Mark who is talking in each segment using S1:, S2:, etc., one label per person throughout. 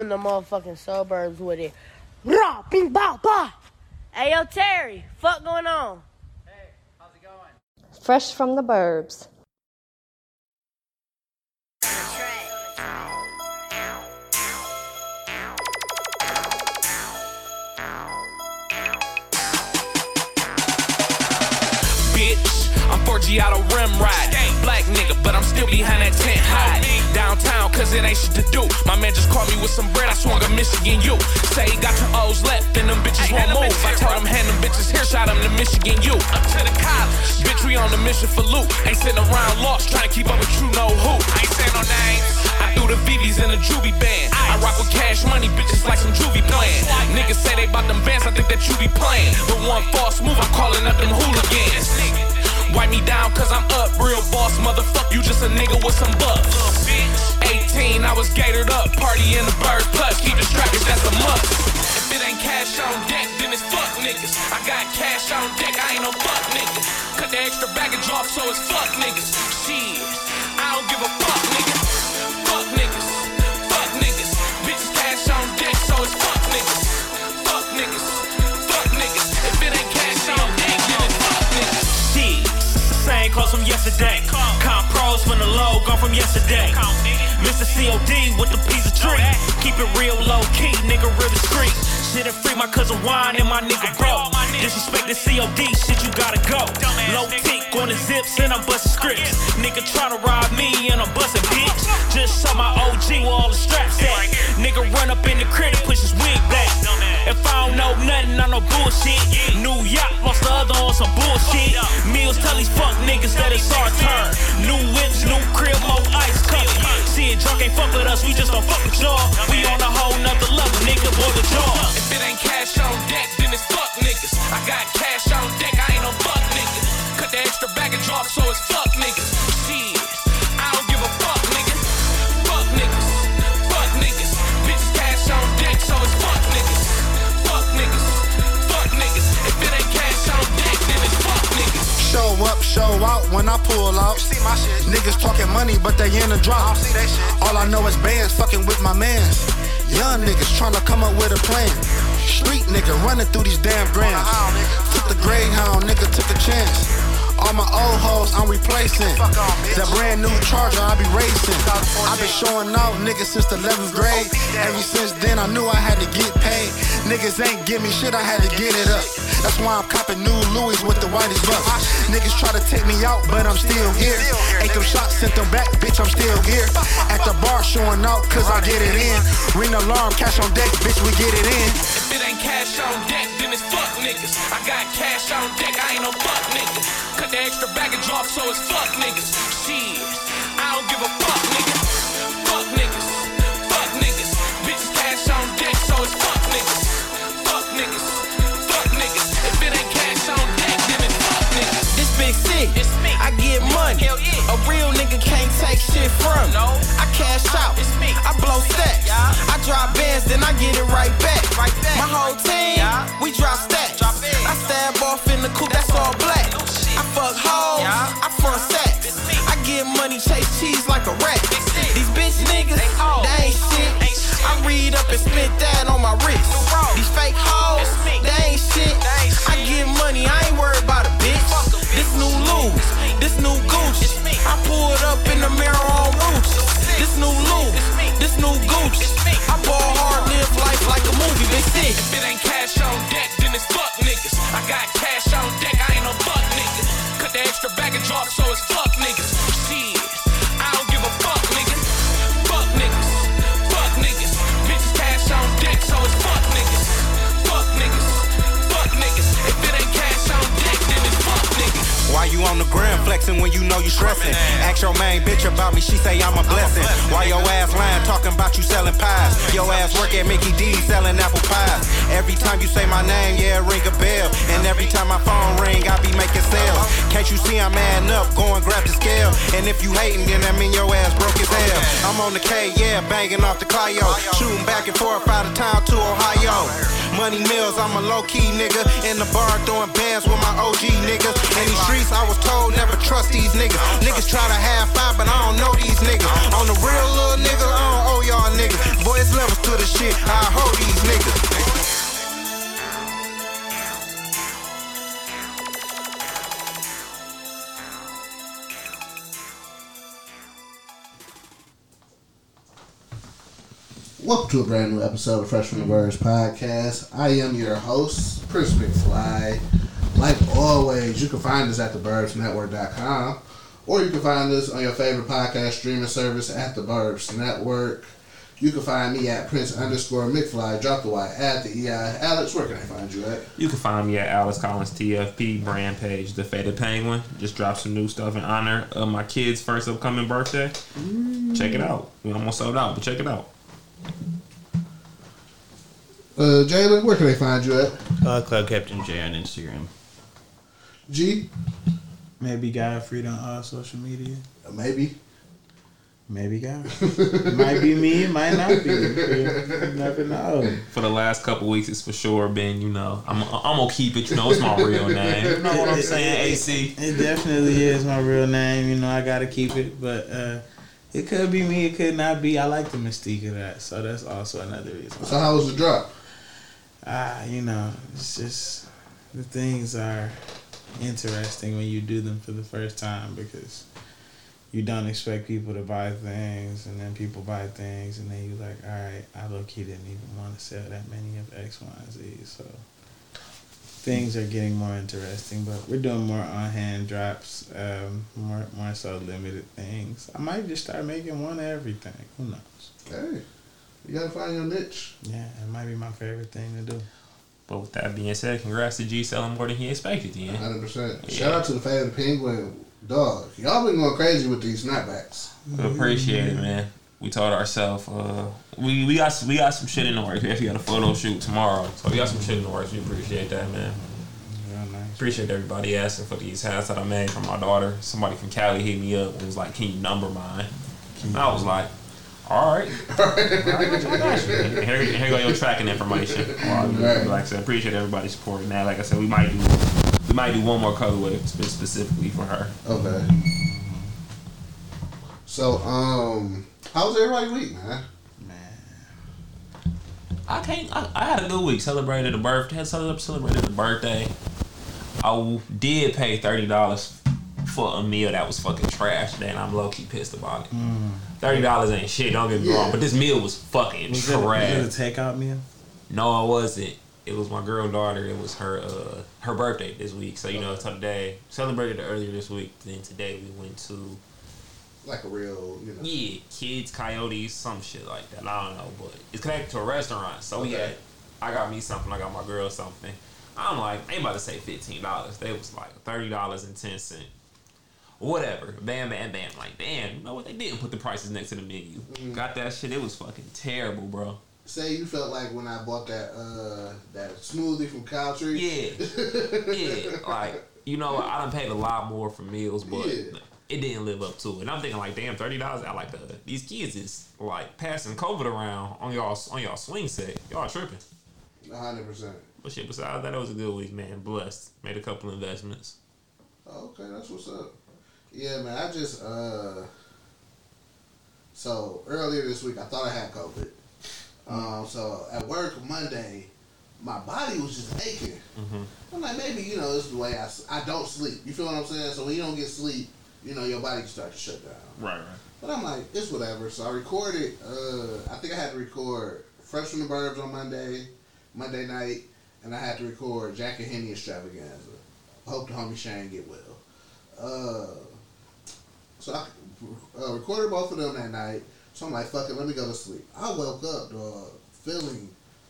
S1: in the motherfucking suburbs with it. Rah, bing, bah, bah. Hey, yo, Terry, fuck going on?
S2: Fresh from the burbs.
S3: bitch. I'm 4G out of rim ride. Black nigga, but I'm still behind that tent high. Downtown, cause it ain't shit to do. My man just called me with some bread, I swung a Michigan U. Say he got two O's left, and them bitches won't move. I told him, hand them bitches here, shot him to Michigan U. Up to the college. Bitch, we on the mission for loot. Ain't sitting around lost, trying to keep up with you know who. I ain't saying no names. I threw the VVs in the Juvie band. I rock with cash money, bitches like some Juvie playing. Niggas say they bout them bands, I think that you be playing. But one false move, I'm calling up them hooligans. Wipe me down cause I'm up, real boss, motherfucker. You just a nigga with some bucks. 18, I was gathered up, party in the bird plus. Keep the strap, 'cause that's a must. If it ain't cash on deck, then it's fuck niggas. I got cash on deck, I ain't no fuck nigga. Cut the extra baggage off, so it's fuck niggas. Shit, I don't give a fuck nigga. Fuck niggas, fuck niggas. Bitch, it's cash on deck, so it's fuck niggas. Fuck niggas, fuck niggas. If it ain't cash on deck, then it's fuck niggas.
S4: Shit, same calls from yesterday. Comp pros from the low, gone from yesterday. Mr. COD with the piece of tree. Keep it real low key, nigga, real discreet. Shit and free my cousin wine and my nigga bro. Disrespect the COD, shit, you gotta go. Low tick on the zips and I'm busting scripts. Nigga tryna rob me and I'm busting bitch. Just saw my OG with all the straps at. Nigga run up in the crib and push his wig back. If I don't know nothing, I know bullshit. New York lost the other on some bullshit. Mills tell these fuck niggas that it's our turn. New whips, new crib, more ice cup. See it drunk ain't fuck with us, we just don't fuck with y'all. We on a whole nother level, nigga, boy, with y'all.
S3: If it ain't cash on deck, then it's fuck niggas. I got cash on deck, I ain't no fuck nigga. Cut the extra baggage off, so it's fuck niggas. Shit, I don't give a fuck nigga. Fuck niggas, fuck niggas. Bitch, cash on deck, so it's fuck niggas. Fuck niggas, fuck niggas. If it ain't cash on deck, then it's fuck niggas.
S5: Show up, show out when I pull out. See my shit. Niggas talking money, but they in the drop. see that shit. All I know is bands fucking with my mans. Young niggas tryna come up with a plan. Street nigga running through these damn grams. Took the Greyhound, nigga took a chance. All my old hoes I'm replacing. That brand new charger I be racing. I been showing out niggas since the 11th grade. Ever since then I knew I had to get paid. Niggas ain't give me shit, I had to get it up. That's why I'm copping new Louis with the whitest bucks. Niggas try to take me out, but I'm still here. Ate them shots, sent them back, bitch, I'm still here. At the bar showing out, cause I get it in. Ring alarm, cash on deck, bitch, we get it in.
S3: If it ain't cash on deck, then it's fuck niggas. I got cash on deck, I ain't no fuck nigga. Cut the extra baggage off, so it's fuck niggas. Shit, I don't give a fuck nigga. Fuck niggas, fuck niggas. Bitch, it's cash on deck, so it's fuck niggas. Fuck niggas, fuck niggas. If it ain't cash on deck, then it's fuck niggas.
S6: This big sick,
S3: It's me.
S6: I get money.
S3: Hell yeah.
S6: A real nigga can't take shit from me.
S3: No.
S6: I cash out,
S3: It's me.
S6: I blow stacks.
S3: Yeah.
S6: I drop bands, then I get it right back.
S3: Right back.
S6: My whole team,
S3: Yeah.
S6: we drop stacks.
S3: Drop it.
S6: I stab off in the coupe, that's all black.
S3: New shit.
S6: I fuck hoes,
S3: Yeah.
S6: I front sacks.
S3: It's me.
S6: I get money, chase cheese like a rat.
S3: it.
S6: These bitch niggas,
S3: They all.
S6: they ain't shit.
S3: Ain't shit.
S6: I read up and spent that on my wrist.
S3: New road.
S6: These fake hoes,
S3: It's me.
S6: they ain't shit.
S3: They ain't
S6: I
S3: shit.
S6: get money, I ain't worried about a bitch.
S3: Fuck a bitch.
S6: This new Louis,
S3: It's me.
S6: this new Gucci.
S3: It's me.
S6: I pulled up in the mirror on Roots. This new Louis,
S3: It's me.
S6: this new Gucci.
S3: It's me.
S6: I ball hard, live life like a movie, big six.
S3: If it ain't cash on deck, then it's fuck niggas. I got cash on deck, I ain't no fuck nigga. Cut the extra baggage off, so it's fuck niggas. Shit, I don't give a fuck nigga. Fuck niggas, fuck niggas. Bitch, it's cash on deck, so it's fuck niggas. Fuck niggas, fuck niggas. If it ain't cash on deck, then it's fuck niggas.
S7: Why you on the gram flexing when you know you stressing? Ask your main bitch about me, she say I'm a blessing. Why your ass lying talking about you selling pies? Your ass work at Mickey D selling apple pies. Every time you say my name, yeah, it ring a bell. And every time my phone ring, I be making sales. Can't you see I'm adding up? Go and grab the scale. And if you hating, then that mean your ass broke as hell. I'm on the K, yeah, banging off the Clio. Shooting back and forth out of town to Ohio. Money Mills, I'm a low key nigga. In the bar throwing bands with my OG niggas. In these streets, I was told never trust these niggas. Niggas try to have five, but I don't know these niggas. On the real little nigga, I don't owe y'all niggas. Voice levels to the shit.
S2: Welcome to a brand new episode of Fresh from the Birds podcast. I am your host, Chris McFly. Like always, you can find us at thebirdsnetwork.com or you can find us on your favorite podcast streaming service at the Burbs Network. You can find me at Prince underscore McFly, drop the Y at the EI. Alex, where can I find you at?
S8: You can find me at Alice Collins TFP brand page, The Faded Penguin. Just dropped some new stuff in honor of my kid's first upcoming birthday.
S6: Mm.
S8: Check it out. We almost sold out, but check it out.
S2: Uh, Jalen, where can they find you at?
S9: Uh, Cloud Captain J on Instagram.
S2: G?
S10: Maybe Godfrey on all social media.
S2: Maybe.
S10: Maybe Godfrey. it might be me. It might not be. You never know.
S8: For the last couple weeks, it's for sure been, you know, I'm, I'm gonna keep it. You know, it's my real name. You know what I'm saying, AC?
S10: It definitely is my real name. You know, I gotta keep it, but uh, it could be me. It could not be. I like the mystique of that, so that's also another reason.
S2: So, how was the drop?
S10: Ah, you know, it's just the things are interesting when you do them for the first time because you don't expect people to buy things and then people buy things and then you like, all right, I low key didn't even want to sell that many of X, Y, and Z. So things are getting more interesting, but we're doing more on hand drops, um, more more so limited things. I might just start making one of everything. Who knows?
S2: Hey, you gotta find your niche.
S10: Yeah, it might be my favorite thing to do.
S8: But with that being said, congrats to G selling more than he expected. Yeah.
S2: 100%.
S8: Yeah.
S2: Shout out to the fan penguin. Dog, y'all been going crazy with these snapbacks.
S8: Appreciate it, man. We told ourselves uh, we we got s- we got some shit in the works. We actually got a photo shoot tomorrow, so we got some shit in the works. We appreciate that, man.
S10: Real nice.
S8: Appreciate everybody asking for these hats that I made for my daughter. Somebody from Cali hit me up and was like, "Can you number mine?" And I was like, "All right." here, here go your tracking information.
S2: Right.
S8: Like I said, appreciate everybody supporting that. Like I said, we might do we might do one more colorway spe- specifically for her.
S2: Okay. So, um, how was everybody's week, man?
S8: I can't. I, I had a good week. Celebrated a birthday. cele- Celebrated a birthday. I w- did pay thirty dollars for a meal that was fucking trash today, and I'm low key pissed about it. Thirty dollars ain't shit. Don't get me wrong, but this meal was fucking
S10: Was it, was
S8: trash.
S10: it a takeout meal?
S8: No, it wasn't. It was my girl daughter. It was her uh, her birthday this week. So you know, today celebrated it earlier this week. Then today we went to
S2: Like a real, you know.
S8: yeah, kids, coyotes, some shit like that. I don't know, but it's connected to a restaurant. So we
S2: Okay.
S8: had, I got me something. I got my girl something. I'm like, they about to say fifteen dollars. They was like thirty dollars and ten cent. Whatever. Bam, bam, bam. Like, damn, you know what? They didn't put the prices next to the menu. Got that shit. It was fucking terrible, bro.
S2: Mm-hmm. Say you felt like when I bought that uh that smoothie from Cow Tree.
S8: Yeah. yeah. Like, you know, I done paid a lot more for meals, but
S2: Yeah.
S8: it didn't live up to it. And I'm thinking like, damn, thirty dollars. I like uh, these kids is like passing COVID around on y'all on y'all swing set. Y'all tripping.
S2: Yeah, hundred percent.
S8: But shit, besides that, it was a good week, man. Blessed. Made a couple investments.
S2: Okay, that's what's up. Yeah, man. I just uh. So earlier this week, I thought I had COVID. Um, so at work Monday, my body was just aching. I'm like, maybe you know, it's the way I, s- I don't sleep. You feel what I'm saying? So when you don't get sleep, you know your body can start to shut down.
S8: Right, right.
S2: But I'm like, it's whatever. So I recorded. Uh, I think I had to record Fresh from the Burbs on Monday, Monday night, and I had to record Jack and Henny Extravaganza. Hope the homie Shane get well. Uh, so I uh, recorded both of them that night. So I'm like, fuck it, let me go to sleep. I woke up, dog, feeling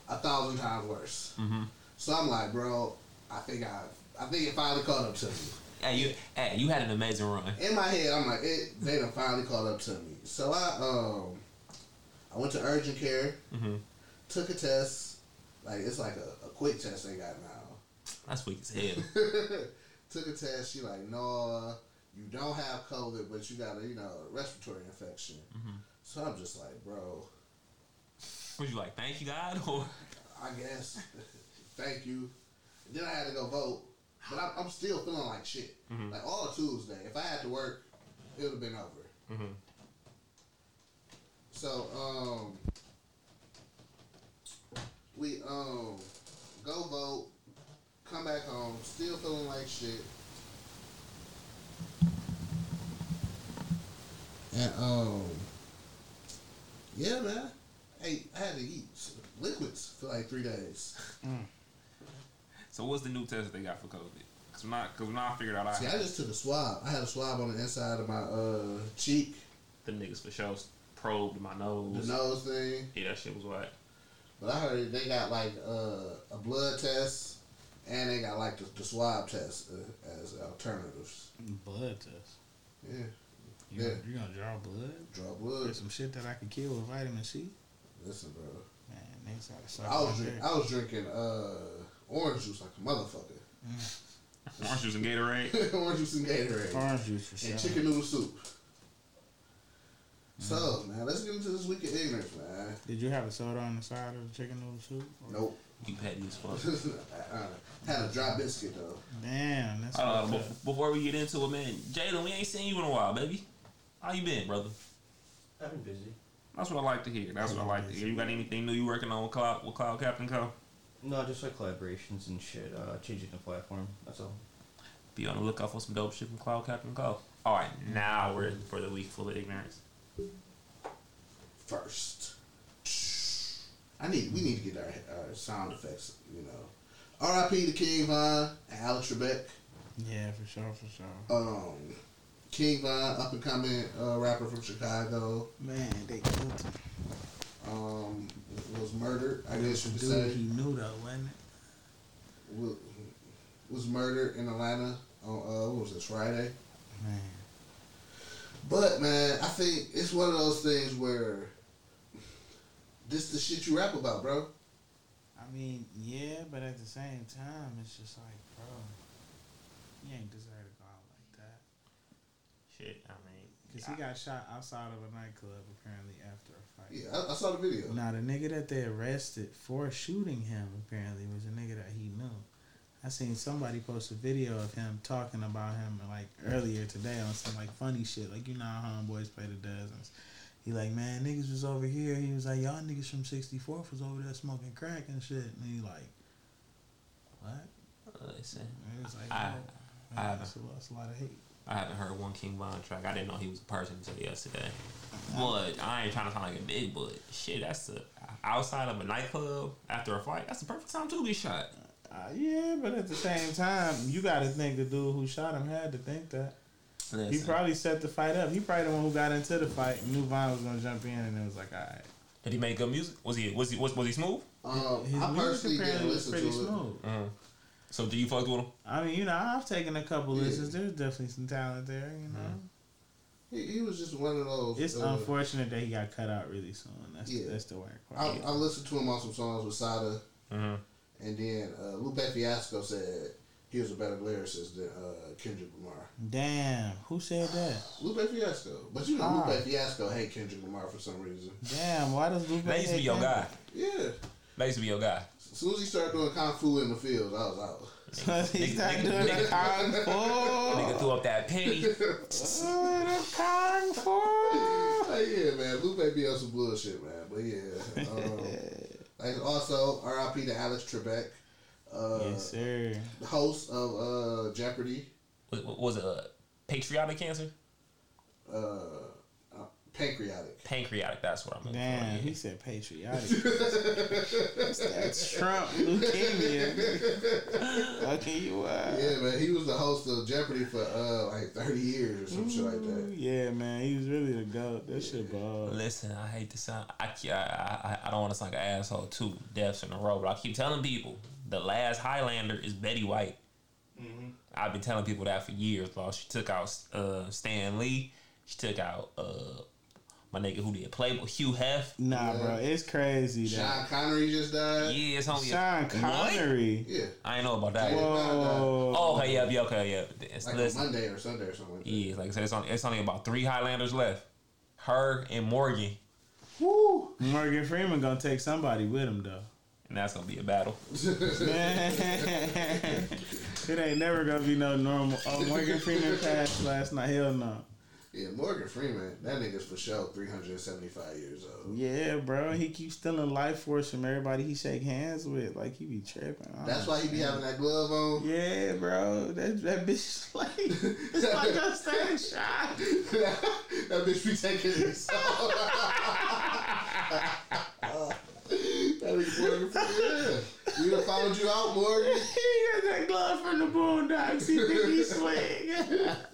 S2: a thousand times worse. So I'm like, bro, I think I, I think it finally caught up to me
S8: Hey, you hey, you had an amazing run.
S2: in my head, I'm like, it, they done finally caught up to me. So I um, I went to urgent care,
S8: Mm-hmm.
S2: took a test, like it's like a, a quick test they got now.
S8: That's weak as hell.
S2: took a test. She like, no, you don't have COVID, but you got a you know respiratory infection. So I'm just like, bro,
S8: Mm-hmm. Was you like, thank you God or
S2: I guess thank you. Then I had to go vote, but I, I'm still feeling like shit. Like all Tuesday, if I had to work, it would have been over. So um, we um go vote, come back home, still feeling like shit. And um, yeah, man. Hey, I had had to eat liquids for like three days.
S8: So what's the new test they got for COVID? Because when I, cause when I figured out I
S2: See, I
S8: had
S2: just took a swab. I had a swab on the inside of my uh cheek,
S8: the niggas for sure probed my nose.
S2: the nose thing.
S8: Yeah, that shit was whack.
S2: But I heard they got like uh, a blood test and they got like the, the swab test uh, as alternatives.
S10: Blood test.
S2: Yeah,
S10: You,
S2: Yeah.
S10: you gonna draw blood?
S2: draw
S10: There's
S2: blood.
S10: some shit that I could kill with vitamin C.
S2: Listen, bro.
S10: Man, niggas gotta stop.
S2: I was
S10: right
S2: drink,
S10: there.
S2: I was drinking uh, orange juice like a motherfucker.
S8: Orange juice and Gatorade.
S2: orange juice and Gatorade
S10: Orange juice for
S2: and
S10: sure.
S2: chicken noodle soup. So man, let's get into this week of ignorance, man.
S10: Did you have a soda on the side of the chicken noodle soup? Or-
S2: Nope.
S8: You petty as fuck.
S2: uh, had a dry biscuit though.
S10: Damn, that's
S8: Uh,
S10: fucked
S8: bef-
S10: up.
S8: before we get into it, man, Jalen, we ain't seen you in a while, baby. How you been, brother?
S11: I've been busy.
S8: That's what I like to hear. That's what I like to hear. You got anything new you working on with Cloud, with Cloud Captain Co?
S11: No, just like collaborations and shit. Uh, changing the platform. That's all.
S8: Be on the lookout for some dope shit from Cloud Captain Co. All right, now we're in for the week full of ignorance.
S2: first. I need. We need to get our, our sound effects. You know, R.I.P. to King Von and Alex Trebek.
S10: Yeah, for sure, for sure.
S2: Um, King Von, up and coming uh, rapper from Chicago,
S10: Man, they killed him.
S2: um, was murdered. I guess you could
S10: Dude,
S2: say
S10: he knew though, wasn't
S2: was, was murdered in Atlanta on uh, what was this Friday?
S10: it? Man.
S2: But man, I think it's one of those things where this the shit you rap about, bro.
S10: I mean, yeah, but at the same time, it's just like, bro, you ain't deserve to go out like that.
S8: Shit, I mean,
S10: Because he got shot outside of a nightclub, apparently, after a fight.
S2: Yeah, I, I saw the video.
S10: Now, the nigga that they arrested for shooting him, apparently, was a nigga that he knew. I seen somebody post a video of him talking about him like earlier today on some like funny shit. Like you know how homeboys play the dozens. He like, man, niggas was over here. He was like, y'all niggas from 64th was over there smoking crack and shit. And he like, what?
S8: listen,
S10: And it was like,
S8: I-
S10: oh,
S8: I
S10: man,
S8: haven't-
S10: that's, a, that's a lot of hate.
S8: I haven't heard one King Von track. I didn't know he was a person until yesterday. But I ain't trying to sound like a big, but shit, that's the outside of a nightclub after a fight. That's the perfect time to be shot.
S10: Uh, yeah, but at the same time, you got to think the dude who shot him had to think that. He
S8: Listen,
S10: probably set the fight up. He probably the one who got into the fight. and Knew Vine was gonna jump in, and it was like, all right.
S8: did he make good music? Was he was he was, was he smooth?
S2: Um,
S10: His
S2: I
S10: music
S2: personally didn't
S10: apparently was
S2: listen to
S10: pretty
S2: it.
S10: smooth.
S8: Uh-huh. So do you fuck with him?
S10: I mean, you know, I've taken a couple
S2: Yeah.
S10: listens. There's definitely some talent there. You know,
S8: Uh-huh.
S2: He, he was just one of those.
S10: it's
S2: uh,
S10: unfortunate that he got cut out really soon. That's
S2: Yeah.
S10: that's the worst part.
S2: I, I listened to him on some songs with Sada,
S10: Mm-hmm.
S2: and then uh, Lupe Fiasco said he was a better lyricist than uh, Kendrick Lamar.
S10: Damn, who said that?
S2: Lupe Fiasco, but you know
S10: Ah.
S2: Lupe Fiasco hate Kendrick Lamar for some reason.
S10: Damn, why does Lupe?
S8: That used to be
S10: hate
S8: your
S10: him?
S8: guy.
S2: Yeah,
S8: That used to be your guy.
S2: as soon as he started doing kung fu in the field, I was out.
S10: He's not
S8: Nigga,
S10: doing
S8: nigga.
S10: the kung fu.
S8: Nigga threw up that penny.
S10: Doing the kung fu.
S2: Oh yeah, man, Lupe be on some bullshit, man. But yeah, um, like also R.I.P. to Alex Trebek, uh,
S10: Yes, sir.
S2: the host of uh, Jeopardy,
S8: was, was it uh, patriotic cancer?
S2: uh, uh, pancreatic.
S8: Pancreatic. That's what I meant.
S10: Damn,
S8: Yeah.
S10: he said patriotic. That's Trump leukemia. okay, you are.
S2: Yeah, man, he was the host of Jeopardy for uh, like thirty years or some shit like that.
S10: Yeah, man, he was really the goat. That shit ball.
S8: Listen, I hate to sound. I ke- I, I, I don't want to sound like an asshole. Two deaths in a row, but I keep telling people the last Highlander is Betty White. I've been telling people that for years, bro. She took out uh, Stan Lee. She took out uh, my nigga who did Playboy, Hugh Hef.
S10: Nah, bro, it's crazy that
S2: Sean Connery just died.
S8: Yeah, it's only.
S10: Sean Connery.
S2: Yeah,
S8: I ain't know about that.
S2: What?
S10: Whoa.
S8: Oh, okay, yeah, yeah, okay, yeah. It's-
S2: like
S8: listen,
S2: on Monday or Sunday or something. Like that.
S8: yeah, like I said, it's only, it's only about three Highlanders left. Her and Morgan,
S2: Woo!
S10: Morgan Freeman gonna take somebody with him though.
S8: and that's gonna be a battle.
S10: it ain't never gonna be no normal. Oh, Morgan Freeman passed last night. Hell no.
S2: Yeah, Morgan Freeman, that nigga's for sure three hundred and seventy five years old.
S10: Yeah, bro, he keeps stealing life force from everybody he shake hands with. Like he be tripping. I don't
S2: That's why he be having that glove on.
S10: Yeah, bro. That that bitch is like it's like a stage shot.
S2: that bitch be taking his. should have called you out, Morgan.
S10: he got that glove from the Boondocks. He think he swag.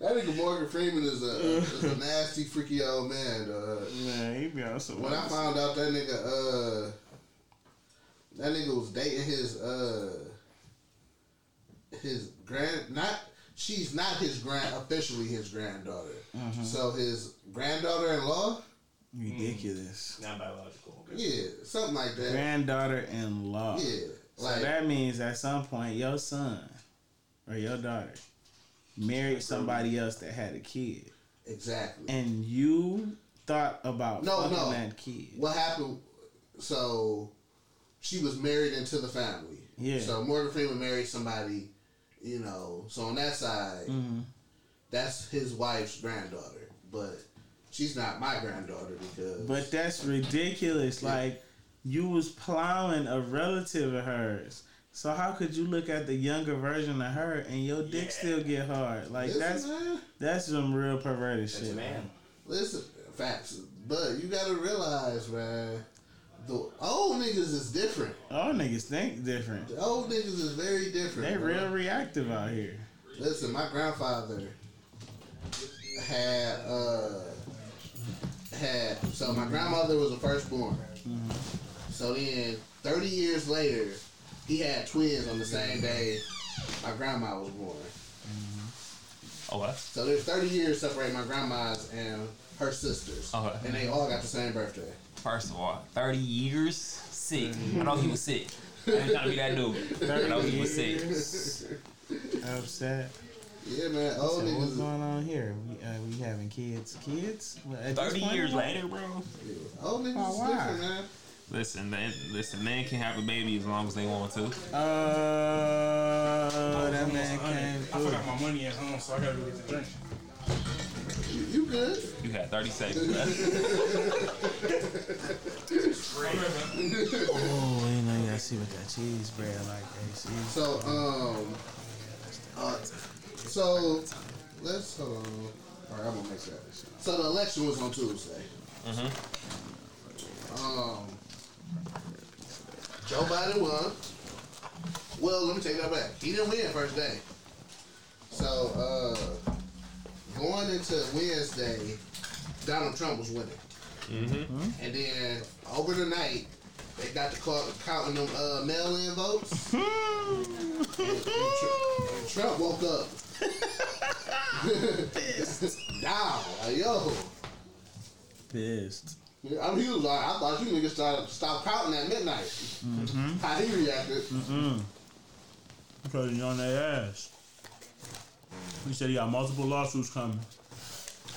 S2: That nigga Morgan Freeman is a, is a nasty, freaky old man. dog.
S10: Man, he be on some.
S2: When I found out that nigga, uh, that nigga was dating his, uh, his grand, not, she's not his grand, officially his granddaughter.
S10: Mhm.
S2: So his granddaughter-in-law,
S10: ridiculous
S8: Not biological.
S2: yeah, something like that.
S10: granddaughter-in-law.
S2: yeah,
S10: So
S2: like
S10: that means at some point your son or your daughter married somebody else that had a kid,
S2: exactly.
S10: and you thought about
S2: No,
S10: fucking
S2: no.
S10: that kid.
S2: What happened? So she was married into the family.
S10: Yeah.
S2: So Morgan Freeman married somebody, you know. So on that side,
S10: Mhm.
S2: that's his wife's granddaughter, but she's not my granddaughter because
S10: But that's ridiculous. Like you was plowing a relative of hers. So how could you look at the younger version of her and your dick still get hard? Like
S2: listen,
S10: that's
S2: man,
S10: that's some real perverted shit.
S2: listen, facts. But you gotta realize, man, the old niggas is different.
S10: All niggas think different.
S2: The old niggas is very different.
S10: They
S2: bro.
S10: real reactive out here.
S2: Listen, my grandfather had uh had so my grandmother was a firstborn.
S10: Mm-hmm.
S2: So then thirty years later, he had twins on the same day my grandma was born.
S10: Mm-hmm.
S8: Oh, what?
S2: So there's thirty years separating my grandma's and her sisters.
S10: Oh,
S8: Okay.
S2: And they all got the same birthday.
S8: First of all, 30 years sick. I know he was sick. I didn't try to be that dude. I know he was sick.
S10: Upset.
S2: Yeah man,
S10: So
S2: old Oh,
S10: what's
S2: niggas
S10: going on here? We, uh, we having kids, kids. Well, at this
S8: 30
S10: point,
S8: years
S10: why?
S8: later, bro.
S2: old niggas is
S10: Why?
S2: different, man.
S8: Listen, man, listen, man can have a baby as long as they want to.
S10: Uh, that man came.
S12: I forgot my money at home, so I gotta go get the money.
S2: You, you good.
S8: You had 30 seconds left.
S10: Oh, you know, you gotta see what that cheese bread like. Hey, see?
S2: So, um, uh, so let's hold on. All right, I'm gonna make that. So the election was on Tuesday. Um, Joe Biden won. Well, let me take that back. He didn't win first day. So, uh, going into Wednesday, Donald Trump was winning. And then over the night, they got to call, counting them uh, mail-in votes. and, Tr- and Trump woke up. nah, like, yo.
S10: Pissed.
S2: I mean, he was like, I thought you niggas started stop counting at midnight.
S8: Mm-hmm.
S2: How he reacted.
S12: Mm-mm. Because he's on their ass. He said he got multiple lawsuits coming.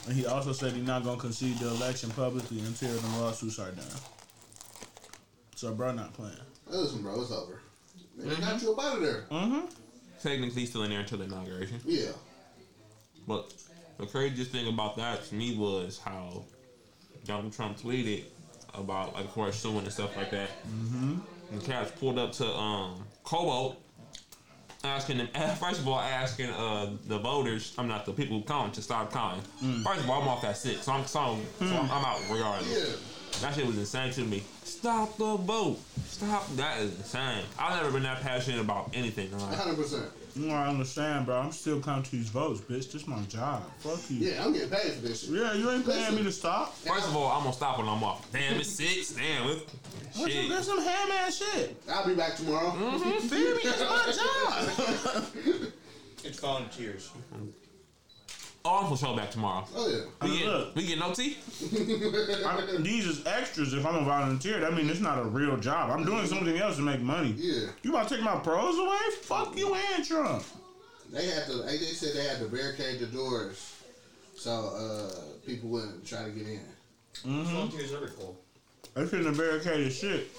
S12: And he also said he's not gonna concede the election publicly until the lawsuits are done. So bro not playing.
S2: Listen, bro, it's over. They got you up out of there.
S12: Mm-hmm.
S8: Technically, still in there until the inauguration.
S2: Yeah.
S8: But the craziest thing about that to me was how Donald Trump tweeted about, like, of course, suing and stuff like that.
S10: Mm-hmm.
S8: And cats pulled up to um Cobalt, asking them first of all asking uh the voters, I'm not the people who count to stop counting. First of all, I'm off at six, so I'm so, I'm- so I'm, I'm out regardless.
S2: Yeah.
S8: That shit was insane to me. Stop the vote. Stop. That is insane. I've never been that passionate about anything. in life.
S2: 100%.
S12: You know, I understand, bro. I'm still counting these votes, bitch. This my job. Fuck you.
S2: Yeah, I'm getting paid for this shit.
S12: Yeah, you ain't paying
S2: Listen.
S12: me to stop.
S8: First of all, I'm gonna stop when I'm off. Damn, it's six. Damn, it.
S12: What you
S8: Shit.
S12: get some ham ass shit?
S2: I'll be back tomorrow.
S8: Mm-hmm.
S12: Feed me, it's my job.
S11: It's calling cheers.
S8: Oh, I'm gonna show back tomorrow.
S2: Oh, yeah.
S12: Hey,
S8: We get,
S12: look.
S8: we get no tea.
S12: I- these is extras if I'm a volunteer. That mean it's not a real job. I'm doing something else to make money.
S2: Yeah.
S12: You about to take my pros away? Fuck you and Trump.
S2: They had to. They, they said they had to barricade the doors so uh, people wouldn't try to get in.
S11: Volunteers are cool.
S12: They shouldn't have barricaded shit.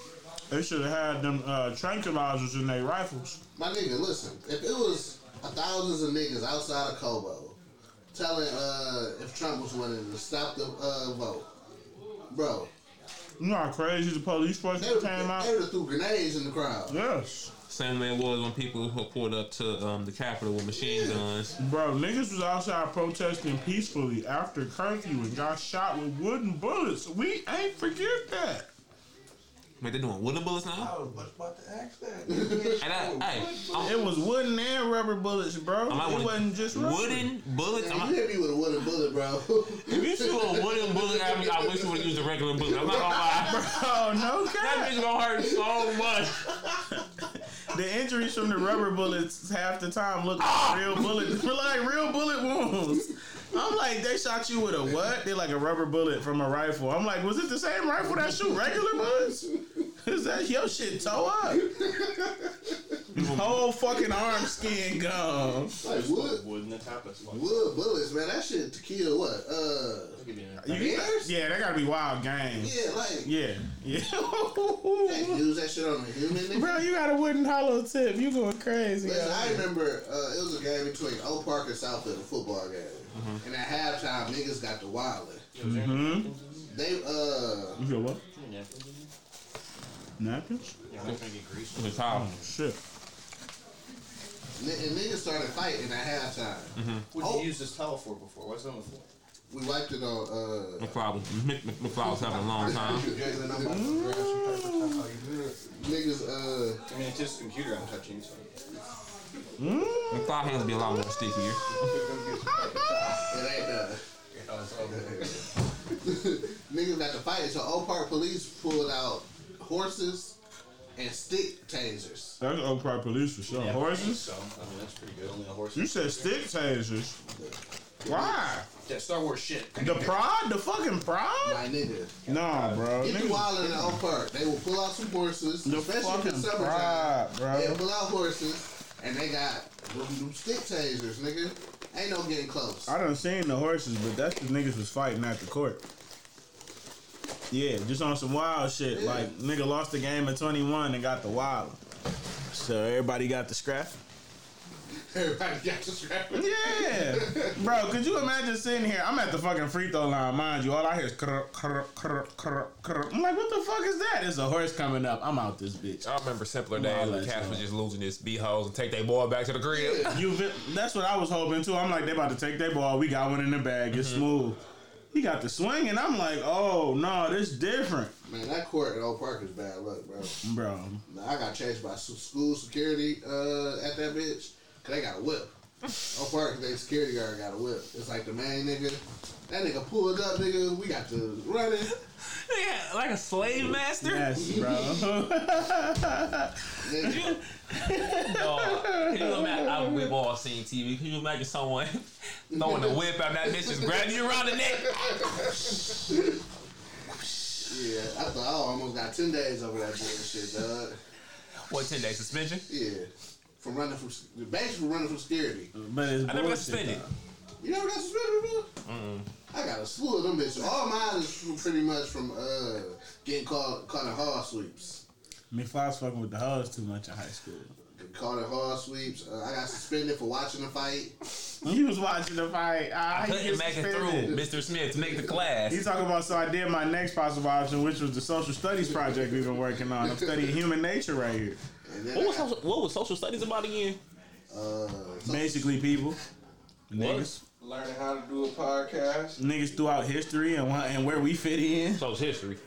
S12: They should have had them uh, tranquilizers in their rifles.
S2: My nigga, listen. If it was a thousands of niggas outside of Kobo telling uh, if Trump was winning to stop the uh, vote, bro,
S12: You know how crazy the police force
S2: they would
S12: came out?
S2: have threw grenades in the crowd.
S12: Yes.
S8: Same way it was when people who pulled up to um, the Capitol with machine guns.
S12: Bro, niggas was outside protesting peacefully after curfew and got shot with wooden bullets. We ain't forget that.
S8: Wait, they're doing wooden bullets
S13: Oh,
S8: now?
S10: was about to ask that.
S8: And I, hey, I'm-
S10: it was wooden and rubber bullets,
S8: I
S10: bro.
S8: might
S10: it
S8: wanna-
S10: wasn't just rubber.
S8: Wooden bullets?
S2: You hit me with a wooden bullet, bro.
S8: If you shoot a wooden bullet at me, I wish you would use the regular bullet. I'm not gonna lie.
S10: Oh no!
S8: That bitch gonna hurt so much.
S10: The injuries from the rubber bullets half the time look
S8: Ah!
S10: like real bullet, like real bullet wounds. I'm like, they shot you with a what? They're like a rubber bullet from a rifle. I'm like, was it the same rifle that shoot regular bullets? Is that your shit toe up? Whole fucking arm skin gone.
S2: Like wood,
S13: Wood in the top. That's like
S2: wood bullets, man. That shit to kill what? Uh,
S10: You-
S2: bears?
S10: yeah, that gotta be wild game.
S2: Yeah, like-
S10: yeah, yeah.
S2: Can't use that shit on a human. nigga.
S10: Bro, you got a wooden hollow tip. You going crazy?
S2: Listen,
S10: out
S2: I
S10: here.
S2: remember uh, it was a game between Oak Park and Southfield, a football game. And at halftime, niggas got the wildin'.
S10: Mhm.
S2: They uh,
S10: You feel what?
S13: Yeah,
S10: Napkins? Oh,
S13: I'm trying to get grease.
S8: The top.
S10: Shit.
S2: n- and niggas started fighting at halftime.
S13: What did you use this towel for before? What's on the floor?
S2: We wiped it on. Uh,
S8: McFly was, Mc, Mc- McFly was having a long time.
S2: Mm-hmm. Niggas, uh,
S13: I mean, it's just a computer I'm touching. So.
S8: McFly hands be a lot more stickier.
S2: it ain't done. Niggas got to fight, so Oak Park police pulled out horses and stick tasers.
S10: That's Oak Park Police for sure. Horses?
S13: So, I mean, that's pretty good. Only a horse.
S10: You said stick tasers. Why?
S13: That Star Wars shit.
S10: The pride? The fucking pride?
S2: My nigga.
S10: No, bro.
S2: Get the
S10: Niggas-
S2: wild in the Oak Park. They will pull out some horses,
S10: The
S2: especially in
S10: fucking
S2: the summertime.
S10: pride, bro.
S2: They'll pull out horses, and they got them, them stick tasers, nigga. Ain't no getting close.
S10: I done seen the horses, but that's the niggas was fighting at the court. Yeah, just on some wild shit.
S2: Yeah.
S10: Like nigga lost the game at 21 and got the wild. So everybody got the scrap.
S2: Everybody got to strap it.
S10: Yeah, bro. Could you imagine sitting here? I'm at the fucking free throw line, mind you. All I hear is krr, krr, krr, krr, krr. I'm like, what the fuck is that? It's a horse coming up. I'm out this bitch.
S3: Oh.
S8: I remember simpler
S10: Nah,
S8: days when
S10: that's
S8: cats was
S10: not-
S8: just losing his b-holes and take their boy back to the crib.
S10: You, vi- that's what I was hoping too. I'm like, they about to take their ball. We got one in the bag.
S3: Mm-hmm.
S10: It's smooth. He got the swing, and I'm like, oh no, this different,
S2: Man, that court at Oak Park is bad luck, bro.
S10: bro.
S2: Nah, I got chased by s- school security uh, at that bitch. 'cause they got a whip. Oak Park, they security guard got a whip. It's like the main nigga. That nigga pulled up, nigga. We got to running.
S3: Yeah, like a slave master.
S10: Yes, bro.
S2: Nigga,
S3: Dog, can you imagine? I, we've all seen TV. Can you imagine someone throwing the whip out that bitch, just grabbing you around the neck?
S2: yeah, I thought oh, I almost got ten days over that bullshit, dog.
S3: What ten day suspension?
S2: Yeah, from running from s- basically running from security.
S10: but it's
S3: I never got
S10: bullshit,
S3: suspended.
S10: though.
S2: You never got suspended, bro? I got a slew of them bitches. All mine is from, pretty much from uh, getting caught caught in hall sweeps.
S10: Me Fox fucking with the hoes too much in high school.
S2: Getting Caught in hall sweeps. Uh, I got suspended for watching the fight.
S10: He was watching the fight. Ah,
S3: I
S10: he
S3: couldn't
S10: gets
S3: make it
S10: suspended.
S3: through, Mr. Smith, to make the class.
S10: He's talking about so I did my next possible option, which was the social studies project we've been working on. I'm studying human nature right here.
S2: And then
S3: What
S2: I
S3: was
S2: got,
S3: social, what was social studies about again?
S2: uh, so-
S10: Basically, people, niggas,
S13: Learning how to do a podcast.
S10: niggas throughout history and why, and where we fit in.
S3: Social history.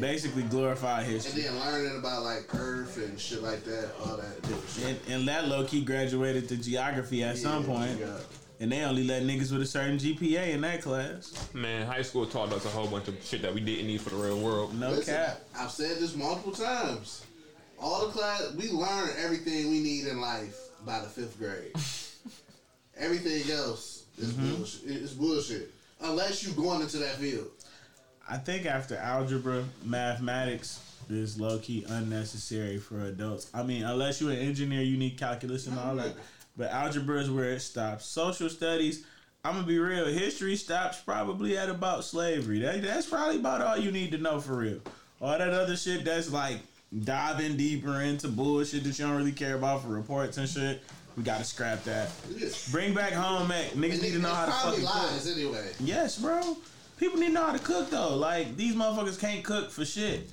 S10: Basically, glorify
S2: and
S10: history.
S2: then learning about like Earth and shit like that, all that different shit.
S10: And, and that low key graduated to geography at some
S2: Yeah,
S10: point,
S2: yeah.
S10: and they only let niggas with a certain GPA in that class.
S8: Man, high school taught us a whole bunch of shit that we didn't need for the real world.
S10: No
S2: Listen,
S10: cap.
S2: I've said this multiple times. All the class, we learn everything we need in life by the fifth grade. everything else is
S10: Mm-hmm.
S2: bullshit. It's bullshit. Unless you going into that field.
S10: I think after algebra, mathematics is low key unnecessary for adults. I mean, unless you're an engineer, you need calculus and all that. But algebra is where it stops. Social studies, I'm gonna be real. History stops probably at about slavery. That, that's probably about all you need to know for real. All that other shit that's like diving deeper into bullshit that you don't really care about for reports and shit. We gotta scrap that. Bring back home ec. Niggas need to know how to
S2: probably
S10: fucking cook.
S2: lies anyway.
S10: Yes, bro. People need to know how to cook though. Like these motherfuckers can't cook for shit,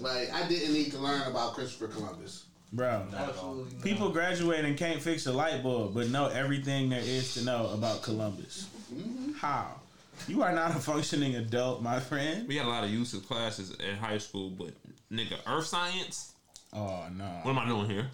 S2: Like I didn't need to learn about Christopher Columbus.
S10: bro.
S13: Absolutely.
S10: People graduate and
S2: Mm-hmm.
S10: can't fix a light bulb, but know everything there is to know about Columbus. How? You are not a functioning adult, my friend.
S4: We had a lot of useless classes at high school, but nigga, earth science.
S10: Oh no.
S4: What am I doing here?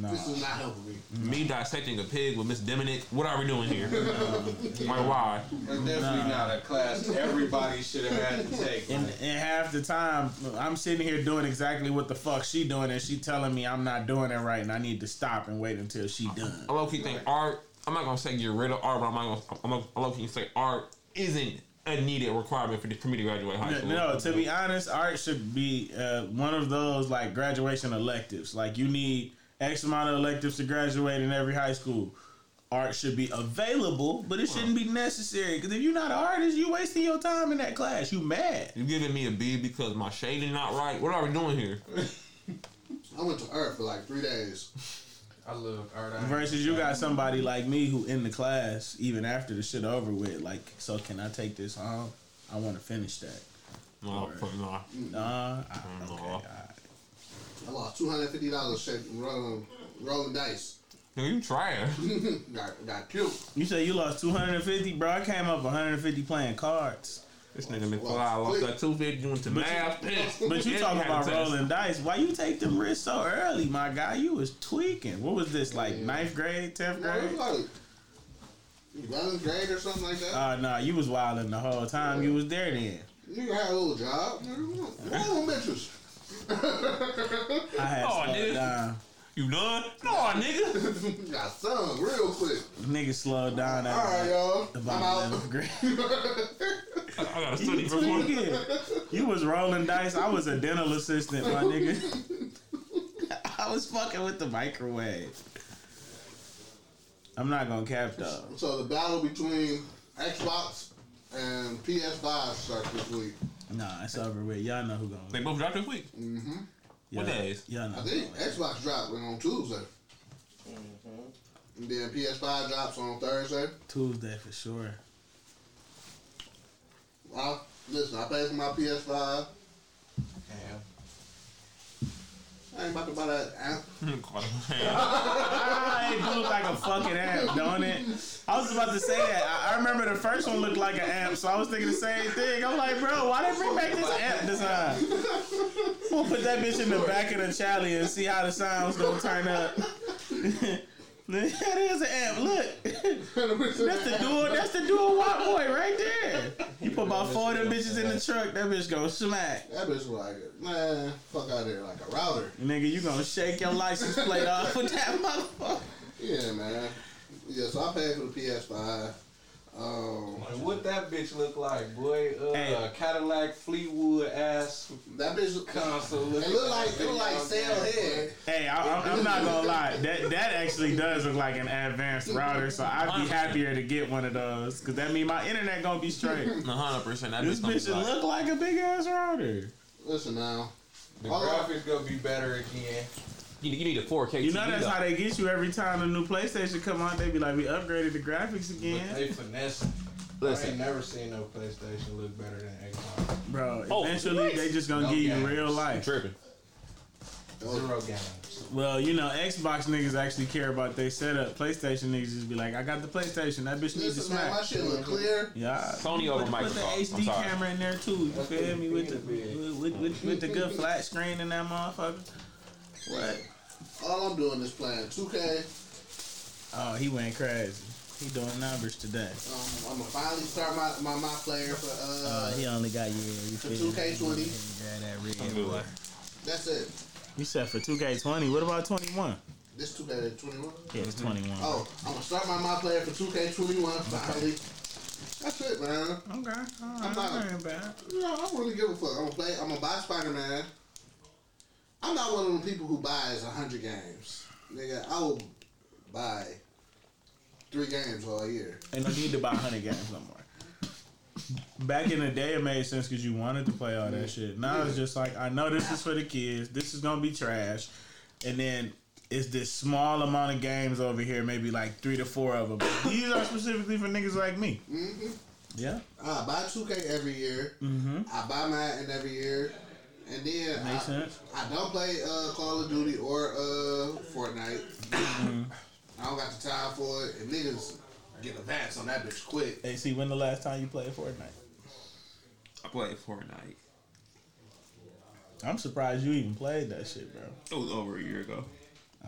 S10: No.
S2: This is not helping me.
S4: Me dissecting a pig with Miss Dominic. What are we doing here? like why?
S13: That's definitely not a class everybody should have had to take.
S10: And, and half the time, I'm sitting here doing exactly what the fuck she doing, and she telling me I'm not doing it right, and I need to stop and wait until she
S2: Uh-huh.
S10: done.
S4: I low key think art. I'm not gonna say get rid of art, but I'm not gonna. I'm not, I low key say art isn't a needed requirement for, the, for me to graduate high
S10: No,
S4: school.
S10: no, to be honest, art should be uh, one of those like graduation electives. Like you need X amount of electives to graduate in every high school. Art should be available, but it shouldn't be necessary. Because if you're not an artist, you wasting your time in that class. You mad?
S4: You giving me a B because my shading not right? What are we doing here?
S2: I went to Earth for like three days.
S13: I love art.
S10: Versus you got somebody like me who in the class even after the shit over with. Like, so can I take this home? I want to finish that.
S4: No, no,
S10: nah. I,
S2: I lost two hundred fifty dollars shaking rolling, rolling dice.
S4: you trying?
S2: got got killed.
S10: You say you lost 250, bro. I came up 150 playing cards.
S4: This nigga McFly lost that 250 doing to math.
S10: But, you talking about rolling dice. Why you take them risks so early, my guy? You was tweaking. What was this, like ninth grade, 10th
S2: No, it
S10: grade?
S2: was like eleventh grade or something like that.
S10: Uh, nah, you was wilding the whole time. You was there then.
S2: You had a little job. Roll bitches.
S10: I had
S2: Oh,
S10: slowed
S2: dude.
S10: down.
S4: You done? No, nigga.
S2: got sung real quick.
S10: Nigga slowed down.
S2: All right, y'all.
S10: The
S2: I'm out.
S10: grade.
S4: I gotta
S10: You,
S4: study for more.
S10: tweaking. you was rolling dice. I was a dental assistant, my nigga. I was fucking with the microwave. I'm not gonna cap though.
S2: So the battle between Xbox and PS5 starts this week.
S10: Nah, it's over with. Y'all know who gonna win.
S4: They both dropped this week.
S2: Mm-hmm.
S10: Y'all,
S4: What days?
S10: Y'all know.
S2: I think Xbox dropped on Tuesday. And then PS5 drops on Thursday.
S10: Tuesday for sure.
S2: I, listen, I paid for my PS5. I ain't about to buy that app.
S10: Ah, it do look like a fucking amp, don't it? I was about to say that. I, I remember the first one looked like an amp, so I was thinking the same thing. I'm like, bro, why they bring back this amp design? We'll put that bitch in the back of the Charlie and see how the sound's gonna turn up. that is an amp. Look, that's the dual. That's the dual white boy right there. You put about four of them bitches in the truck, that bitch gonna smack.
S2: That bitch was like, man, fuck out there, like a router.
S10: Nigga, you gonna shake your license plate off with that motherfucker.
S2: Yeah, man. Yeah, so I paid for the PS5. Um,
S13: Like, what that bitch look like, boy? Uh,
S2: Hey.
S13: Cadillac Fleetwood ass.
S2: That bitch
S13: console.
S2: it look like it look like Sam head.
S10: Hey, I, I'm, I'm not gonna lie. That that actually does look like an advanced router, so I'd be happier to get one of those because that mean my internet gonna be straight.
S4: One hundred percent. That
S10: This
S4: gonna be
S10: bitch look like a big ass router.
S2: Listen now.
S13: The
S2: All I-
S13: graphics gonna be better again.
S4: You, you need a four K.
S10: You know that's how they get you every time a new PlayStation come out. They be like, we upgraded the graphics
S13: But
S10: again,
S13: they finesse. I
S10: Listen.
S13: ain't never seen no PlayStation look better than Xbox.
S10: bro.
S4: Oh,
S10: Eventually, they just gonna
S13: No
S10: give you
S13: games.
S10: real life.
S4: Tripping.
S13: Zero games.
S10: Well, you know, Xbox niggas actually care about their setup. PlayStation niggas just be like, I got the PlayStation. That bitch needs to
S2: Listen, man,
S10: smack.
S2: my shit look clear.
S10: Yeah.
S4: Sony over
S10: put, put the
S4: Microsoft. I'm
S10: HD
S4: sorry.
S10: camera in there too. You feel me? With the with, with, with the good flat screen in that motherfucker. What?
S2: All I'm doing is playing 2K.
S10: Oh, he went crazy. He doing numbers today.
S2: Um, I'm gonna finally start my my, my player for uh,
S10: Uh, he only got you. You
S2: for
S10: feel me?
S2: 2K20.
S10: Grab that red one.
S2: That's it.
S10: You said for 2K20. What about 21?
S2: This 2K21.
S10: Yeah, it's 21.
S2: Oh, I'm gonna start my my player for 2K21 finally. That's it, man.
S10: Okay.
S2: I'm not. No, I don't really give a fuck. I'm gonna play. I'm gonna buy Spider Man. I'm not one of them people who buys hundred games, nigga. I will buy three games all year.
S10: And I need to buy 100 games no more. Back in the day, it made sense because you wanted to play all that shit. Now it's just like, I know this is for the kids. This is going to be trash. And then it's this small amount of games over here, maybe like three to four of them. These are specifically for niggas like me.
S2: Mm-hmm.
S10: Yeah.
S2: I buy 2K every year.
S10: Mm-hmm.
S2: I buy mine every year, and then
S10: Makes
S2: I,
S10: sense.
S2: I don't play uh, Call of Duty
S10: Mm-hmm.
S2: or uh, Fortnite. I don't got the time for it, and niggas Get a pass on that bitch quick.
S10: Hey, see, when the last time you played Fortnite?
S8: I played Fortnite.
S10: I'm surprised you even played that shit, bro.
S8: It was over a year ago.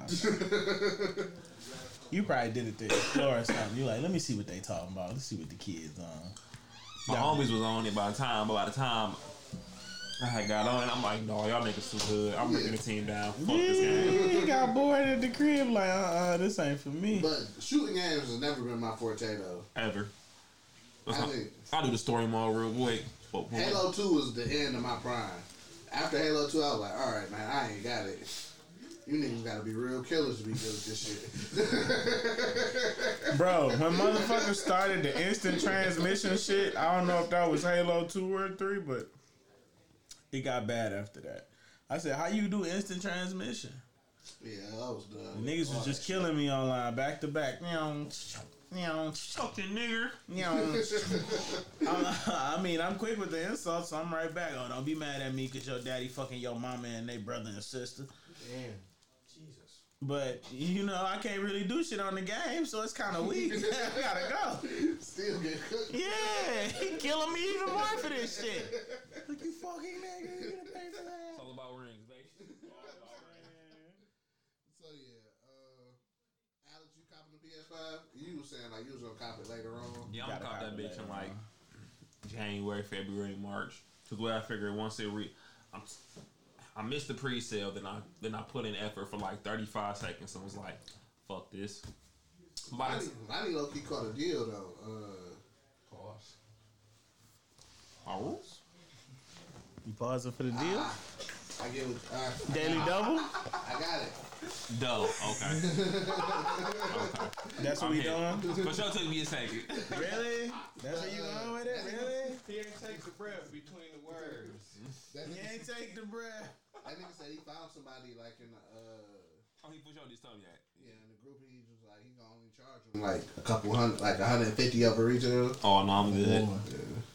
S10: Oh. You probably did it to explore or something. You like, let me see what they talking about. Let's see what the kids on.
S8: My homies was on it by the time, but by the time I had got on, I'm like, no, y'all niggas too good. I'm breaking the team down. Fuck this game.
S10: He Mm, got bored at the crib, like, uh, uh this ain't for me.
S2: But shooting games has never been my forte though.
S8: Ever.
S2: I think-
S8: I'll do the story mode real quick. But when-
S2: Halo Two was the end of my prime. After Halo Two, I was like, all right, man, I ain't got it. You niggas gotta be real killers to be good at this shit.
S10: Bro, when motherfuckers started the instant transmission shit, I don't know if that was Halo 2 or 3, but it got bad after that. I said, how you do instant transmission?
S2: yeah, I was done.
S10: The niggas was just killing me online back to back. Meow, meow, fucking nigger. Meow. I'm- I mean, I'm quick with the insults, so I'm right back. Oh, don't be mad at me because your daddy fucking your mama and they brother and sister.
S2: Damn.
S10: But, you know, I can't really do shit on the game, so it's kind of weak. I gotta go.
S2: Still get cooked.
S10: Yeah, he killing me even more for this shit.
S2: Look, you fucking nigga, you gonna pay for that?
S8: It's all about rings, baby.
S2: so yeah, uh, Alex, you copping the PS5? You was saying like you was gonna cop it later on.
S8: Yeah, I'm gonna cop that bitch in like January, February, March. Cause what I figured once it re, I'm, I missed the pre-sale. Then I then I put in effort for like 35 seconds and was like, fuck this. By the
S2: Lonnie, Lonnie low key caught a deal though. Uh, Pause.
S8: Pause?
S10: You pausing for the deal?
S2: I get what. all right.
S10: Daily double?
S2: I got it.
S8: Duh. Okay.
S10: That's what
S8: I'm
S10: we
S8: here.
S10: doing?
S8: But y'all took me a second.
S10: Really? That's where you
S13: Uh,
S10: going with it? Really?
S13: He didn't take the breath between the words.
S2: That
S10: You ain't take the breath.
S2: That nigga said he found somebody like in the. Uh,
S8: oh, he put y'all this time yet?
S2: Yeah, in the group he was like he gonna only charge him like a couple hundred, like 150 of a retail.
S8: Oh no, I'm good.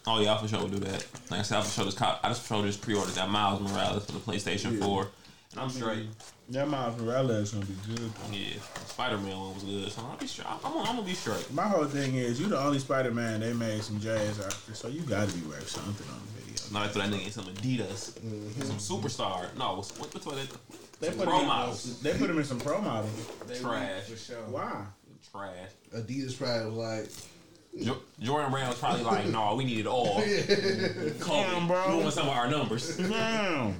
S8: Oh yeah, I for sure would do that. Like I said, I for sure just cop. I just for sure just pre-ordered that Miles Morales for the PlayStation 4, and I'm straight.
S10: That Miles Morales is gonna be good.
S8: Yeah, Spider-Man one was good, so I'll be straight. I'm, gonna- I'm gonna be straight.
S10: My whole thing is, you the only Spider Man they made some jazz after, so you gotta be worth something on the video.
S8: No, I threw that nigga in some Adidas, some superstar. No, what's what, what's what that?
S10: Mm-hmm. They
S8: They
S10: put,
S8: pro
S10: him
S8: models.
S10: in, they put him in some pro models.
S8: Trash.
S10: Why?
S8: Trash.
S2: Adidas probably was
S8: Jo- Jordan Brand was probably like, "No, we need it all." Call
S10: Damn,
S8: me.
S10: bro.
S8: We want some of our numbers.
S10: Damn.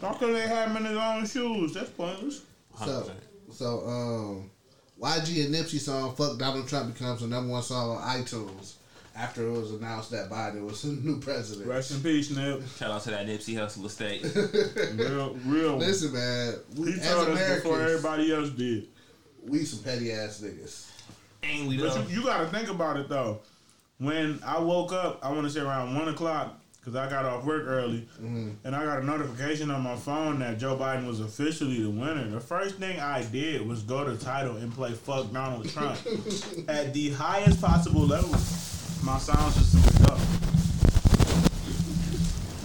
S10: How could they have him in his own shoes? That's pointless.
S2: like, so so um, YG and Nipsey song "Fuck Donald Trump" becomes the number one song on iTunes after it was announced that Biden was the new president.
S10: Rest in peace, Nip.
S8: Shout out to that Nipsey Hustle estate.
S10: Real, real.
S2: Listen, man, we,
S10: He
S2: as
S10: told us before
S2: Americans,
S10: everybody else did.
S2: we some petty ass niggas.
S8: and we
S10: But
S8: done.
S10: you, you got to think about it though. When I woke up, I want to say around one o'clock because I got off work early, and I got a notification on my phone that Joe Biden was officially the winner. The first thing I did was go to title and play "Fuck Donald Trump" at the highest possible level. My sound system was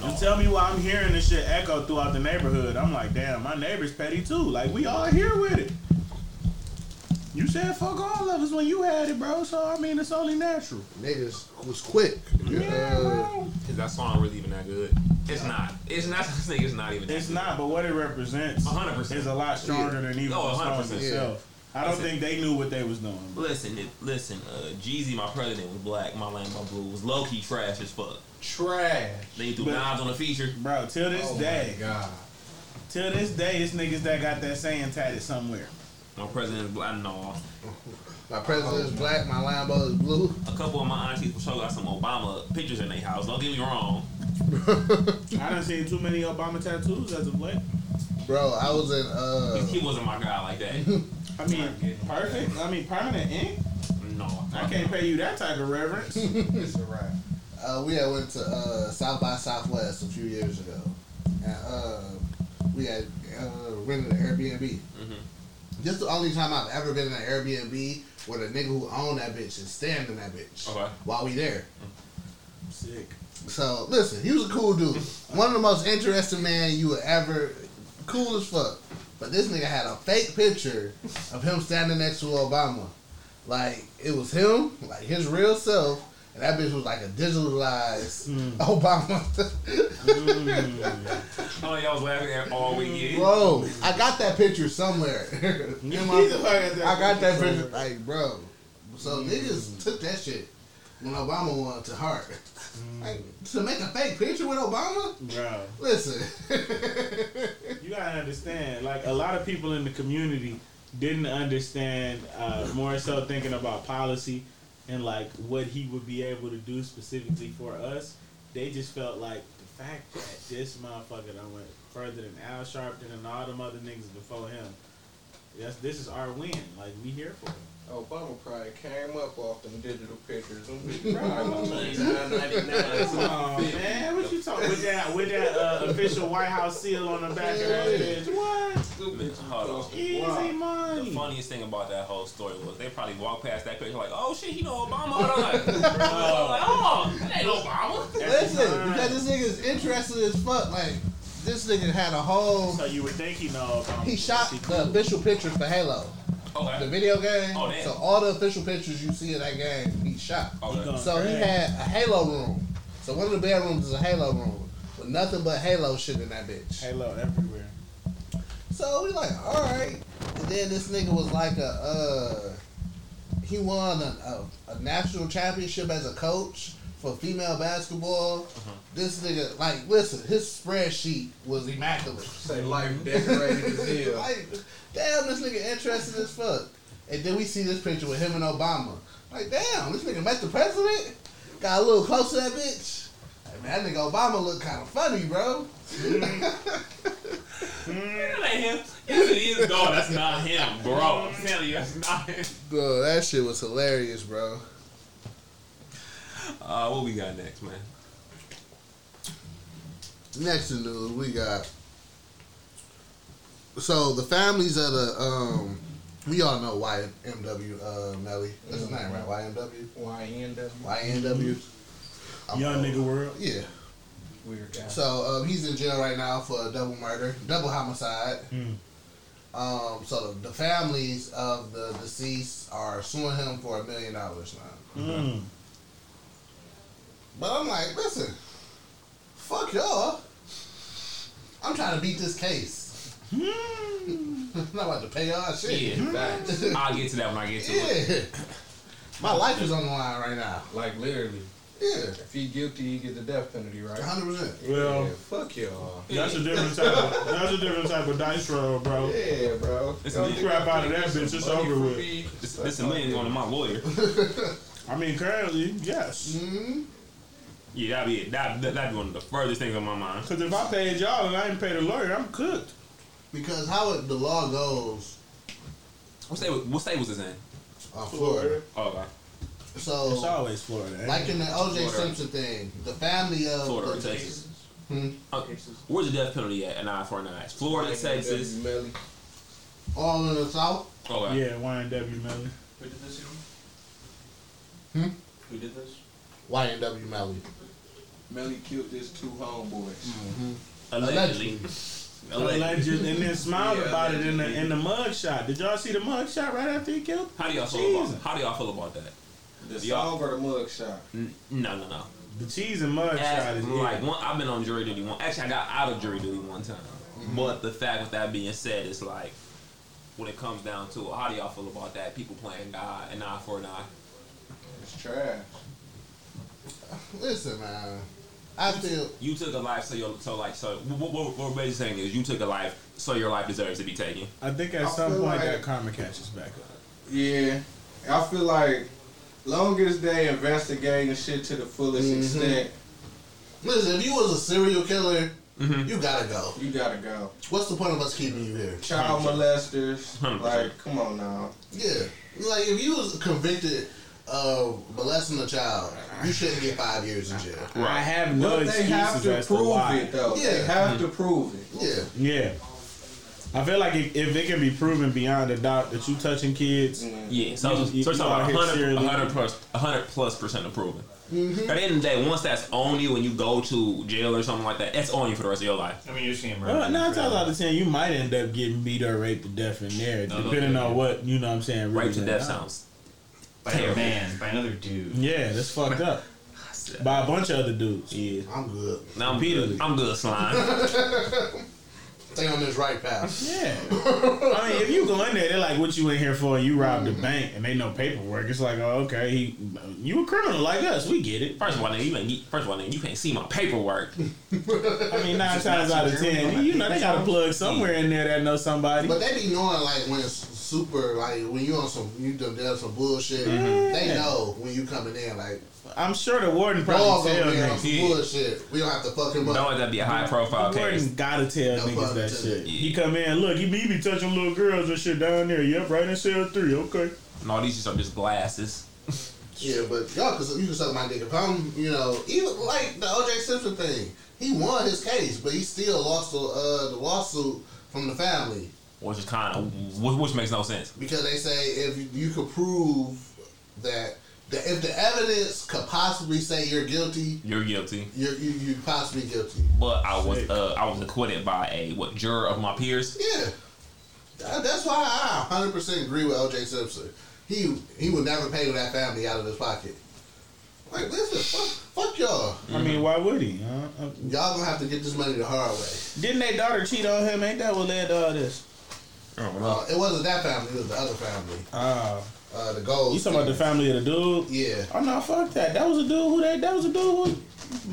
S10: up. And tell me why I'm hearing this shit echo throughout the neighborhood. I'm like, damn, my neighbor's petty too. Like we all here with it. You said fuck all of us when you had it, bro. So I mean, it's only natural.
S2: Niggas was quick.
S10: Yeah, bro.
S8: Is that song really even that good? It's not. It's not. This nigga's not even. That
S10: It's not, but what it represents
S8: 100%.
S10: is a lot stronger than even
S8: No,
S10: the song
S8: 100%.
S10: itself. I don't
S8: Listen.
S10: think they knew what they was doing.
S8: Listen, it, listen. Uh, Jeezy, my president was black. My land, my blue was low key trash as fuck.
S13: Trash.
S8: They threw
S10: But-
S8: knives on the feature.
S10: Bro, till this day,
S13: God.
S10: till this day, it's niggas that got that saying tatted somewhere.
S8: My president is black. No,
S2: My president is black. My Lambo is blue.
S8: a couple of my aunties for sure got some Obama pictures in their house. Don't get me wrong.
S10: I done seen too many Obama tattoos as of late.
S2: Bro, I was in uh
S8: He wasn't my guy like that.
S10: I mean, perfect. I mean, permanent ink.
S8: No,
S10: I can't pay you that type of reverence.
S13: It's a wrap.
S2: uh, we had went to uh, South by Southwest a few years ago, and uh, we had uh, rented an Airbnb. This is the only time I've ever been in an Airbnb where the nigga who owned that bitch is standing that bitch
S8: Okay.
S2: while we there.
S10: Sick.
S2: So listen, he was a cool dude, one of the most interesting man you would ever, cool as fuck. But this nigga had a fake picture of him standing next to Obama. Like it was him, like his real self, and that bitch was like a digitalized Obama.
S8: Oh, y'all was laughing at all weekend.
S2: Bro, I got that picture somewhere. In my- I got that picture, like, bro. So niggas took that shit when Obama won to heart. Like, to make a fake picture with Obama?
S10: Bro.
S2: Listen.
S10: you gotta understand, like a lot of people in the community didn't understand, uh, more so thinking about policy and like what he would be able to do specifically for us. They just felt like the fact that this motherfucker done went further than Al Sharpton and all them other niggas before him. That's this is our win. Like we here for it.
S13: Obama probably came up off them digital pictures. Them bitches probably
S10: oh man, what you talking with that with that uh, official White House seal on the back of that bitch? What?
S8: Man, hold on.
S10: Easy money.
S8: The funniest thing about that whole story was they probably walked past that picture like, oh shit, he know Obama. And I'm like, oh, that ain't Obama.
S2: Listen, because this nigga's interested as fuck. Like, this nigga had a whole.
S10: So you would think he know Obama.
S2: He shot the official pictures for Halo.
S8: Okay.
S2: The video game.
S8: Oh, damn. Oh,
S2: so all the official pictures you see in that game, he shot.
S8: Okay.
S2: So he had a Halo room. So one of the bedrooms is a Halo room with nothing but Halo shit in that bitch.
S10: Halo everywhere.
S2: So we like, all right. And then this nigga was like a, uh, he won a, a, a national championship as a coach for female basketball.
S13: Uh-huh.
S2: This nigga, like, listen, his spreadsheet was immaculate. Say
S13: life decorated as hell.
S2: like, damn, this nigga interested as fuck. And then we see this picture with him and Obama. Like, damn, this nigga met the president. Got a little close to that bitch. Like, man, that nigga Obama look kind of funny, bro.
S13: Mm-hmm.
S8: That ain't him. Yes, it is. No, that's not him, bro. I'm telling you, that's not him.
S2: Bro, that shit was hilarious, bro.
S8: Uh, what we got next, man?
S2: Next in news, we got. So the families of the um, we all know YMW uh, Melly. That's his name, right? YMW.
S13: YNW.
S2: YNW.
S12: Young nigga world.
S2: Yeah.
S13: Weird guy.
S2: So um, he's in jail right now for a double murder, double homicide.
S12: Mm.
S13: Hmm.
S2: Um, so the, the families of the deceased are suing him for a million dollars now.
S13: Hmm.
S12: Mm.
S2: But I'm like, listen, fuck y'all. I'm trying to beat this case.
S13: Hmm.
S2: I'm not about to pay y'all shit.
S8: Yeah, facts. I'll get to that when I get to it.
S2: Yeah. My life is on the line right now.
S13: Like literally.
S2: Yeah.
S13: If he guilty, he get the death penalty, right?
S2: 100%.
S12: Well,
S13: Yeah, fuck y'all.
S12: that's a different type. Of, that's a different type of dice roll, bro.
S13: Yeah, bro.
S8: This
S12: Don't
S8: is-
S12: crap out of that bitch. It's
S13: Money
S12: over
S13: for
S12: with.
S13: me.
S8: This, this a million going to my lawyer.
S12: I mean, currently, yes.
S2: Mm-hmm.
S8: Yeah, that'd be it. That, that, that'd be one of the furthest things on my mind.
S12: Because if I paid y'all and I didn't pay the lawyer, I'm cooked.
S2: Because how it, the law goes
S8: What state, was- what state was this in?
S2: on Florida.
S8: Oh, okay.
S2: So,
S12: It's always Florida. ain't
S2: Oh. like
S12: it?
S2: in the OJ
S8: Florida.
S2: Simpson thing, the family of
S8: Florida or
S2: the,
S8: Texas?
S2: Hmm?
S8: Uh, where's the death penalty at? An eye for an eye. It's Florida,
S13: YNW
S8: Texas.
S13: Melly.
S2: all in the South.
S8: Okay.
S12: yeah, YNW Melly.
S6: Who did this?
S2: Hmm?
S6: Who did this?
S2: YNW Melly.
S13: Melly killed his two homeboys.
S8: Allegedly. Allegedly.
S12: Alleged, and then smiled
S13: Yeah,
S12: about it in the in the mug shot. Did y'all see the mug shot right after he killed?
S8: How do y'all feel
S12: Jesus.
S8: about How do y'all feel about that?
S13: The
S8: Y'all-
S13: song or the mug shot?
S8: N- No, no, no.
S12: The cheese and mug shot
S8: As,
S12: is
S8: like one, I've been on jury duty one. Actually, I got out of jury duty one time.
S13: Mm-hmm.
S8: But the fact with that being said, it's like when it comes down to it, how do y'all feel about that? People playing God, an eye for an eye.
S13: It's trash.
S2: Listen, man. I feel
S8: You took a life, so you're so like so. What, what, what we're basically saying is, you took a life, so your life deserves to be taken.
S12: I think at
S13: I
S12: some
S13: feel
S12: point
S13: like-
S12: that karma catches back up.
S13: Yeah, I feel like long as they investigating shit to the fullest extent,
S2: Listen, if you was a serial killer,
S10: Mm-hmm.
S8: Mhm.
S2: you gotta go.
S13: you gotta go.
S2: What's the point of us keeping you here?
S13: Child molesters,
S8: 100%.
S13: like come on now.
S2: Yeah. Like if you was convicted of molesting a child, you shouldn't get five years in jail.
S12: I have no
S13: But they
S12: excuses
S13: have to
S12: as to
S13: prove
S12: why.
S13: it though. They
S2: Yeah.
S13: have
S10: Mm-hmm.
S13: to prove it.
S2: Yeah.
S12: Yeah. I feel like if, if it can be proven beyond a doubt that you touching kids,
S4: Mm.
S8: Yeah, so,
S12: You- you-
S8: so it's
S12: you out
S8: about
S12: here
S8: 100,
S12: serially-
S8: 100, plus, 100 plus percent approval. At the end of the day, once that's on you and you go to jail or something like that, that's on you for the rest of your life.
S6: I mean, you're seeing murder.
S12: well, nine times out of ten, you might end up getting beat or raped to death in there,
S6: No, no,
S12: depending
S6: no,
S12: on
S6: no.
S12: what you know. what I'm saying
S8: Rape to
S12: really
S8: death
S12: went on.
S8: sounds
S11: By a man, by another dude.
S10: Yeah, that's fucked up. By a bunch of other dudes. Yeah,
S2: I'm good.
S8: No, I'm
S10: Repeatedly.
S8: good. I'm good, slime.
S2: Stay on this right path.
S10: Yeah. I mean, if you go in there, they're like, "What you in here for?" And you robbed the bank, and they know paperwork. It's like, "Oh, okay, he, you a criminal like us. We get it."
S8: First of all, nigga, you ain't, first of all, nigga, you can't see my paperwork.
S10: I mean, nine
S8: Just
S10: times
S8: not
S10: out
S8: your
S10: of
S8: journey,
S10: ten,
S8: like,
S10: you know, they got a plug somewhere in there that knows somebody.
S2: But they be knowing like when it's super like when you on some you done done some bullshit. They
S10: Mm-hmm. Yeah.
S2: know when you coming in like
S10: I'm sure the warden
S2: Dog
S10: probably
S2: over
S10: tell
S2: here on some
S10: niggas.
S2: bullshit. We don't have to fuck him up.
S8: Knowing that'd be a
S13: Mm-hmm.
S8: high profile
S10: The warden
S8: case.
S10: gotta tell niggas that shit. He come in, look, he be, be touching little girls and shit down there. Yep, right in cell three. Okay.
S8: No, these just are just glasses.
S2: Yeah, but y'all, cause you can suck my dick. If I'm, you know, even like the OJ Simpson thing, he won his case, but he still lost the, uh, the lawsuit from the family
S8: Which is kind of which, which makes no sense.
S2: because they say if you, you could prove that the, if the evidence could possibly say you're guilty,
S8: You're guilty,
S2: you're you, you possibly guilty.
S8: but I was uh, I was acquitted by a what juror of my peers.
S2: Yeah, That- that's why I 100 percent agree with OJ Simpson. He he would never pay that family out of his pocket. Like listen, fuck, fuck y'all.
S10: I mean, why would he? huh? Uh,
S2: Y'all gonna have to get this money the hard way.
S10: Didn't their daughter cheat on him? Ain't that what led to all this?
S2: Uh, it wasn't that family. It was the other family.
S10: Oh.
S2: Uh, the gold.
S10: You talking about the family of the dude?
S2: Yeah.
S10: Oh no, fuck that. That was a dude who that that was a dude who was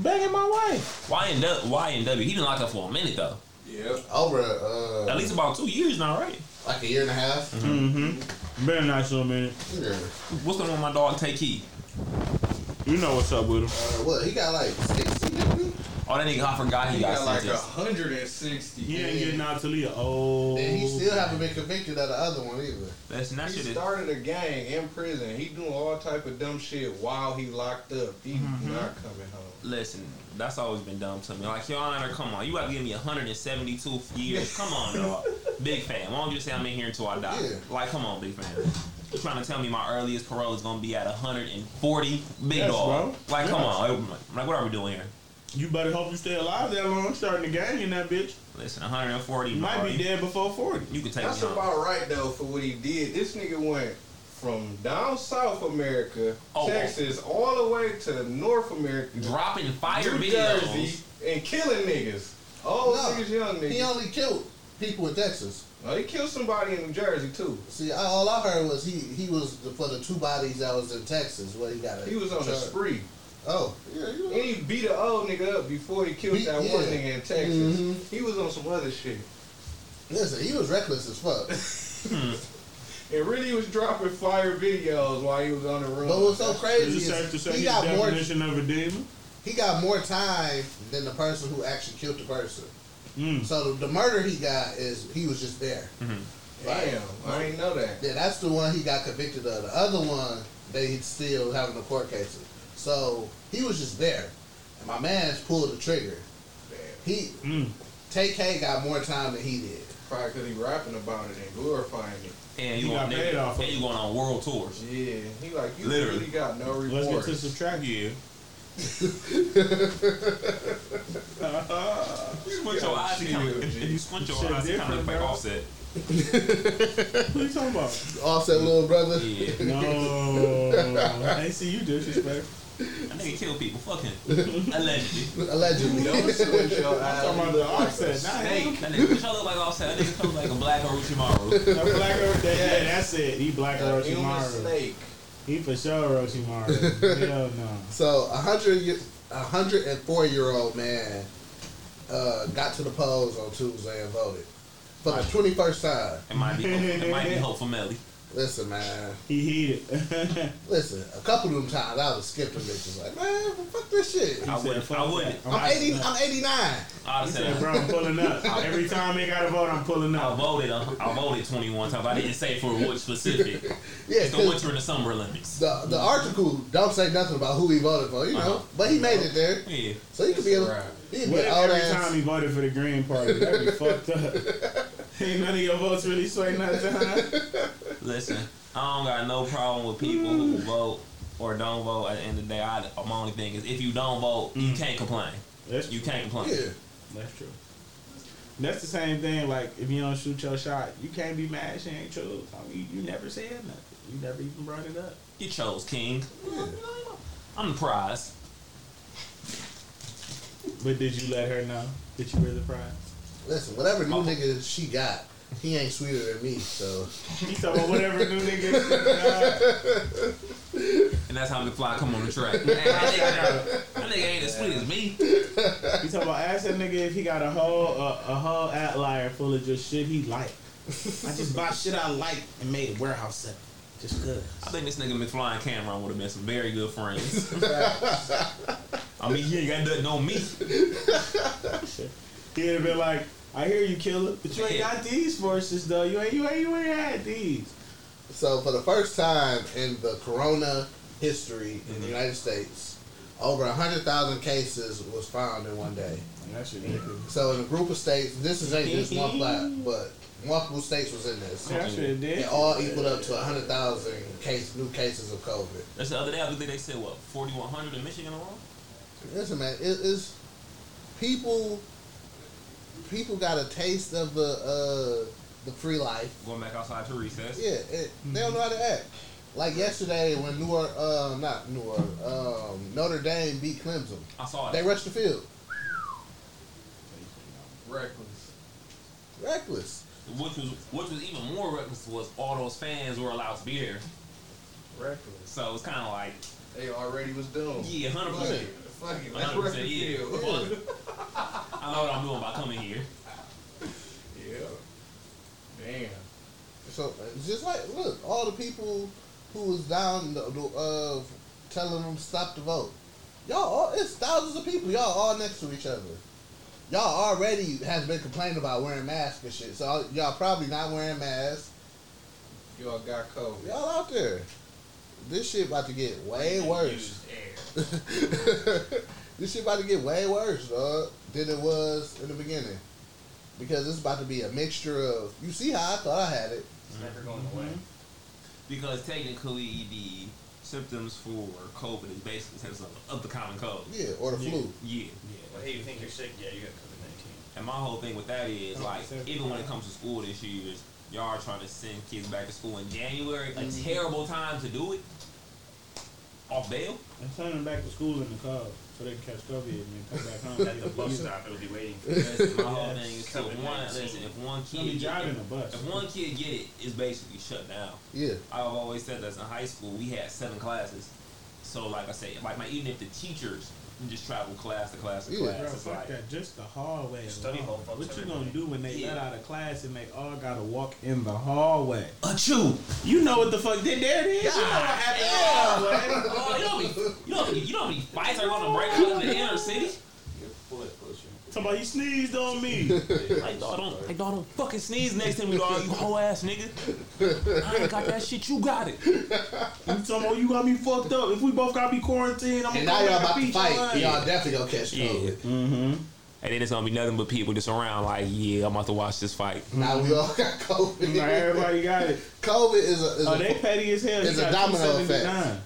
S10: banging my wife.
S8: YNW, he been locked up for a minute though.
S2: Yeah. Over. Uh,
S8: At least about two years now, right?
S2: Like a year and a half.
S10: Mm-hmm. Been a nice little minute.
S2: Yeah.
S8: What's going on with my dog Tay Key?
S10: You know what's up with him.
S2: Uh, what? He got like sixty.
S8: Oh, that nigga, I forgot he,
S13: He
S8: got,
S13: got like
S8: sentenced.
S13: 160.
S10: He ain't getting out till he a old.
S2: And he still haven't been convicted of the other one either.
S8: That's not
S13: He
S8: shit. is-
S13: started a gang in prison. He doing all type of dumb shit while he locked up. He
S8: Mm-hmm.
S13: not coming home.
S8: Listen, that's always been dumb to me. Like, Your Honor, come on. You got to give me 172 years. Come on, dog. Big fan. Why don't you just say I'm in here until I die? Like, come on, big fan. You trying to tell me my earliest parole is going to be at 140? Big
S10: Yes,
S8: dog.
S10: bro.
S8: Like, come
S10: Yes.
S8: on. Like, what are we doing here?
S10: You better hope you stay alive that long. Starting the gang in that bitch.
S8: Listen, 140.
S10: You might be
S8: dog.
S10: dead before forty.
S8: You can take
S13: That's
S8: me home.
S13: about right though for what he did. This nigga went from down South America,
S8: Oh.
S13: Texas, all the way to North America,
S8: Dropping fire
S13: New
S8: videos.
S13: Jersey, and killing niggas. Oh, All
S2: No,
S13: these young niggas.
S2: He only killed people in Texas.
S13: No, he killed somebody in New Jersey too.
S2: See, I, all I heard was he he was the, for the two bodies that was in Texas. Where he got a
S13: He was on a
S2: charge.
S13: spree.
S2: Oh,
S13: And he beat an old nigga up before he killed
S2: Beat-
S13: that one
S2: yeah.
S13: nigga in Texas.
S2: Mhm.
S13: He was on some other shit.
S2: listen, he was reckless as fuck.
S13: And really was dropping fire videos while he was on the run.
S2: But what's so crazy
S10: Is it safe to
S2: is
S10: say
S2: he
S10: his
S2: got more
S10: definition of a demon?
S2: he got more time than the person who actually killed the person.
S10: Mm.
S2: So the, the murder he got is he was just there.
S13: Mm-hmm. Damn, I didn't know that.
S2: Yeah, that's the one he got convicted of. The other one, they still having the court cases. So he was just there, and my man's pulled the trigger. He
S10: Mm.
S2: Tay K got more time than he did.
S13: Probably because he rapping about it and glorifying it.
S8: And
S10: He
S8: you, on,
S10: got paid
S8: nigga,
S10: off of
S8: and you going on world tours.
S13: Yeah, he like you
S8: Literally.
S13: really got no
S10: Let's get
S13: remorse.
S10: to subtract. Yeah.
S8: Squint your eyes and kind of, you squint your
S10: Shit
S8: eyes and kind of look
S10: different,
S8: like
S10: bro.
S8: offset.
S10: What you talking about?
S2: Offset little brother.
S8: Yeah.
S10: No. I ain't see you disrespect.
S8: That nigga kill people. Fuck him. Allegedly.
S2: Allegedly.
S13: Don't switch your
S10: I'm
S13: eyes.
S10: talking about the offset. Nah,
S8: Hey, that nigga, y'all look like offset. That nigga comes like a black Orochimaru.
S10: That black Earth, that, yeah, that's it. He black
S13: A human
S10: Orochimaru.
S13: snake.
S10: He for sure Orochimaru. Hell no.
S2: So a hundred, ye- a hundred and four year old man uh, got to the polls on Tuesday and voted for the twenty first time.
S8: It might be. It might be hopeful Melly.
S2: Listen, man.
S10: He heated. he said,
S2: Listen, a couple of them times I was skipping bitches like, man, fuck this shit.
S8: I wouldn't.
S10: "Fuck
S8: I wouldn't.
S10: that.
S2: I'm eighty. I'm eighty nine.
S8: I'd have
S10: He said,
S8: said.
S10: bro, I'm pulling up. Every time they got a vote, I'm pulling
S8: I
S10: up.
S8: voted. uh, I voted 21 times. I didn't say for what specific.
S2: Yeah,
S8: It's the
S2: 'cause
S8: winter and the summer Olympics.
S2: the the article don't say nothing about who he voted for, you know.
S8: Uh-huh.
S2: But he made it there,
S8: Yeah.
S2: so he could be a
S13: Right.
S2: he could be
S10: What
S2: an
S10: if
S2: old
S10: every
S2: ass.
S10: time he voted for the Green Party? That'd be fucked up. Ain't none of your votes really sway nothing, huh?
S8: Listen, I don't got no problem with people who vote or don't vote. At the end of the day, I, my only thing is if you don't vote, you can't complain.
S10: That's
S8: You can't complain.
S2: Yeah,
S10: That's true. That's the same thing. Like if you don't shoot your shot, you can't be mad. She ain't true. I mean, you never said nothing. You never even brought it up.
S8: You chose king. I'm the prize.
S10: But did you let her know that you were the prize?
S2: Listen, whatever new nigga she got, he ain't sweeter than me. So
S10: he talking about whatever new nigga
S8: And that's how McFly come on the track. Man, that, nigga, that nigga ain't as sweet as me.
S10: You talking about ask that nigga if he got a whole uh, a whole outlier full of just shit he like. I just bought shit I like and made a warehouse set just cause.
S8: I think this nigga McFly and Cameron would have been some very good friends. I mean, you ain't got nothing on me.
S10: He'd have been like, I hear you, killer, but you ain't got these forces though. You ain't you ain't you ain't had these.
S2: So for the first time in the corona history in the United States, over 100,000 cases was found in one day. So in a group of states, this is ain't just one flat, but multiple states was in this.
S10: Yeah, I should've did.
S2: It all equaled up to 100,000 case, new cases of COVID.
S8: That's the other day. I think they said what 4,100 in Michigan alone.
S2: Listen, man, it is people. People got a taste of the uh, the free life.
S8: Going back outside to recess.
S2: Yeah, it, they don't know how to act. Like yesterday when New York, uh, not New York, um, Notre Dame beat Clemson.
S8: I saw it.
S2: They rushed the field.
S8: Reckless.
S2: Reckless.
S8: Which was which was even more reckless was all those fans were allowed to be there. Reckless. So it was kind of like
S13: they already was doomed.
S8: Yeah, hundred percent.
S13: Fuck it, let's
S8: Hundred
S13: wreck
S8: percent.
S13: the
S8: Yeah.
S13: field.
S8: Fuck. I know what I'm doing by coming here.
S13: Yeah. Damn.
S2: So it's just like look, all the people who was down the, the, uh, telling them to stop to vote. Y'all, all, it's thousands of people. Y'all all next to each other. Y'all already has been complaining about wearing masks and shit. So y'all probably not wearing masks.
S13: Y'all got COVID.
S2: Y'all out there. This shit about to get way worse. this shit about to get way worse, dog, than it was in the beginning. Because it's about to be a mixture of you see how I thought I had it.
S8: It's never going away. Because technically, the symptoms for COVID is basically symptoms of- of the common cold.
S2: Yeah, or the
S8: yeah.
S2: flu.
S8: Yeah.
S14: Well, hey, you think you're sick? Yeah, you got COVID
S8: And my whole thing with that is like,
S14: Understand.
S8: even when it comes to school this year, is y'all are trying to send kids back to school in January, a terrible time to do it. Off bail.
S10: And send them back to school in the car so they can catch COVID and then come back home.
S14: At the bus stop, it'll be waiting for
S8: Listen, my
S14: you.
S8: whole thing is so if one, listen, if one
S10: You'll be
S8: kid get,
S10: driving
S8: if,
S10: a bus.
S8: if one kid get it, it's basically shut down.
S2: Yeah.
S8: I've always said that in high school we had seven classes, so like I say, like my even if the teachers just travel class to class to
S10: Yeah,
S8: class,
S10: bro,
S8: it's
S10: fuck
S8: like
S10: that. Just the hallway.
S14: Study
S10: alone.
S14: hall fucks
S10: What you gonna
S14: everything.
S10: do when they
S14: Yeah.
S10: let out of class and they all gotta walk in the hallway?
S8: Achoo!
S10: You know what the fuck did there it is? You know what happened in the hallway.
S8: Oh, you know how many- you know how many- you know how many fights are gonna break out in the inner city?
S10: Somebody sneezed on me. like,
S8: dog, don't, like, dog, don't fucking sneeze next time we go, you whole ass nigga. I ain't got that shit, you got it.
S10: You talking about you got me fucked up. If we both got to be quarantined, I'm
S2: And now
S10: gonna
S2: y'all
S10: come back
S2: about
S10: and
S2: to fight.
S10: beat your ass.
S2: Y'all definitely gonna catch
S8: Yeah.
S2: COVID.
S8: Mm-hmm. And then it's gonna be nothing but people just around like, yeah, I'm about to watch this fight.
S2: Now we all got COVID.
S10: Now everybody got it.
S2: COVID is a is
S10: Oh,
S2: a,
S10: they petty as hell.
S2: It's
S10: He
S2: a
S10: got
S2: domino effect.
S10: 279.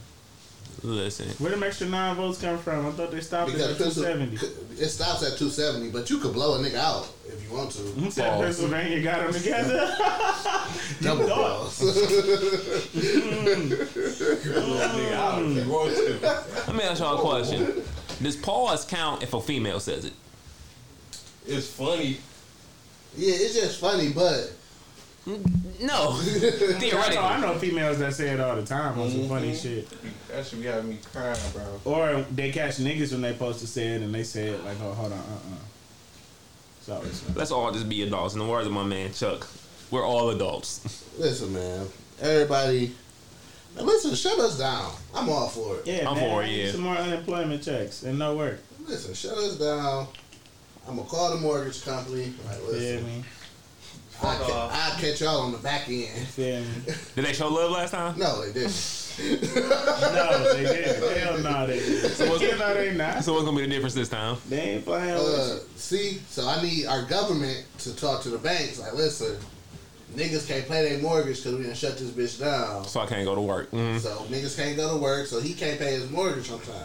S8: Listen.
S10: Where them extra nine votes come from? I thought they stopped it at
S2: Because it's a-
S10: 270.
S2: It stops at 270, but you could blow a nigga out if you want to.
S10: Said Pennsylvania got them together.
S2: Double
S10: Mm.
S8: Let me ask y'all a question. Does pause count if a female says it?
S13: It's funny.
S2: Yeah, it's just funny, but
S8: no.
S10: I know, I know females that say it all the time on some funny
S2: Mm-hmm.
S10: shit.
S13: That should be having me crying, bro.
S10: Or they catch niggas when they supposed to say it and they say it like, oh, hold on, uh uh It's always
S8: Let's all just be adults. In the words of my man Chuck, we're all adults.
S2: listen, man. Everybody, man, listen, shut us down. I'm all for it.
S10: Yeah,
S8: I'm
S10: man,
S8: for
S10: I
S8: it,
S10: need
S8: yeah.
S10: Some more unemployment checks and no work.
S2: Listen, shut us down. I'm gonna call the mortgage company. Like,
S10: Yeah,
S2: listen,
S10: man.
S2: I ca- I'll catch y'all on the back end.
S10: Yeah,
S8: Did they show love last time?
S2: No, they didn't.
S10: No, they didn't. Hell no, they didn't.
S8: So what's-
S10: Hell no, they not.
S8: So what's gonna be the difference this time?
S10: They ain't playing with
S2: Uh, see, so I need our government to talk to the banks. Like, listen, niggas can't pay their mortgage because we done shut this bitch down.
S8: So I can't go to work. Mm.
S2: So niggas can't go to work, so he can't pay his mortgage on time.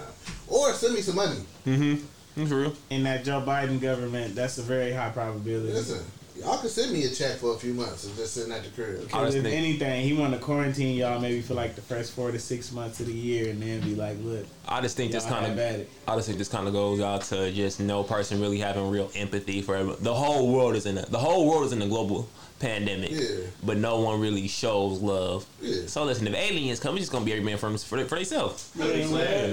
S2: Or send me some money.
S8: Mm-hmm. That's real.
S10: you. In that Joe Biden government, that's a very high probability.
S2: Listen, Y'all can send me a check for a few months and just sitting at the crib.
S10: Because if anything, he want to quarantine y'all maybe for like the first four to six months of the year, and then be like, "Look,
S8: I just think this
S10: Y'all
S8: kind
S10: have at
S8: of I just think this kind of goes out to just no person really having real empathy for everyone. the whole world is in a, the whole world is in a global pandemic,
S2: Yeah.
S8: but no one really shows love.
S2: Yeah.
S8: So listen, if aliens come, it's just gonna be every man for for, for themselves.
S10: Man, well, this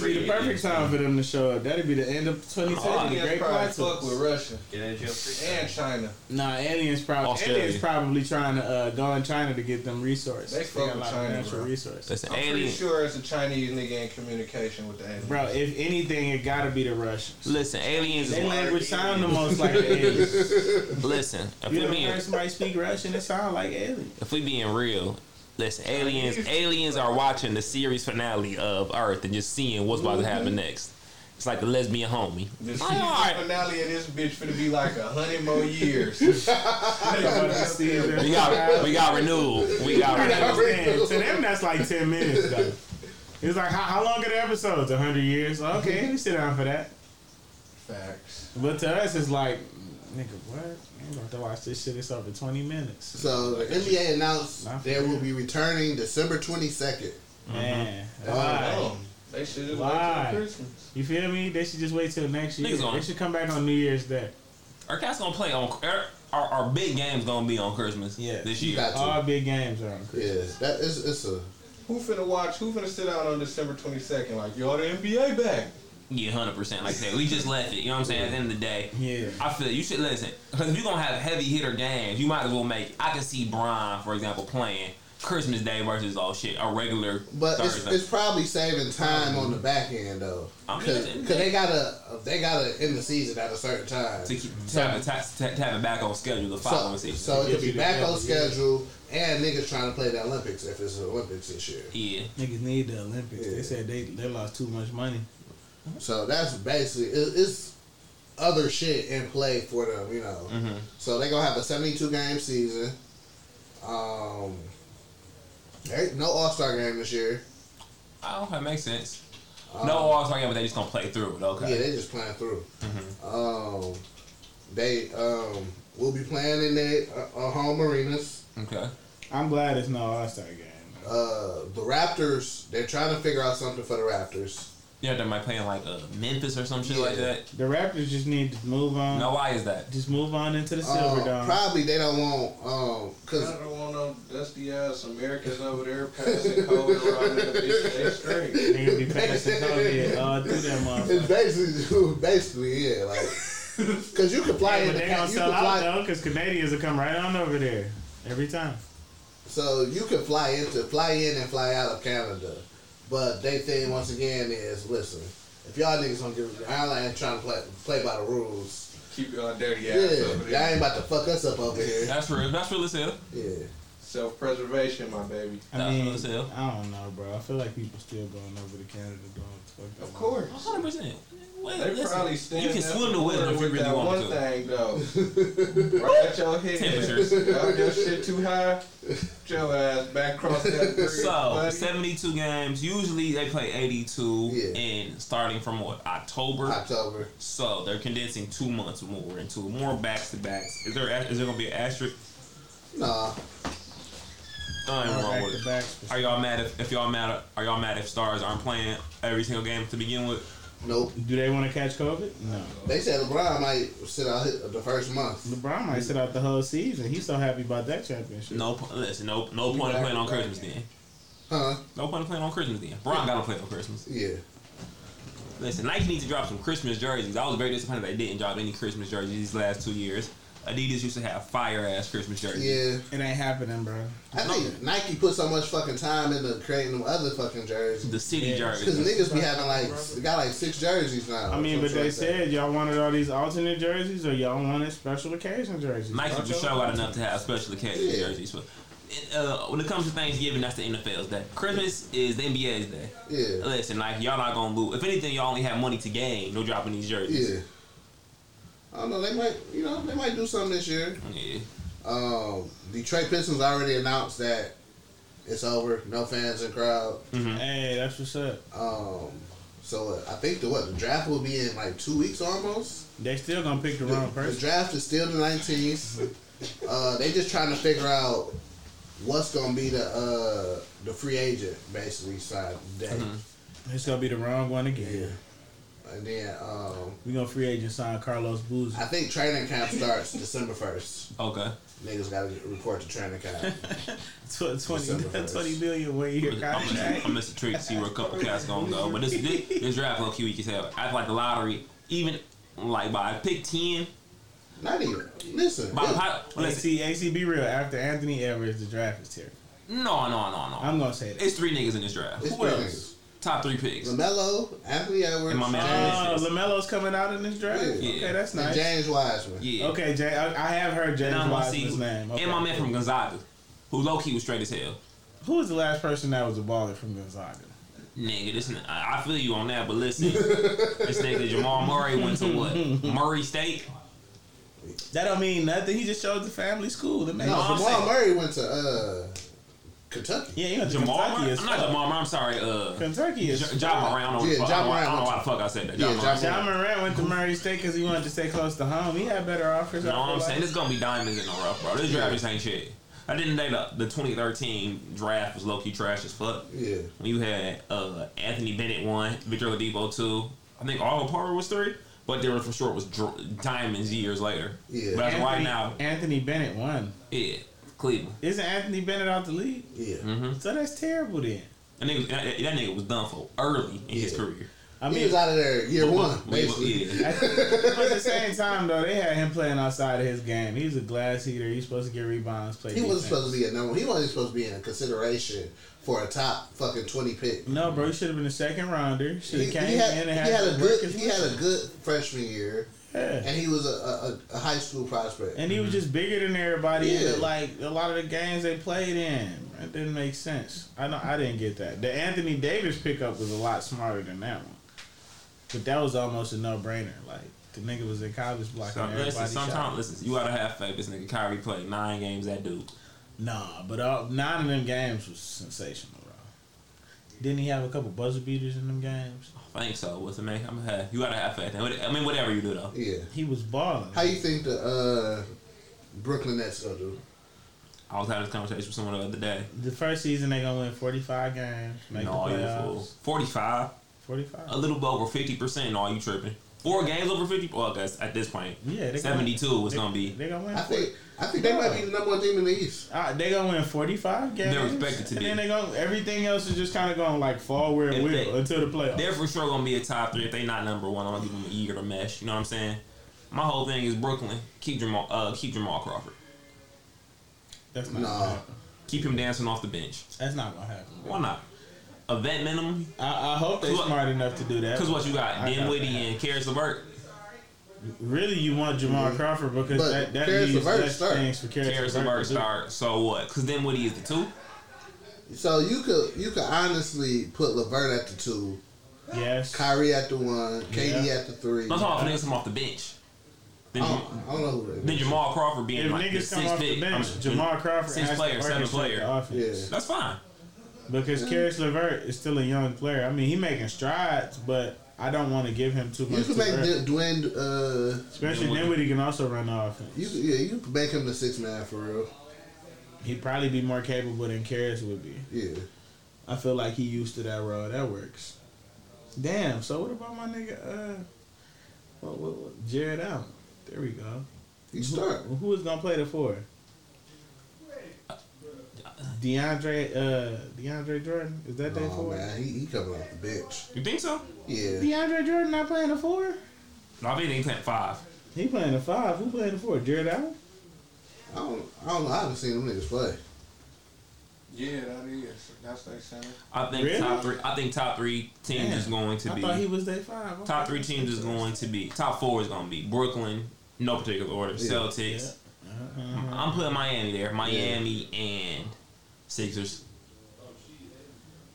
S10: would be the perfect time for them to show up. That'd be the end of 2020. the
S13: Indians
S10: great
S13: probably
S10: plot
S13: fuck
S10: twist.
S13: with Russia
S10: jail free
S13: and China.
S10: Nah, aliens probably
S13: Australia.
S10: aliens probably trying to uh, go in China to get them resources.
S13: They
S10: got
S13: fuck
S10: a
S13: with
S10: lot
S13: China,
S10: of natural
S13: bro.
S10: resources.
S13: I'm pretty sure it's a Chinese nigga in communication with the aliens.
S10: Bro, if anything, it gotta be the Russians.
S8: Listen, aliens
S10: They
S8: is
S10: language sound the most like the aliens.
S8: Listen, if
S10: you
S8: we
S10: ever
S8: being
S10: heard somebody speak Russian? It sound like aliens.
S8: if we being real. Listen, aliens aliens are watching the series finale of Earth and just seeing what's about to happen
S13: Mhm.
S8: next. It's like the lesbian homie.
S13: The season finale of this bitch finna be like a hundred more years. we
S8: We got we got renewed. We got
S10: You gotta
S8: renewed.
S10: understand, to them, that's like 10 minutes, though. It's like, how, how long are the episodes? 100 years? Okay, we sit down for that.
S13: Facts.
S10: But to us, it's like, nigga, what? I'm gonna have to watch this shit. It's over 20 minutes.
S2: So the NBA announced they will be returning December twenty second.
S8: Mm-hmm.
S10: Man,
S2: Wow.
S10: why?
S13: They should have
S10: Why?
S13: waited till Christmas.
S10: You feel me? They should just wait till next year.
S8: Niggas on-
S10: They should come back on New Year's Day.
S8: Our cats gonna play on our, our, our big games gonna be on Christmas. Yeah, this year.
S10: All big games are on Christmas.
S2: Yeah, that is it's a
S13: Who finna watch? Who finna sit out on December twenty second? Like y'all the NBA back.
S8: Yeah, hundred percent. Like I said, we just left it. You know what I'm saying? At the end of the day,
S10: yeah.
S8: I feel you should listen because if you gonna have heavy hitter games, you might as well make. I can see Brian, for example, playing Christmas Day versus all shit a regular
S2: But it's,
S8: Thursday.
S2: it's probably saving time on the back end though,
S8: I mean,
S2: because
S8: it's-
S2: they gotta they gotta end the season at a certain time.
S8: to, keep, to, have it, to, to have it back on schedule the
S2: So,
S8: following season.
S2: so it could be back on schedule, and niggas trying to play the Olympics if it's the Olympics this year.
S8: Yeah,
S10: Niggas need the Olympics. They said they, they lost too much money.
S2: So that's basically it, it's other shit in play for them, you know.
S10: Mhm.
S2: So they gonna have a seventy-two game season. Um, there ain't no All Star game this year.
S8: Oh, that makes sense.
S2: Um,
S8: no All Star game, but they just gonna play through it. Okay.
S2: Yeah, they just playing through. Um, they um will be playing in their uh, uh, home arenas.
S8: Okay.
S10: I'm glad it's no All Star game.
S2: Uh, the Raptors, they're trying to figure out something for the Raptors.
S8: Yeah, they might play in like uh, Memphis or some shit like that.
S10: The Raptors just need to move on.
S8: Now, why is that?
S10: Just move on into the Silver
S2: Uh,
S10: Dome.
S2: Probably they don't want um
S13: I
S2: because
S13: don't want no dusty ass Americans over there passing code around in the bitch. They straight.
S10: Nigga be passing COVID all through Oh, that motherfucker.
S2: It's basically, basically, yeah, like, cause you can fly
S10: Yeah,
S2: in
S10: but
S2: the
S10: they gonna
S2: ca- you
S10: sell
S2: can
S10: out
S2: fly,
S10: though, because Canadians will come right on over there every time.
S2: so you can fly into fly in and fly out of Canada, but they thing once again is listen, if y'all niggas don't give a I ain't trying to play play by the rules.
S13: Keep y'all dirty
S2: Yeah,
S13: ass over
S2: y'all ain't
S13: there.
S2: about to fuck us up over here.
S8: That's real. That's real as hell.
S2: Yeah.
S13: Self preservation, my baby.
S10: I mean, I don't know, bro. I feel like people still going over to Canada doing what the fuck. Of
S13: course.
S8: Hundred percent. Well,
S13: They
S8: listen,
S13: probably stand
S8: you can
S13: at
S8: swim the
S13: border
S8: weather if you
S13: with
S8: really
S13: that
S8: want
S13: one
S8: to.
S13: thing though. right at your head.
S8: Temperatures.
S13: Y'all that shit too high. Put your ass back across that bridge,
S8: So
S13: buddy.
S8: seventy-two games. Usually they play eighty-two, and starting from what October.
S2: October.
S8: So they're condensing two months more into more backs to backs. Is there is there gonna be an asterisk?
S2: Nah.
S8: I ain't
S2: More
S8: wrong with
S10: it.
S8: Are y'all mad if, if y'all mad are y'all mad if stars aren't playing every single game to begin with?
S2: Nope.
S10: Do they want to catch COVID? No.
S2: They said LeBron might sit out hit- the first month.
S10: LeBron might sit out the whole season. He's so happy about that championship.
S8: No, po- listen, no, no
S10: You
S8: point in
S10: back
S8: playing
S10: to
S8: on
S10: back.
S8: Christmas then.
S2: Huh?
S8: No point in playing on Christmas then. Bron gotta play on Christmas.
S2: Yeah.
S8: Listen, Nike needs to drop some Christmas jerseys. I was very disappointed they didn't drop any Christmas jerseys these last two years. Adidas used to have fire ass Christmas jerseys.
S2: Yeah.
S10: It ain't happening, bro.
S2: I think Nike put so much fucking time into creating them other fucking jerseys.
S8: The city Yeah. jerseys.
S2: Because niggas be having like, got like six jerseys now.
S10: I mean,
S2: or
S10: but
S2: some
S10: they
S2: shit like that.
S10: said y'all wanted all these alternate jerseys, or y'all wanted special occasion jerseys.
S8: Nike
S10: Y'all
S8: for sure
S10: chose-
S8: got enough to have special occasion jerseys. But uh, when it comes to Thanksgiving, that's the NFL's day. Christmas is the NBA's day.
S2: Yeah.
S8: Listen, like y'all not gonna lose. If anything, y'all only have money to gain. No dropping these jerseys.
S2: Yeah. I don't know. They might, you know, they might do something this year.
S8: Yeah.
S2: Um, Detroit Pistons already announced that it's over. No fans and crowd.
S8: Mm-hmm.
S10: Hey, that's what's up.
S2: Um, So uh, I think the what the draft will be in like two weeks almost.
S10: They still gonna pick the, wrong person.
S2: The draft is still the nineteenth. uh, they just trying to figure out what's gonna be the uh, the free agent basically side day.
S10: It's gonna be the wrong one again.
S2: And then um,
S10: We gonna free agent sign Carlos Boozer.
S2: I think training camp starts December first.
S8: Okay.
S2: Niggas gotta report to training camp.
S10: Tw- 20,
S2: December
S10: 20 million one year
S8: I'm
S10: contract.
S8: just, I'm just intrigued to see where a couple cats gonna go. But this this, this draft low key weak as hell. Act like the lottery, even like by pick ten.
S2: Not even. Listen.
S8: By, by, listen.
S10: AC, AC, be real. After Anthony Edwards, the draft is terrible.
S8: No, no, no, no.
S10: I'm gonna say that.
S8: It's three niggas in this draft.
S10: It's
S8: Who
S10: three
S8: else? Top three picks.
S2: Lamelo, Anthony Edwards,
S8: And my man Ah,
S10: Oh,
S8: James.
S10: Lamelo's coming out in this draft. Okay, that's
S2: And
S10: nice.
S2: James Wiseman.
S8: Yeah.
S10: Okay, James. I, I have heard James
S8: and I'm gonna see
S10: Wiseman's name. Okay.
S8: and my man from Gonzaga, who low key was straight as hell.
S10: Who was the last person that was a baller from Gonzaga?
S8: Nigga, this n- I I feel you on that, but listen, this nigga Jamal Murray went to what Murray State.
S10: That don't mean nothing. He just showed the family school. The man.
S8: No, I'm
S2: Jamal
S8: saying-
S2: Murray went to uh, Kentucky.
S10: Yeah, he went to
S8: Jamal,
S10: Kentucky
S8: Murray?
S10: as
S8: I'm not
S10: fuck.
S8: Jamal. Murray, I'm sorry. Uh,
S10: Kentucky is
S8: J- John Moran. I don't know,
S10: Yeah,
S8: what the
S10: John
S8: fuck, I, don't, I
S10: Moran
S8: don't know why
S10: went
S8: the fuck I said that.
S10: Yeah,
S8: John Moran.
S10: John, Moran went to Murray State because he wanted to stay close to home. He had better offers.
S8: You
S10: I
S8: know what
S10: feel
S8: I'm
S10: like.
S8: saying? This gonna be diamonds in the rough, bro. This draft just ain't shit. I didn't day the, the 2013 draft was low key trash as fuck.
S2: Yeah.
S8: When you had uh, Anthony Bennett one, Victor Oladipo two, I think Oliver Parker was three, but the difference for sure was dr- diamonds years later.
S2: Yeah.
S8: But as of right
S10: Anthony-
S8: now,
S10: Anthony Bennett won.
S8: yeah, Cleveland.
S10: Isn't Anthony Bennett out the league?
S2: Yeah.
S8: Mm-hmm.
S10: So that's terrible then.
S8: That nigga, uh, that, that that nigga was done for early in his career.
S10: I
S2: he was out of there year one, basically.
S8: Yeah.
S10: but at the same time, though, they had him playing outside of his game. He's a glass eater. He's supposed to get rebounds, play.
S2: He wasn't
S10: defense.
S2: supposed to be a number. He wasn't supposed to be in consideration for a top fucking twenty pick.
S10: No, bro, he should have been a second rounder. Should
S2: He,
S10: have
S2: he
S10: came
S2: had,
S10: in and
S2: he
S10: had,
S2: had a
S10: to work
S2: good
S10: his
S2: he had a good freshman year,
S10: Yeah.
S2: and he was a, a, a high school prospect.
S10: And he was just bigger than everybody.
S2: Yeah.
S10: And, like a lot of the games they played in, it didn't make sense. I know I didn't get that. The Anthony Davis pickup was a lot smarter than that one, but that was almost a no brainer. Like the nigga was in college blocking
S8: Some-
S10: everybody.
S8: listen, sometimes
S10: shot.
S8: listen, you gotta have faith. This nigga Kyrie played nine games. That dude.
S10: Nah, but all, nine of them games was sensational, bro. Didn't he have a couple buzzer beaters in them games?
S8: I think so. What's the name? I'm gonna have, you gotta have faith. I mean, whatever you do though.
S2: Yeah.
S10: He was balling.
S2: How you think the uh, Brooklyn Nets gonna do?
S8: I was having this conversation with someone the other day.
S10: The first season they gonna win forty five games, make
S8: no,
S10: the
S8: you a
S10: playoffs.
S8: fool. Forty-five.
S10: Forty-five.
S8: A little bit over fifty percent. No, you tripping? Four games over fifty. Well, I guess at this point,
S10: Yeah, they
S8: seventy-two
S10: gonna-
S8: was
S10: they-
S8: gonna be.
S10: They gonna win.
S2: I think I think they might be the number one team in the East.
S10: Uh, they gonna win forty five games.
S8: They're expected to
S10: and
S8: be.
S10: then they go. Everything else is just kind of going like fall where it will
S8: they-
S10: until the playoffs.
S8: They're for sure gonna be a top three if they not number one. I'm gonna give them a year to mesh. You know what I'm saying? My whole thing is Brooklyn. Keep Jamal. Uh, keep Jamal Crawford.
S10: That's
S2: not gonna Nah. happen.
S8: Keep him dancing off the bench.
S10: That's not gonna happen.
S8: Why not? A vet minimum.
S10: I, I hope they're smart enough to do that.
S8: Because what you got?
S10: I got
S8: Dinwiddie
S10: that.
S8: and Karis LeVert.
S10: Really, you want Jamal Crawford because
S8: Mm-hmm. But
S10: that that
S8: Caris
S10: leaves
S8: LeVert
S10: less
S8: start.
S10: things for Karis,
S8: Karis LeVert start. So what? Because Dinwiddie is the two.
S2: So you could you could honestly put Levert at the two,
S10: Yes.
S2: Kyrie at the one, KD
S8: Yeah.
S2: at the three.
S8: I'm talking about niggas come off the bench. Then,
S2: I
S8: Jam-
S2: don't, I don't know who that
S8: then
S2: is.
S8: Jamal Crawford being
S10: If
S8: like the
S10: niggas come
S8: sixth
S10: off the
S8: pick.
S10: bench,
S8: I'm-
S10: Jamal Crawford
S8: sixth
S10: has to
S8: player, seventh
S10: orchestrate the
S8: player.
S10: offense. Yeah.
S8: That's fine.
S10: Because Karis LeVert is still a young player. I mean, he making strides, but I don't want to give him too much.
S2: You could
S10: too
S2: make
S10: early.
S2: D- Dwayne. Uh,
S10: Especially Dinwiddie can also run the offense.
S2: You could- yeah, you could make him the six man for real.
S10: He'd probably be more capable than Karras would be.
S2: Yeah.
S10: I feel like he used to that role. That works. Damn. So what about my nigga? Uh, what, what, what, Jared Allen. There we go.
S2: He start.
S10: Who, who is gonna play the four? DeAndre. Uh, DeAndre Jordan. Is that day
S2: Oh
S10: four?
S2: man, he, he coming off the bench.
S8: You think so?
S2: Yeah.
S10: DeAndre Jordan not playing the four?
S8: No, I think they playing five.
S10: He playing the five. Who playing the four? Jared Allen.
S2: I don't, I don't know. I haven't seen them niggas play.
S13: Yeah, that is. That's they saying.
S8: I think
S13: Really?
S8: top three. I think top three teams is going to
S10: I
S8: be.
S10: thought he was day five. Okay.
S8: top three teams is going to be. Top four is going to be Brooklyn, no particular order.
S10: Yeah.
S8: Celtics.
S10: Uh-huh.
S8: I'm putting Miami there. Miami and Sixers.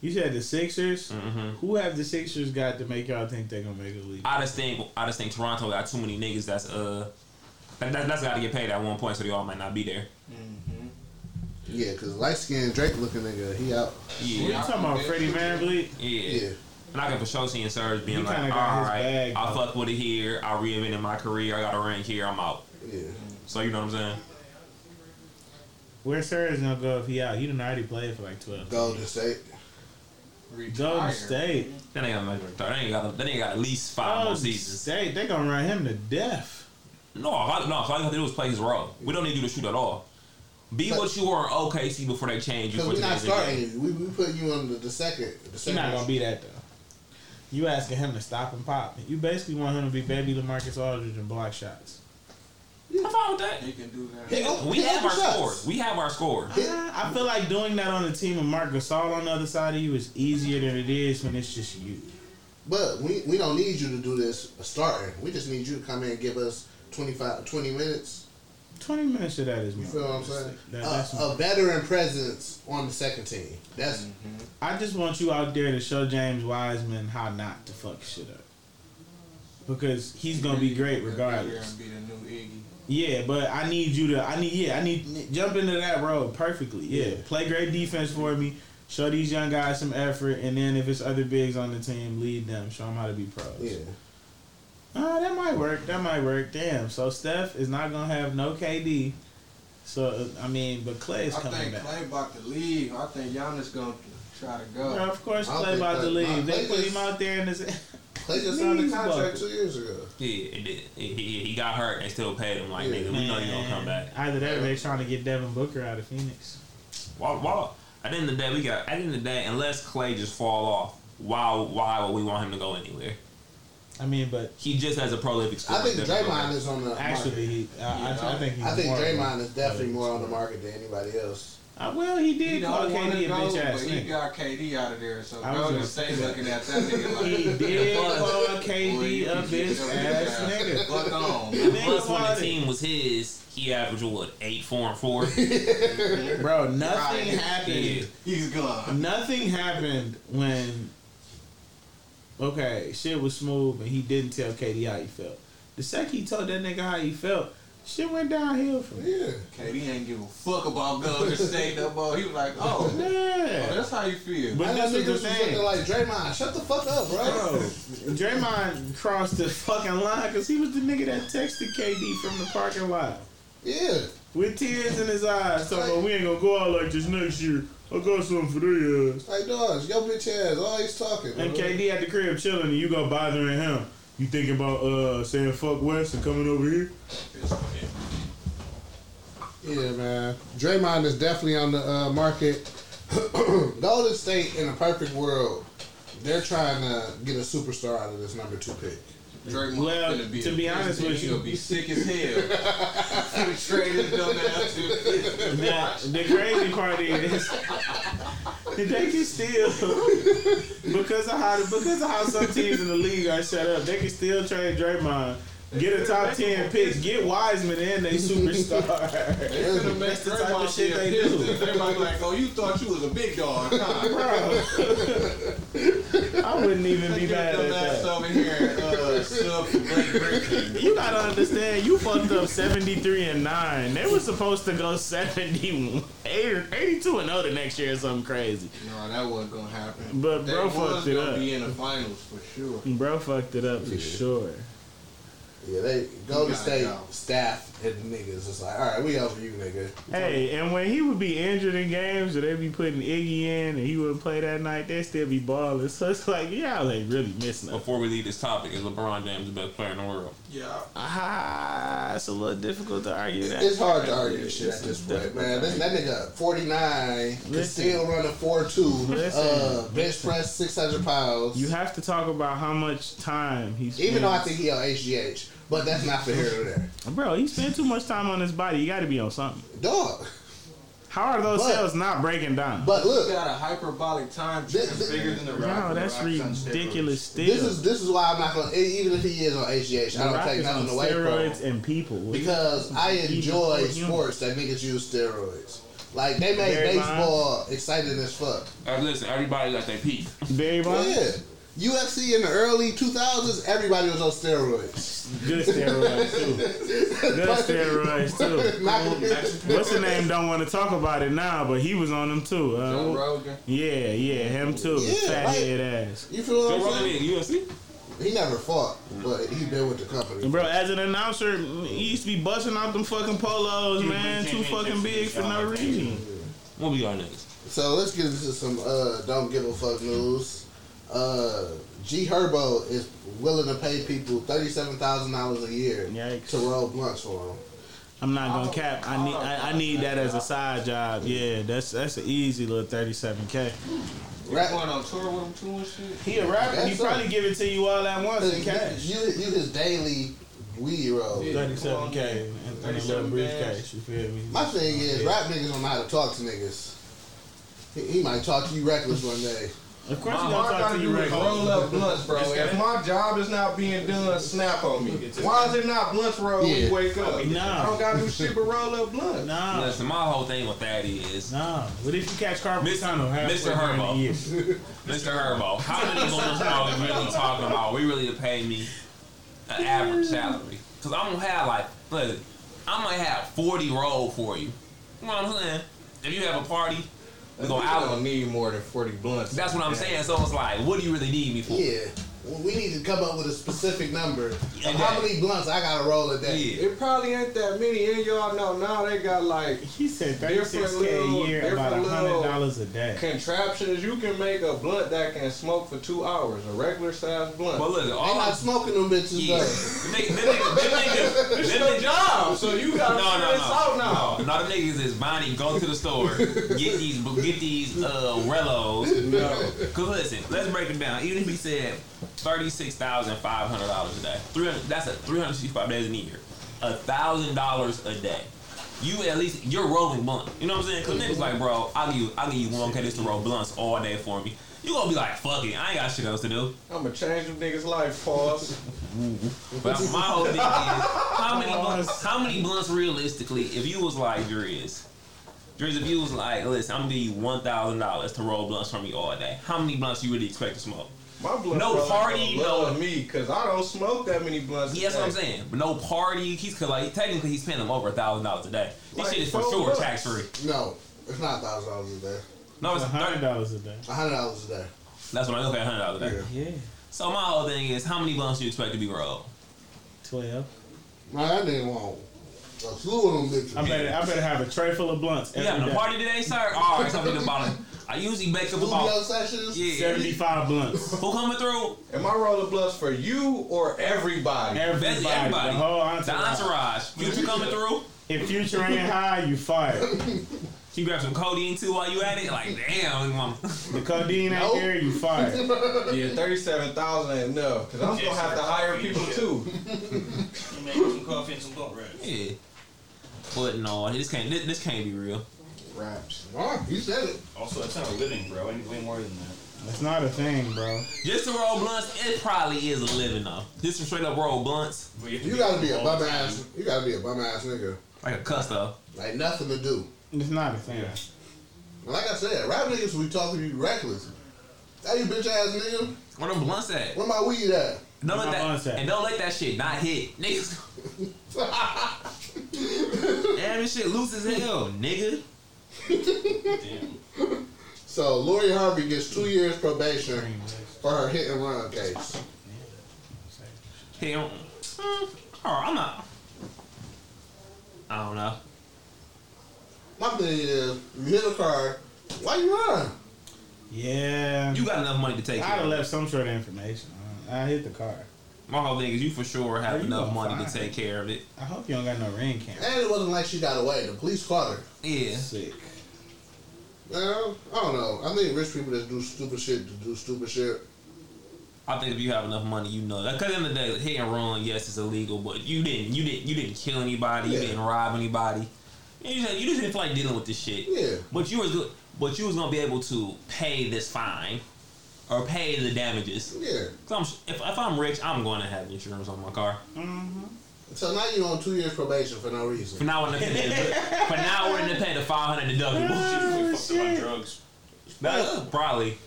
S10: You said the Sixers.
S8: Mhm.
S10: Who have the Sixers got to make y'all think they're gonna make a league?
S8: I just think I just think Toronto got too many niggas. That's uh, that, that, that's got to get paid at one point, so they all might not be there.
S2: Yeah, cause light skinned Drake looking nigga, he out.
S8: Yeah.
S10: What you talking about, Freddie VanVleet?
S8: Yeah. And I can for sure see in Serge being
S10: He
S8: like, all
S10: kinda got his
S8: right,
S10: bag,
S8: I
S10: though.
S8: fuck with it here. I reinvented my career. I got a ring here. I'm out.
S2: Yeah.
S8: So you know what I'm saying?
S10: Where Sarah's gonna go if he out? He done already played for like twelve.
S2: Golden State.
S10: Golden State.
S8: That ain't got much retire. That ain't got. That ain't got at least five more
S10: Golden
S8: seasons.
S10: State, Oh, they gonna run him to death.
S8: No, if I, no. So all you have to do is play his role. We don't need you to shoot at all. Be what you were in OKC before they change you
S2: Because
S8: for
S2: we're not
S8: today's
S2: starting
S8: NBA.
S2: you. We, we putting you on the, the second. The
S10: He's
S2: second
S10: not gonna be that though. You asking him to stop and pop. You basically want him to be baby Lamarcus Aldridge and block shots.
S8: I'm fine with that.
S13: You can do that.
S2: oh,
S8: We have our scores. We have our scores.
S10: I feel like doing that on a team of Mark Gasol on the other side of you is easier than it is when it's just you.
S2: But we, we don't need you to do this starting. We just need you to come in and give us 25, 20 minutes.
S10: 20 minutes of that is
S2: You
S10: more
S2: feel what I'm
S10: realistic.
S2: saying?
S10: That- that's
S2: a, a
S10: more-
S2: veteran presence on the second team. That's
S10: I just want you out there to show James Wiseman how not to fuck shit up. Because he's gonna be great regardless.
S13: Be the new Iggy.
S10: Yeah, but I need you to. I need. Yeah, I need jump into that role perfectly. Yeah, play great defense for me. Show these young guys some effort, and then if it's other bigs on the team, lead them. Show them how to be pros.
S2: Yeah.
S10: Ah, that might work. That might work. Damn. So Steph is not gonna have no KD. So uh, I mean, but Clay is
S13: I
S10: coming
S13: think
S10: back.
S13: Clay about to leave. I think Giannis gonna try to go.
S10: Bro, of course, Clay about to leave. They put him out there in his.
S2: Clay just
S13: signed a contract
S10: bucket.
S2: two years ago.
S8: Yeah, it did. He, he- he got hurt. They still paid him like nigga. We know you gonna come back.
S10: Either that, or they're trying to get Devin Booker out of Phoenix.
S8: Why, why, at the end of the day, we got. At the end of the day, unless Clay just fall off, why why would we want him to go anywhere?
S10: I mean, but
S8: He just has a prolific.
S2: I think
S8: scorer.
S2: Draymond is on the
S10: Actually,
S2: market.
S10: he- I- I- I think he's
S2: I think
S10: more of a-
S2: Draymond is definitely more on the market than anybody else.
S10: Uh, well, he did
S13: He
S10: call
S13: don't want
S10: KD
S13: to
S10: a bitch
S13: go,
S10: ass
S13: but he
S10: nigga.
S13: got KD out of there. So
S10: I was
S13: Golden
S10: gonna
S13: State
S10: say-
S13: looking at that nigga like
S10: He did
S13: Buzz.
S10: call
S13: Boy,
S10: KD
S13: you
S10: a
S13: can get
S10: bitch
S13: your
S10: ass
S13: ass
S10: nigga.
S13: Fuck on.
S8: Plus, when
S10: about
S8: the
S10: it.
S8: team was his, he averaged what eight, four, and four.
S10: Bro, nothing happened.
S8: Yeah.
S13: He's gone.
S10: Nothing happened when okay, shit was smooth and he didn't tell KD how he felt. The second he told that nigga how he felt, shit went downhill from there.
S2: Yeah.
S13: KD ain't give a fuck about Golden State no more. He was like, oh,
S10: Yeah.
S13: oh, that's how you feel.
S10: But
S2: I know
S10: this
S2: niggas
S10: is the
S2: was
S10: thing.
S2: looking like Draymond. Shut the fuck up, bro.
S10: Bro, Draymond crossed the fucking line because he was the nigga that texted KD from the parking lot.
S2: Yeah.
S10: With tears in his eyes, talking about we ain't gonna go out like this next year. I got something for the ass.
S2: Like dogs, yo bitch ass always talking.
S10: And
S2: bro.
S10: KD at the crib chilling, and you go bothering him. You thinking about uh saying fuck West and coming over here?
S2: Yeah, man. Draymond is definitely on the uh, market. Golden State, in a perfect world, they're trying to get a superstar out of this number two pick.
S13: Draymond
S10: Well,
S13: finna be
S10: to
S13: a
S10: be
S13: bitch,
S10: honest
S13: nigga.
S10: with
S13: He
S10: you-
S13: gonna be sick as hell. He traded his dumb ass to the
S10: The, the crazy part is they can still because of how because of how some teams in the league are set up, they can still trade Draymond, get a top ten pick, get Wiseman and they superstar.
S13: They finna make
S10: That's the type of
S13: Draymond
S10: shit
S13: be a
S10: they
S13: bitch.
S10: do.
S13: Everybody be like, oh, you thought you was a big dog. Nah,
S10: Bro, I wouldn't even be mad
S13: Get
S10: at
S13: your ass
S10: that.
S13: over here and uh, sub for Blake Griffin.
S10: You gotta understand, you fucked up 73 and 9. They were supposed to go 70, 82 and 0 the next year or something crazy.
S13: No, that wasn't gonna happen.
S10: But
S13: they
S10: bro
S13: was
S10: fucked it
S13: gonna
S10: up.
S13: be in the finals for sure.
S10: Bro fucked it up for sure.
S2: Yeah, they Golden
S13: gotta
S2: State
S13: go.
S2: staff and niggas is like, all right, we out for you, nigga.
S10: Hey, and when he would be injured in games or they'd be putting Iggy in and he wouldn't play that night, they'd still be balling. So it's like, y'all ain't really missing nothing.
S8: Before we leave this topic, is LeBron James the best player in the world?
S13: Yeah.
S10: Ah, it's a little difficult to argue that.
S2: It's hard to argue this shit at this point, man. This, that nigga 49 can still run a 4 2, uh,
S10: Listen.
S2: bench press 600 pounds.
S10: You have to talk about how much time he spent.
S2: Even though I think he on HGH, but that's not for here or there.
S10: Bro, he spent too much time on his body. You got to be on something.
S2: Dog.
S10: How are those
S2: But-
S10: cells not breaking down?
S2: But
S13: He
S2: look,
S13: got a hyperbolic time trip bigger than the
S10: Wow,
S13: rock.
S10: that's ridiculous. Still,
S2: this is this is why I'm not gonna. e- Even if he is on HGH,
S10: The
S2: I don't
S10: Rock
S2: take
S10: is on
S2: nothing away from him.
S10: steroids and people
S2: because I enjoy sports that niggas use steroids. Like they make
S10: Barry Bonds.
S2: baseball exciting as fuck.
S8: Uh, listen, everybody got their peak.
S10: Barry Bonds.
S2: Yeah. UFC in the early 2000s, everybody was on steroids.
S10: Good steroids too. Good steroids too. What's the name? Don't want to talk about it now, but he was on them too. Uh,
S2: Joe
S10: wh-
S2: Rogan.
S10: Yeah, yeah, him too.
S2: Yeah,
S10: Fat
S2: like-
S10: head ass.
S2: You feel what
S10: Joe
S2: I'm
S10: Rogan
S2: saying? He never fought, but he been with the company.
S10: Bro, as an announcer, he used to be busting out them fucking polos, man. Too fucking big for no reason.
S8: What we got next?
S2: So let's get into some uh, don't give a fuck news. Uh, G Herbo is willing to pay people thirty-seven thousand dollars a year to roll blunts for him.
S10: I'm not gonna cap. I need I, I need that as a side job. Yeah, that's that's an easy little 37k.
S13: You going on tour with him too and shit?
S10: He a rapper. He probably give it to you all at once in cash.
S2: You you his daily weed roll.
S10: 37k and a
S2: 37
S10: little briefcase. You feel me?
S2: My thing is,
S10: Yeah.
S2: rap niggas don't know how to talk to niggas. He, he might talk to you reckless one day.
S10: Of
S13: My hard gotta do is roll up blunts, bro. If my job is not being done, snap on me. Why is it not blunts roll when
S8: Yeah.
S13: you wake up?
S8: Nah.
S13: I don't gotta do shit but roll up blunts.
S10: Nah.
S8: Listen, my whole thing with that is.
S10: Nah. What if you catch Carpal
S8: Mr.
S10: Tunnel halfway
S8: Mr.
S10: during the year?
S8: Herbo. Mr. Herbo. How many blunts are we really talking about? We really to pay me an average salary? Because I'm going to have like, look, I might have 40 roll for you. You know what I'm saying? If you have a party, we're going to
S13: I
S8: out.
S13: don't need more than 40 blunts.
S8: That's what I'm saying. So it's like, what do you really need me for?
S2: Yeah. Well, we need to come up with a specific number of
S8: And
S2: how
S8: that-
S2: many blunts I gotta roll a day.
S13: It probably ain't that many, and y'all know now they got like
S10: he said
S13: different
S10: 36k a year, about hundred dollars a day.
S13: contraptions. You can make a blunt that can smoke for two hours, a regular size blunt.
S8: But look, all
S2: I'm smoking them bitches
S8: though. Them niggas, them niggas,
S13: It's your job, so you gotta
S8: no,
S13: figure
S8: no,
S13: this
S8: no.
S13: out now.
S8: Oh, No, them niggas is Bonnie. Go to the store, get these, get these uh, Rellos. Cause listen, let's break it down. Even if he said thirty six thousand five hundred dollars a day, three hundred. That's a three hundred sixty five days in a year, a thousand dollars a day. You at least you're rolling blunt. You know what I'm saying? Cause niggas like, bro, I'll give you, I'll give you one k just to roll blunts all day for me. You gonna be like, fuck it, I ain't got shit else to do.
S13: I'm gonna change them niggas' life, pause.
S8: But my whole thing is how many blunts, how many blunts realistically, if you was like Driz, Driz, if you was like, listen, I'm gonna give you one thousand dollars to roll blunts for me all day. How many blunts you really expect to smoke?
S13: My blunt
S8: no
S13: brother
S8: party,
S13: gonna
S8: no
S13: love me, cause I don't smoke that many blunts.
S8: Yeah, that's
S13: a
S8: what I'm
S13: day.
S8: saying. But no party. He's 'cause, like technically he's paying him over a thousand dollars a day. This
S2: Like
S8: shit is for
S2: four
S8: sure
S2: bucks.
S8: tax free.
S2: No, it's not thousand dollars a day.
S8: No,
S10: Uh-huh.
S8: it's hundred
S10: dollars a day.
S2: hundred dollars a day.
S8: That's what I look at hundred dollars a day.
S10: Yeah.
S8: So my whole thing is how many blunts you expect to be rolled?
S10: Twelve.
S2: Man, that nigga want a slew of them bitches.
S10: I better I better have a tray full of blunts.
S8: You
S10: every
S8: having a
S10: day.
S8: party today, sir? All right, something about it. I usually make up about
S2: Studio sessions?
S8: Yeah.
S10: 75 blunts.
S8: Who coming through?
S13: Am I rolling blunts for you or everybody?
S8: Everybody, everybody.
S10: the whole entourage.
S8: The entourage. Future coming through.
S10: If future ain't high, you fired.
S8: You grab some codeine too while you at it. Like damn, mama.
S10: The codeine out there, you fired.
S13: yeah, thirty-seven thousand ain't enough, cause I'm gonna have to hire people too.
S14: You make some coffee and some blunt wraps.
S8: Yeah. But no, this can't. This, this can't be real.
S13: Raps.
S2: Oh, you said it.
S14: Also, that's not a living, bro. I need way more than that.
S10: That's not a thing, bro.
S8: Just to roll blunts, it probably is a living though. Just to straight up roll blunts.
S2: You gotta be a bum ass. You gotta be a bum ass nigga.
S8: Like a cuss though.
S2: Like nothing to do.
S10: It's not a thing.
S2: Like I said, rap niggas we talking to you reckless. Hey, you bitch ass nigga.
S8: Where them blunts at?
S2: Where my weed at?
S8: Don't let that, and don't let that shit not hit, niggas. Damn, this shit loose as hell, nigga.
S2: So Lori Harvey gets two years probation for her hit and run case.
S8: Hey, um, mm, oh, I'm not. I don't know.
S2: My thing is, you hit a car, why you run?
S10: Yeah.
S8: You got enough money to take
S10: I'd
S8: care of
S10: have
S8: it.
S10: left some sort of information. I hit the car.
S8: My whole thing is you for sure
S10: Are
S8: have
S10: you
S8: enough
S10: gonna
S8: money
S10: find
S8: to take care of it.
S10: I hope you don't got no ring cam.
S2: And it wasn't like she got away. The police caught her.
S8: Yeah.
S10: Sick.
S2: Well, I don't know. I think rich people that do stupid shit to do stupid shit.
S8: I think if you have enough money, you know. Because at the end of the day, hit and run, yes, it's illegal, but you didn't, you didn't, you didn't kill anybody, you
S2: Yeah.
S8: didn't rob anybody. You just, you just didn't feel like dealing with this shit.
S2: Yeah.
S8: But you was good. But you was gonna be able to pay this fine, or pay the damages.
S2: Yeah.
S8: 'Cause I'm, sh- if, if I'm rich, I'm going to have insurance on my car.
S2: So now you on two years probation for no reason.
S8: For now, we're gonna pay the, for now we're gonna pay the five hundred deductible.
S14: Fucked up my drugs.
S8: That- probably.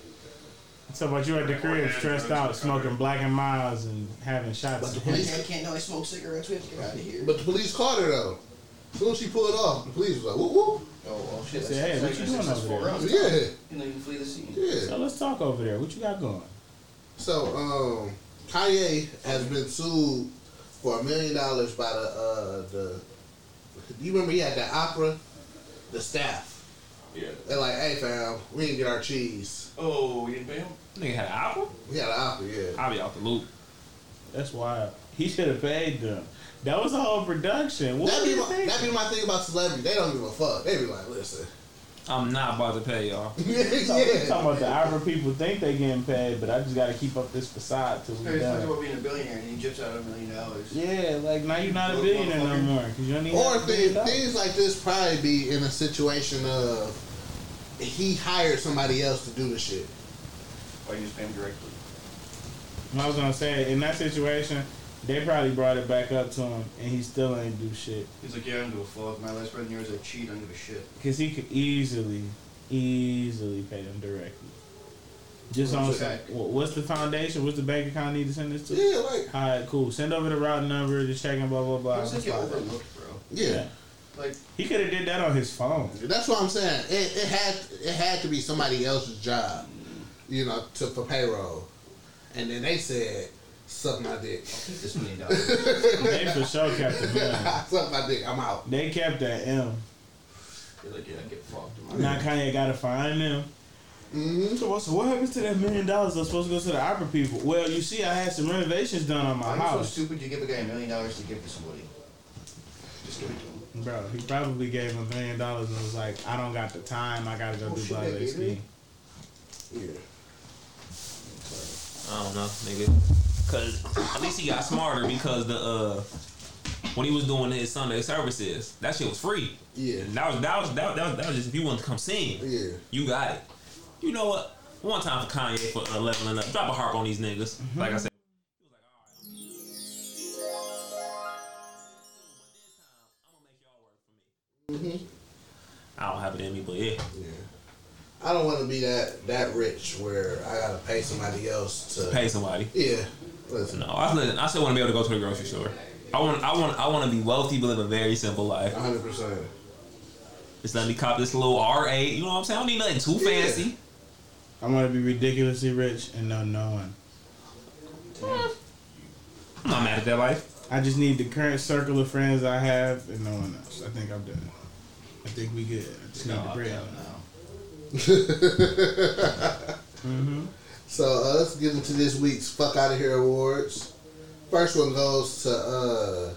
S10: So, but you at the crib, stressed out, smoking black and miles, and having shots.
S15: But the police they can't know they smoke cigarettes. We have to get out of here.
S2: But the police caught her though. As soon as she pulled off, the police was like, "Whoop whoop."
S15: Oh, well,
S10: They said, "Hey, what you doing over there?"
S2: Yeah.
S15: You know, you flee the scene.
S2: Yeah.
S10: So let's talk over there. What you got going?
S2: So, um, Kanye has been sued for a million dollars by the uh the. You remember he had the opera, the staff.
S14: Yeah.
S2: They're like, "Hey fam, we didn't get our cheese."
S14: Oh, you didn't pay him?
S8: Nigga had an opera?
S2: We had an opera, yeah.
S8: I'll be off the loop.
S10: That's wild. He should have paid them. That was a whole production. What
S2: That'd be,
S10: were you
S2: my,
S10: thinking?
S2: that'd be my thing about celebrities. They don't give a fuck. They be like, listen.
S8: I'm not about to pay y'all.
S10: You talking, you talking about the opera people think they getting paid, but I just got to keep up this facade till
S15: Hey,
S10: we
S15: He's talking
S10: done.
S15: about being a billionaire and he drips out a million dollars.
S10: Yeah, like now you're not a billionaire no more 'cause you don't need.
S2: Or
S10: half a million
S2: things,
S10: dollars.
S2: things like this probably be in a situation of he hired somebody else to do the shit.
S14: Or you just pay him directly.
S10: I was gonna say in that situation, they probably brought it back up to him, and he still ain't do shit
S15: He's like, yeah, I don't give a fuck. My last brother years, I cheat. I don't give a shit.
S10: because he could easily, easily pay them directly. Just on
S15: What's
S10: some,
S15: that?
S10: wha- what's the foundation? What's the bank account I need to send this to?
S2: Yeah, like-
S10: all right, cool. Send over the route number, the checking, blah blah blah.
S15: How does that get
S10: Blah, blah,
S15: overlooked, bro?
S2: Yeah.
S10: blah. he could have did that on his phone.
S2: That's what I'm saying. It, it had it had to be somebody else's job, you know, to for payroll. And then they said, "Suck my dick."
S15: This million dollars.
S10: they for sure kept the bill.
S2: Suck my dick. I'm out.
S10: They kept that M.
S15: He's like, yeah, I get fucked.
S10: Now Kanye gotta find them.
S15: Mm-hmm.
S10: So what's, what happens to that million dollars that's supposed to go to the opera people? Well, you see, I had some renovations done on my
S15: Why are you so
S10: house,
S15: stupid? You give a guy a million dollars to give to somebody. Just give it to him.
S10: bro. He probably gave him a million dollars and was like, "I don't got the time. I gotta go
S15: Oh,
S10: do
S15: shit,
S10: blah
S15: they
S10: blah
S15: gave
S10: blah."
S15: it?
S2: Yeah.
S8: I don't know, nigga. Cause at least he got smarter because the uh when he was doing his Sunday services, that shit was free.
S2: Yeah.
S8: That was that was that, that was that was just if you wanted to come sing.
S2: Yeah.
S8: You got it. You know what? One time for Kanye for uh, leveling up. Drop a harp on these niggas.
S2: Mm-hmm.
S8: Like I said.
S2: Mm-hmm.
S8: I don't have it in me, but yeah.
S2: I don't want to be that that rich where I gotta pay somebody else to
S8: Pay somebody.
S2: Yeah. Listen.
S8: No, I, listen, I still want to be able to go to the grocery store. I want, I want, I want to be wealthy, but live a very simple life. One
S2: hundred percent.
S8: Just let me cop this little R eight. You know what I'm saying? I don't need nothing too fancy.
S10: I want to be ridiculously rich and know no one.
S8: I'm not mad at that life.
S10: I just need the current circle of friends I have and no one else. I think I'm done. I think we good. I just need the bread.
S2: mm-hmm. So uh, let's get into this week's fuck out of here awards. First one goes to uh,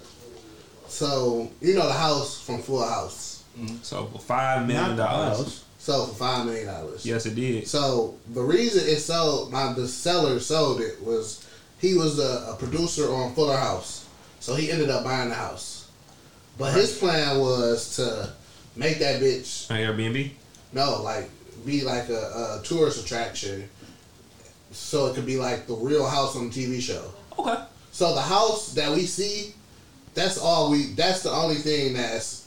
S2: so you know the house from Full House.
S8: So for five million dollars.
S2: So for five million dollars.
S8: Yes, it did.
S2: So the reason it sold, my the seller sold it was he was a, a producer on Fuller House, so he ended up buying the house. But his plan was to make that bitch
S8: On Airbnb.
S2: no, like be like a, a tourist attraction, so it could be like the Real House on the TV show.
S8: Okay.
S2: So the house that we see, that's all we. That's the only thing that's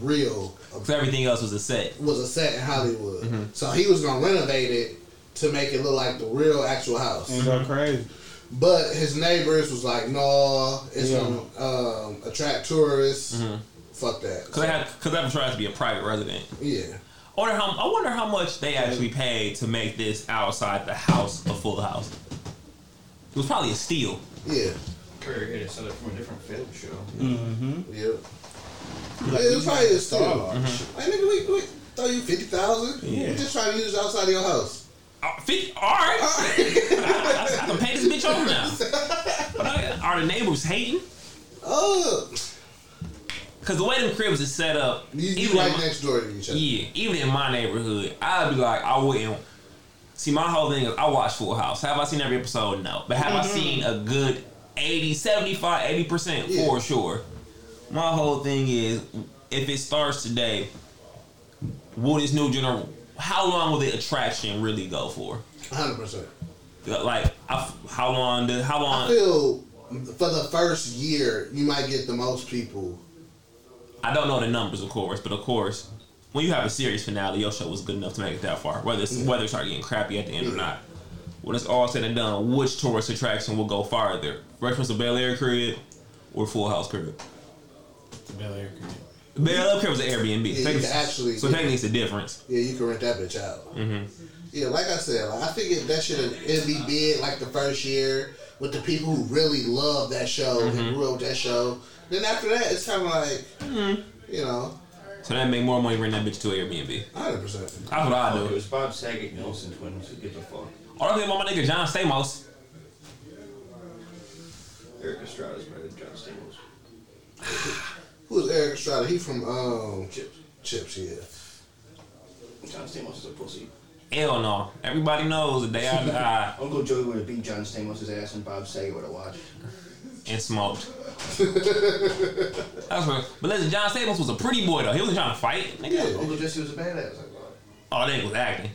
S2: real.
S8: Because everything else was a set.
S2: Was a set in Hollywood.
S8: Mm-hmm.
S2: So he was gonna renovate it to make it look like the real actual
S8: Mm-hmm.
S2: house.
S10: And go crazy.
S2: But his neighbors was like, "No, it's
S8: Yeah.
S2: gonna um, attract tourists.
S8: Mhm.
S2: Fuck that."
S8: Because I had, because I was trying to be a private resident.
S2: Yeah.
S8: I wonder how, I wonder how much they actually paid to make this outside the house a full house. It was probably a steal.
S2: Yeah.
S14: Courier hit it, so they're from a different film show.
S10: Mm-hmm.
S2: Yep. yeah, it was probably a steal.
S14: Mhm.
S2: Like nigga, we, we throw you fifty thousand.
S8: Yeah.
S2: We just trying to use it outside of your house.
S8: Fifty. All right. I, I, I can pay this bitch off now. But I- are the neighbors hating?
S2: Oh.
S8: Cause the way them cribs is set up,
S2: You, you
S8: even in
S2: right
S8: my-
S2: next door to each other.
S8: yeah, even in my neighborhood, I'd be like, I wouldn't. See, my whole thing is, I watch Full House. Have I seen every episode? No, but have I
S2: Mm-hmm.
S10: Mhm.
S8: seen a good 80, 75, 80 percent
S10: Yeah.
S8: for sure? My whole thing is, if it starts today, will this new general? How long will the attraction really go for?
S2: Hundred percent.
S8: Like, I f how long? Did, how long?
S2: I feel for the first year you might get the most people.
S8: I don't know the numbers, of course, but of course, when you have a series finale, your show was good enough to make it that far. Whether it's,
S2: Yeah.
S8: whether it started getting crappy at the end or not, when it's all said and done, which tourist attraction will go farther? Breakfast at Bel Air crib or Full House crib?
S2: Bel Air crib.
S8: Bel Air crib is an Airbnb.
S2: Yeah, you
S8: Technically-
S2: can actually.
S8: so technically, it's a difference.
S2: Yeah, you can rent that bitch out.
S8: Mm-hmm.
S2: Yeah, like I said, like I figured that should it'd be big like the first year with the people who really love that show and grew up with that show. Then after that, it's kind of like you know,
S8: So that make more money rent that bitch to an Airbnb.
S2: hundred percent.
S8: That's what I do.
S14: It was Bob Saget and Olsen twins. Who gives a fuck?
S8: All I think about my nigga John Stamos.
S14: Eric Estrada's better than John Stamos.
S2: Who's Eric Estrada? He from um, Chips. Chips, yeah.
S14: John Stamos is a pussy.
S8: Hell no. Everybody knows the day I die
S14: Uncle Joey would have beat John Stamos' ass and Bob Saget would have watched.
S8: and smoked. That's real. But listen, John Stamos was a pretty boy though. He wasn't trying to fight. Nigga,
S14: Uncle Jesse was a badass.
S8: Oh, that nigga was acting.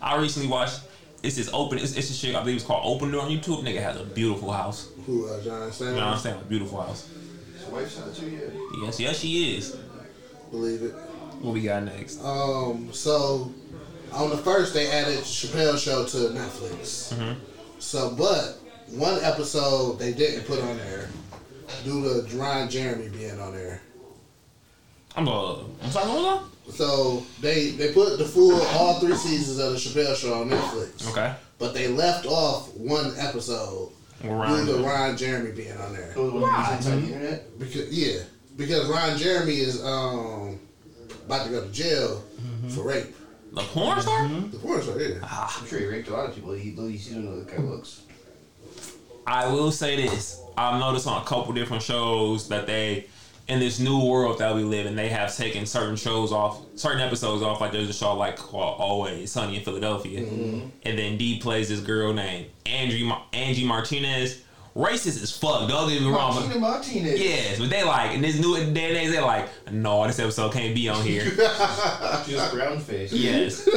S8: I recently watched. It's this open. It's, it's this shit. I believe it's called Open Door on YouTube. Nigga has a beautiful house.
S2: Who uh, John Stamos?
S8: You know what I'm saying? A beautiful house.
S14: His wife's out too, yeah.
S8: Yes, yes, she is.
S2: Believe it.
S8: What we got next?
S2: Um, so on the first they added Chappelle Show to Netflix.
S8: Mm-hmm.
S2: So, but one episode they didn't put on there due to Ron Jeremy being on there.
S8: I'm uh, I'm sorry, hold on.
S2: So they they put the full all three seasons of the Chappelle Show on Netflix.
S8: Okay.
S2: But they left off one episode
S8: Ron-
S2: due to Ron Jeremy being on there.
S14: Why? on the internet?
S2: Because yeah, because Ron Jeremy is um about to go to jail for rape.
S8: The porn star?
S2: The porn star, yeah.
S14: I'm sure he raped a lot of people. He, he doesn't know the guy looks.
S8: I will say this. I've noticed on a couple different shows that they, in this new world that we live in, they have taken certain shows off, certain episodes off. Like there's a show like called Uh, Always Sunny in Philadelphia,
S14: Mhm.
S8: and then D plays this girl named Angie Ma- Angie Martinez. Racist as fuck. Don't get me wrong.
S14: Martina
S8: But
S14: Martinez.
S8: yes, but they like in this new day and age, they like, no, this episode can't be on here.
S14: Just brown face.
S8: Yes.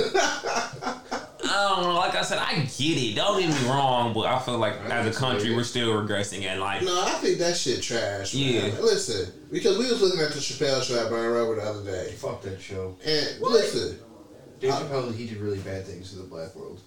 S8: I don't know. Like I said, I get it. Don't get me wrong, but I feel like as a country, we're still regressing and like.
S2: No, I think that shit trash. Man.
S8: Yeah.
S2: Listen, because we was looking at the Chappelle show at Brian Robert the other day.
S14: Fuck that show.
S2: And
S14: What?
S2: listen,
S14: Dave Chappelle, he did really bad things to the black world.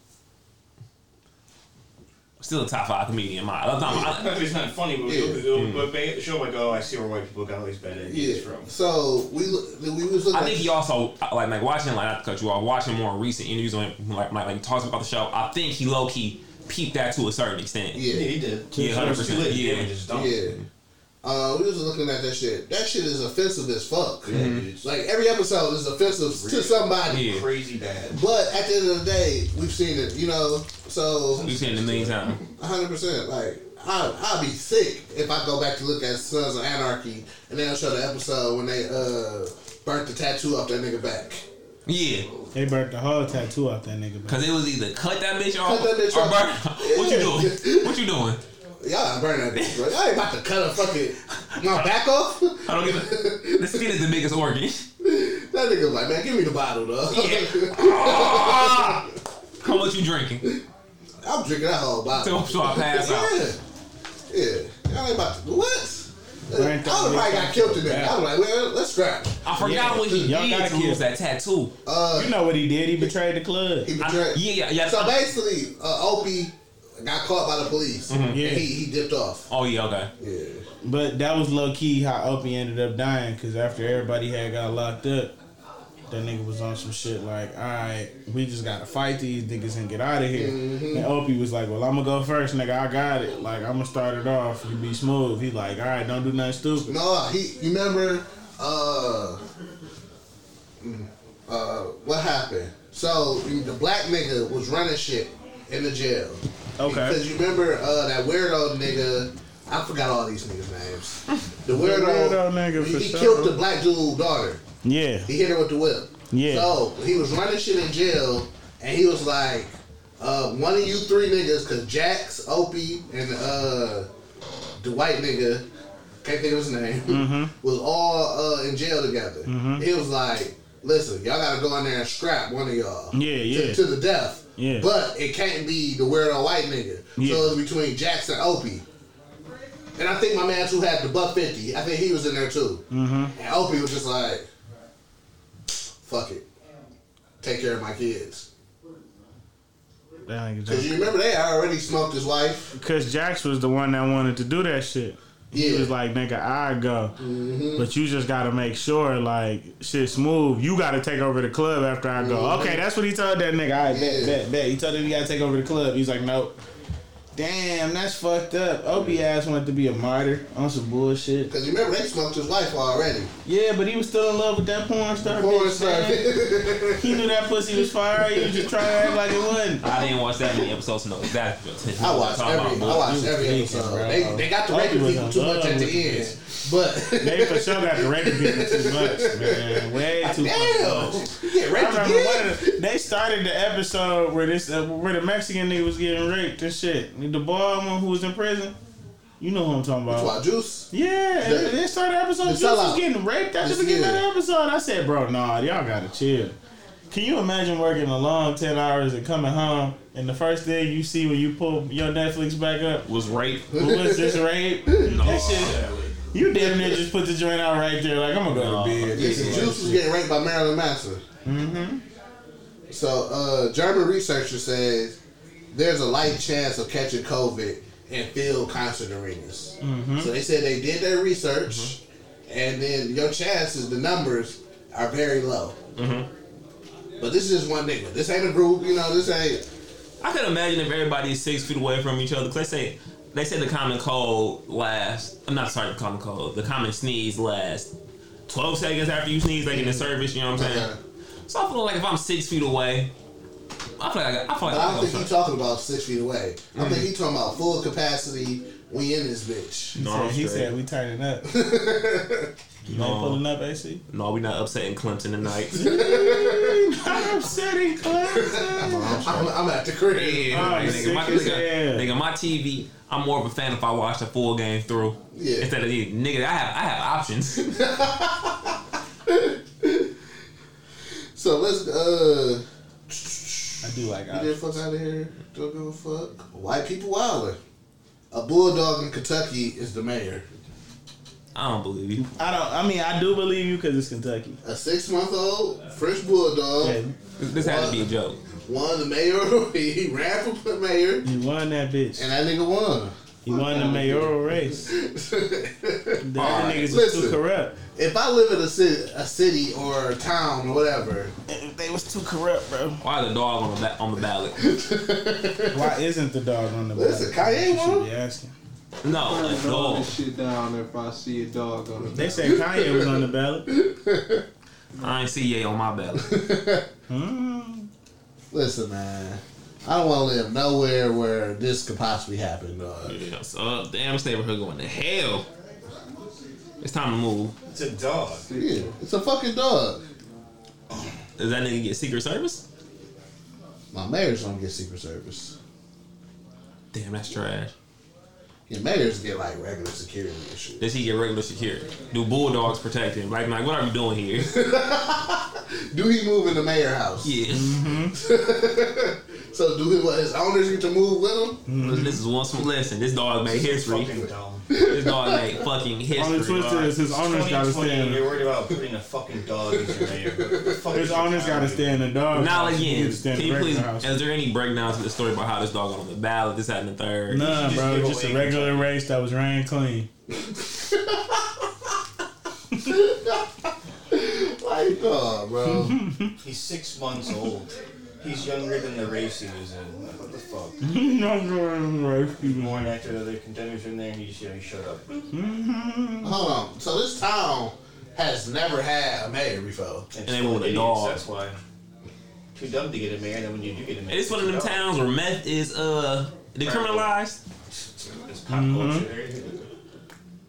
S8: Still a top five comedian. My, I'm not, I,
S14: it's not funny, but
S8: Yeah.
S14: it'll, but ba- show like, oh, I see where white people got all these bad ideas from.
S2: So we look- we was looking.
S8: I think he also uh, like like watching like not to cut you off. Watching more recent interviews when like like, like he talks about the show. I think he low key peeped that to a certain extent.
S2: Yeah. Yeah, he did.
S8: Yeah,
S14: He
S8: hundred percent.
S14: did.
S8: Yeah.
S14: He just dumped
S2: Yeah. Uh, we was looking at that shit. That shit is offensive as fuck.
S14: Yeah, Mhm.
S2: Like every episode is offensive to somebody.
S14: Crazy bad.
S2: But at the end of the day, we've seen it. You know, so
S8: We've seen it a million times.
S2: hundred percent. Like I, I'll be sick if I go back to look at Sons of Anarchy and they'll show the episode when they uh burnt the tattoo off that nigga back.
S8: Yeah.
S10: They burnt the whole tattoo off that nigga.
S8: Cause it was either cut that bitch off.
S2: Cut that bitch
S8: or
S2: off.
S8: burn- what you doing? What you doing?
S2: Y'all ain't burning that bitch, bro. Y'all ain't about to cut a fucking my back off.
S8: I don't give a. The skin is the biggest organ.
S2: That nigga like, man, give me the bottle though.
S8: Ah! How much you drinking?
S2: I'm drinking that whole bottle.
S8: So- so I pass
S2: yeah.
S8: out.
S2: Yeah. Y'all ain't about to what? I
S8: Burnt
S2: would
S8: that
S2: probably
S8: bitch
S2: got
S8: off
S2: killed
S8: the
S2: today.
S8: back.
S2: I was like, well, let's scrap.
S8: I forgot what he
S10: Y'all
S8: did
S10: gotta
S8: to
S10: kill.
S8: lose that tattoo.
S2: Uh,
S10: you know what he did? He betrayed the club.
S2: He betrayed.
S8: yeah, yeah, yeah.
S2: So basically, uh, Opie got caught by the police.
S10: Mhm. Yeah.
S2: And he, he dipped off.
S8: Mm-hmm. Oh yeah, okay.
S2: Yeah.
S10: But that was low key how Opie ended up dying because after everybody had got locked up, that nigga was on some shit like, all right, we just gotta fight these niggas and get out of here.
S2: Mhm.
S10: And Opie was like, well, I'm gonna go first, nigga. I got it. Like, I'm gonna start it off. You be smooth. He like, all right, don't do nothing stupid.
S2: No, he. You remember? Uh, mm, uh, what happened? So the black nigga was running shit in the jail.
S10: Okay.
S2: Because you remember uh, that weirdo nigga? I forgot all these niggas' names. The weirdo,
S10: weirdo nigga
S2: He,
S10: for
S2: he
S10: sure.
S2: killed the black dude daughter.
S10: Yeah.
S2: He hit her with the whip.
S10: Yeah.
S2: So he was running shit in jail, and he was like, uh, "One of you three niggas, cause Jax, Opie, and uh, the white nigga, can't think of his name,
S10: Mm-hmm.
S2: was all uh, in jail together."
S10: Mhm.
S2: He was like, "Listen, y'all gotta go in there and scrap one of y'all,
S10: Yeah, yeah.
S2: to, to the death."
S10: Yeah.
S2: But it can't be the weirdo white nigga.
S10: Yeah.
S2: So it's between Jax and Opie. And I think my man too had the buck fifty. I think he was in there too.
S10: Mm-hmm.
S2: And Opie was just like, fuck it. Take care of my kids.
S10: That nigga
S2: Cause you remember they already smoked his wife.
S10: Because Jax was the one that wanted to do that shit. He
S2: Yeah.
S10: was like, nigga, I go.
S2: Mhm.
S10: But you just gotta make sure, like, shit's smooth. You gotta take over the club after I go.
S2: Mm-hmm.
S12: Mhm.
S10: Okay, that's what he told that nigga. All right,
S12: Yeah.
S10: bet, bet, bet. He told him he gotta take over the club. He's like, nope. Damn, that's fucked up. Opie ass wanted to be a martyr on some bullshit.
S2: Cause you remember they smoked his wife already.
S10: Yeah, but he was still in love with that porn star.
S2: Porn
S10: bitch,
S2: star.
S10: man. he knew that pussy was fire. He was just trying to act like it wasn't.
S8: I didn't watch that many episodes to know exactly what
S2: I watched every, I watched every episode. They, they got the
S10: Opie
S2: raping
S10: was
S2: people
S10: in
S2: too
S10: love
S2: much at the
S10: with
S2: end, but
S10: They for sure got the raping people too much, man. Way too
S2: Damn.
S10: much.
S2: Yeah, raped
S10: I remember
S2: again?
S10: one of the, they started the episode where this uh, where the Mexican nigga was getting raped and shit. The bald one who was in prison. You know who I'm talking about.
S2: That's why Juice.
S10: Yeah,
S2: The-
S10: and they started the episode.
S2: the
S10: Juice
S2: sellout.
S10: was getting raped after
S2: Just
S10: the beginning
S2: yeah.
S10: of the episode. I said, bro, nah, y'all gotta chill. Can you imagine working a long ten hours and coming home and the first thing you see when you pull your Netflix back up
S8: was rape.
S10: was this rape? That shit. You damn near just put the joint out right there. Like I'm gonna go to bed.
S2: Listen, Juice was getting raped by Marilyn Manson.
S10: Mm-hmm.
S2: So, uh, German researcher says there's a light chance of catching COVID in filled concert arenas.
S10: Mhm.
S2: So they said they did their research, and then your chances, the numbers are very low. But this is one nigga. This ain't a group, you know. This ain't.
S8: I could imagine if everybody's six feet away from each other. 'cause Let's say they said the common cold lasts. I'm not sorry, the common cold. The common sneeze lasts 12 seconds after you sneeze, like in the service. You know what I'm saying? So I feel like if I'm six feet away, I feel like I, got- I feel
S2: But
S8: like
S2: I
S8: I
S2: don't
S8: got
S2: think he's talking about six feet away. I
S8: Mm.
S2: think he's talking about full capacity. We in this bitch.
S10: He, said, he said we turning up.
S8: You
S10: ain't pulling up, AC?
S8: No, we not upsetting Clemson tonight.
S10: not upsetting Oh, Clemson.
S2: I'm, I'm at the crib.
S8: Yeah, nigga, my, nigga, nigga, my TV. I'm more of a fan if I watch the full game through.
S2: Yeah.
S8: Instead of yeah, nigga, I have I have options.
S2: So let's uh.
S10: I do like
S2: Get the fuck out of here. Don't give a fuck. White people wilding. A bulldog in Kentucky is the mayor.
S8: I don't believe you.
S10: I don't. I mean, I do believe you because it's Kentucky.
S2: A six month old French bulldog.
S8: This had to be a joke.
S2: Won the mayor. he ran for pl- mayor.
S10: He won that bitch.
S2: And that nigga won.
S10: He won the mayoral race.
S2: Them
S10: niggas is too corrupt.
S2: If I live in a city, a city or a town or whatever,
S10: they was too corrupt, bro.
S8: Why the dog on the ba- on the ballot?
S10: Why isn't the dog on the
S2: Listen,
S10: ballot?
S2: Kanye
S10: You should
S2: won?
S10: be asking.
S8: No,
S13: I'm
S8: a
S13: throwing
S8: dog.
S13: this shit down if I see a dog on the
S10: They said Kanye was on the ballot.
S8: I ain't see Ye on my ballot.
S2: Listen, man. I don't want to live nowhere where this could possibly happen, dog.
S8: Yeah, so uh, damn, this neighborhood going to hell. It's time to move.
S14: It's a dog.
S2: Yeah, it's a fucking dog.
S8: Does that nigga get Secret Service?
S2: My mayor's don't get Secret Service.
S8: Damn, that's trash.
S2: Yeah, mayors get like regular security and shit.
S8: Does he get regular security? Do bulldogs protect him? Like, like, what are you doing here?
S2: Do he move in the mayor house?
S8: Yeah. Mm-hmm.
S2: so do his, what, his owners get to move with him?
S8: Listen, This is one small lesson. This dog made history. This dog made fucking history.
S10: Only twist is his owners
S14: 2020,
S10: gotta stand.
S14: You're worried about putting a fucking dog in your mayor.
S10: His owners got to stay in the dog.
S8: Now
S10: house. He
S8: again,
S10: needs to stay in
S8: can
S10: the
S8: you
S10: regular
S8: please?
S10: house.
S8: Is there any breakdown to the story about how this dog got on the ballot? This happened in the third.
S10: Nah, bro, just a regular race that was ran clean.
S2: like, dog, bro.
S14: He's six months old. He's younger than the race he was in. Like, what the fuck?
S8: Mm-hmm.
S10: Not going race.
S14: One after the other contenders in there, and he just, you know, he showed up.
S8: Mm-hmm.
S2: Hold on. So this town has never had a mayor before.
S14: And
S8: they went with a dog.
S14: That's why. Too dumb to get a mayor, and then when you do get a mayor,
S8: It's one of them towns where meth is uh decriminalized.
S14: It's pop
S8: Mm-hmm.
S14: culture.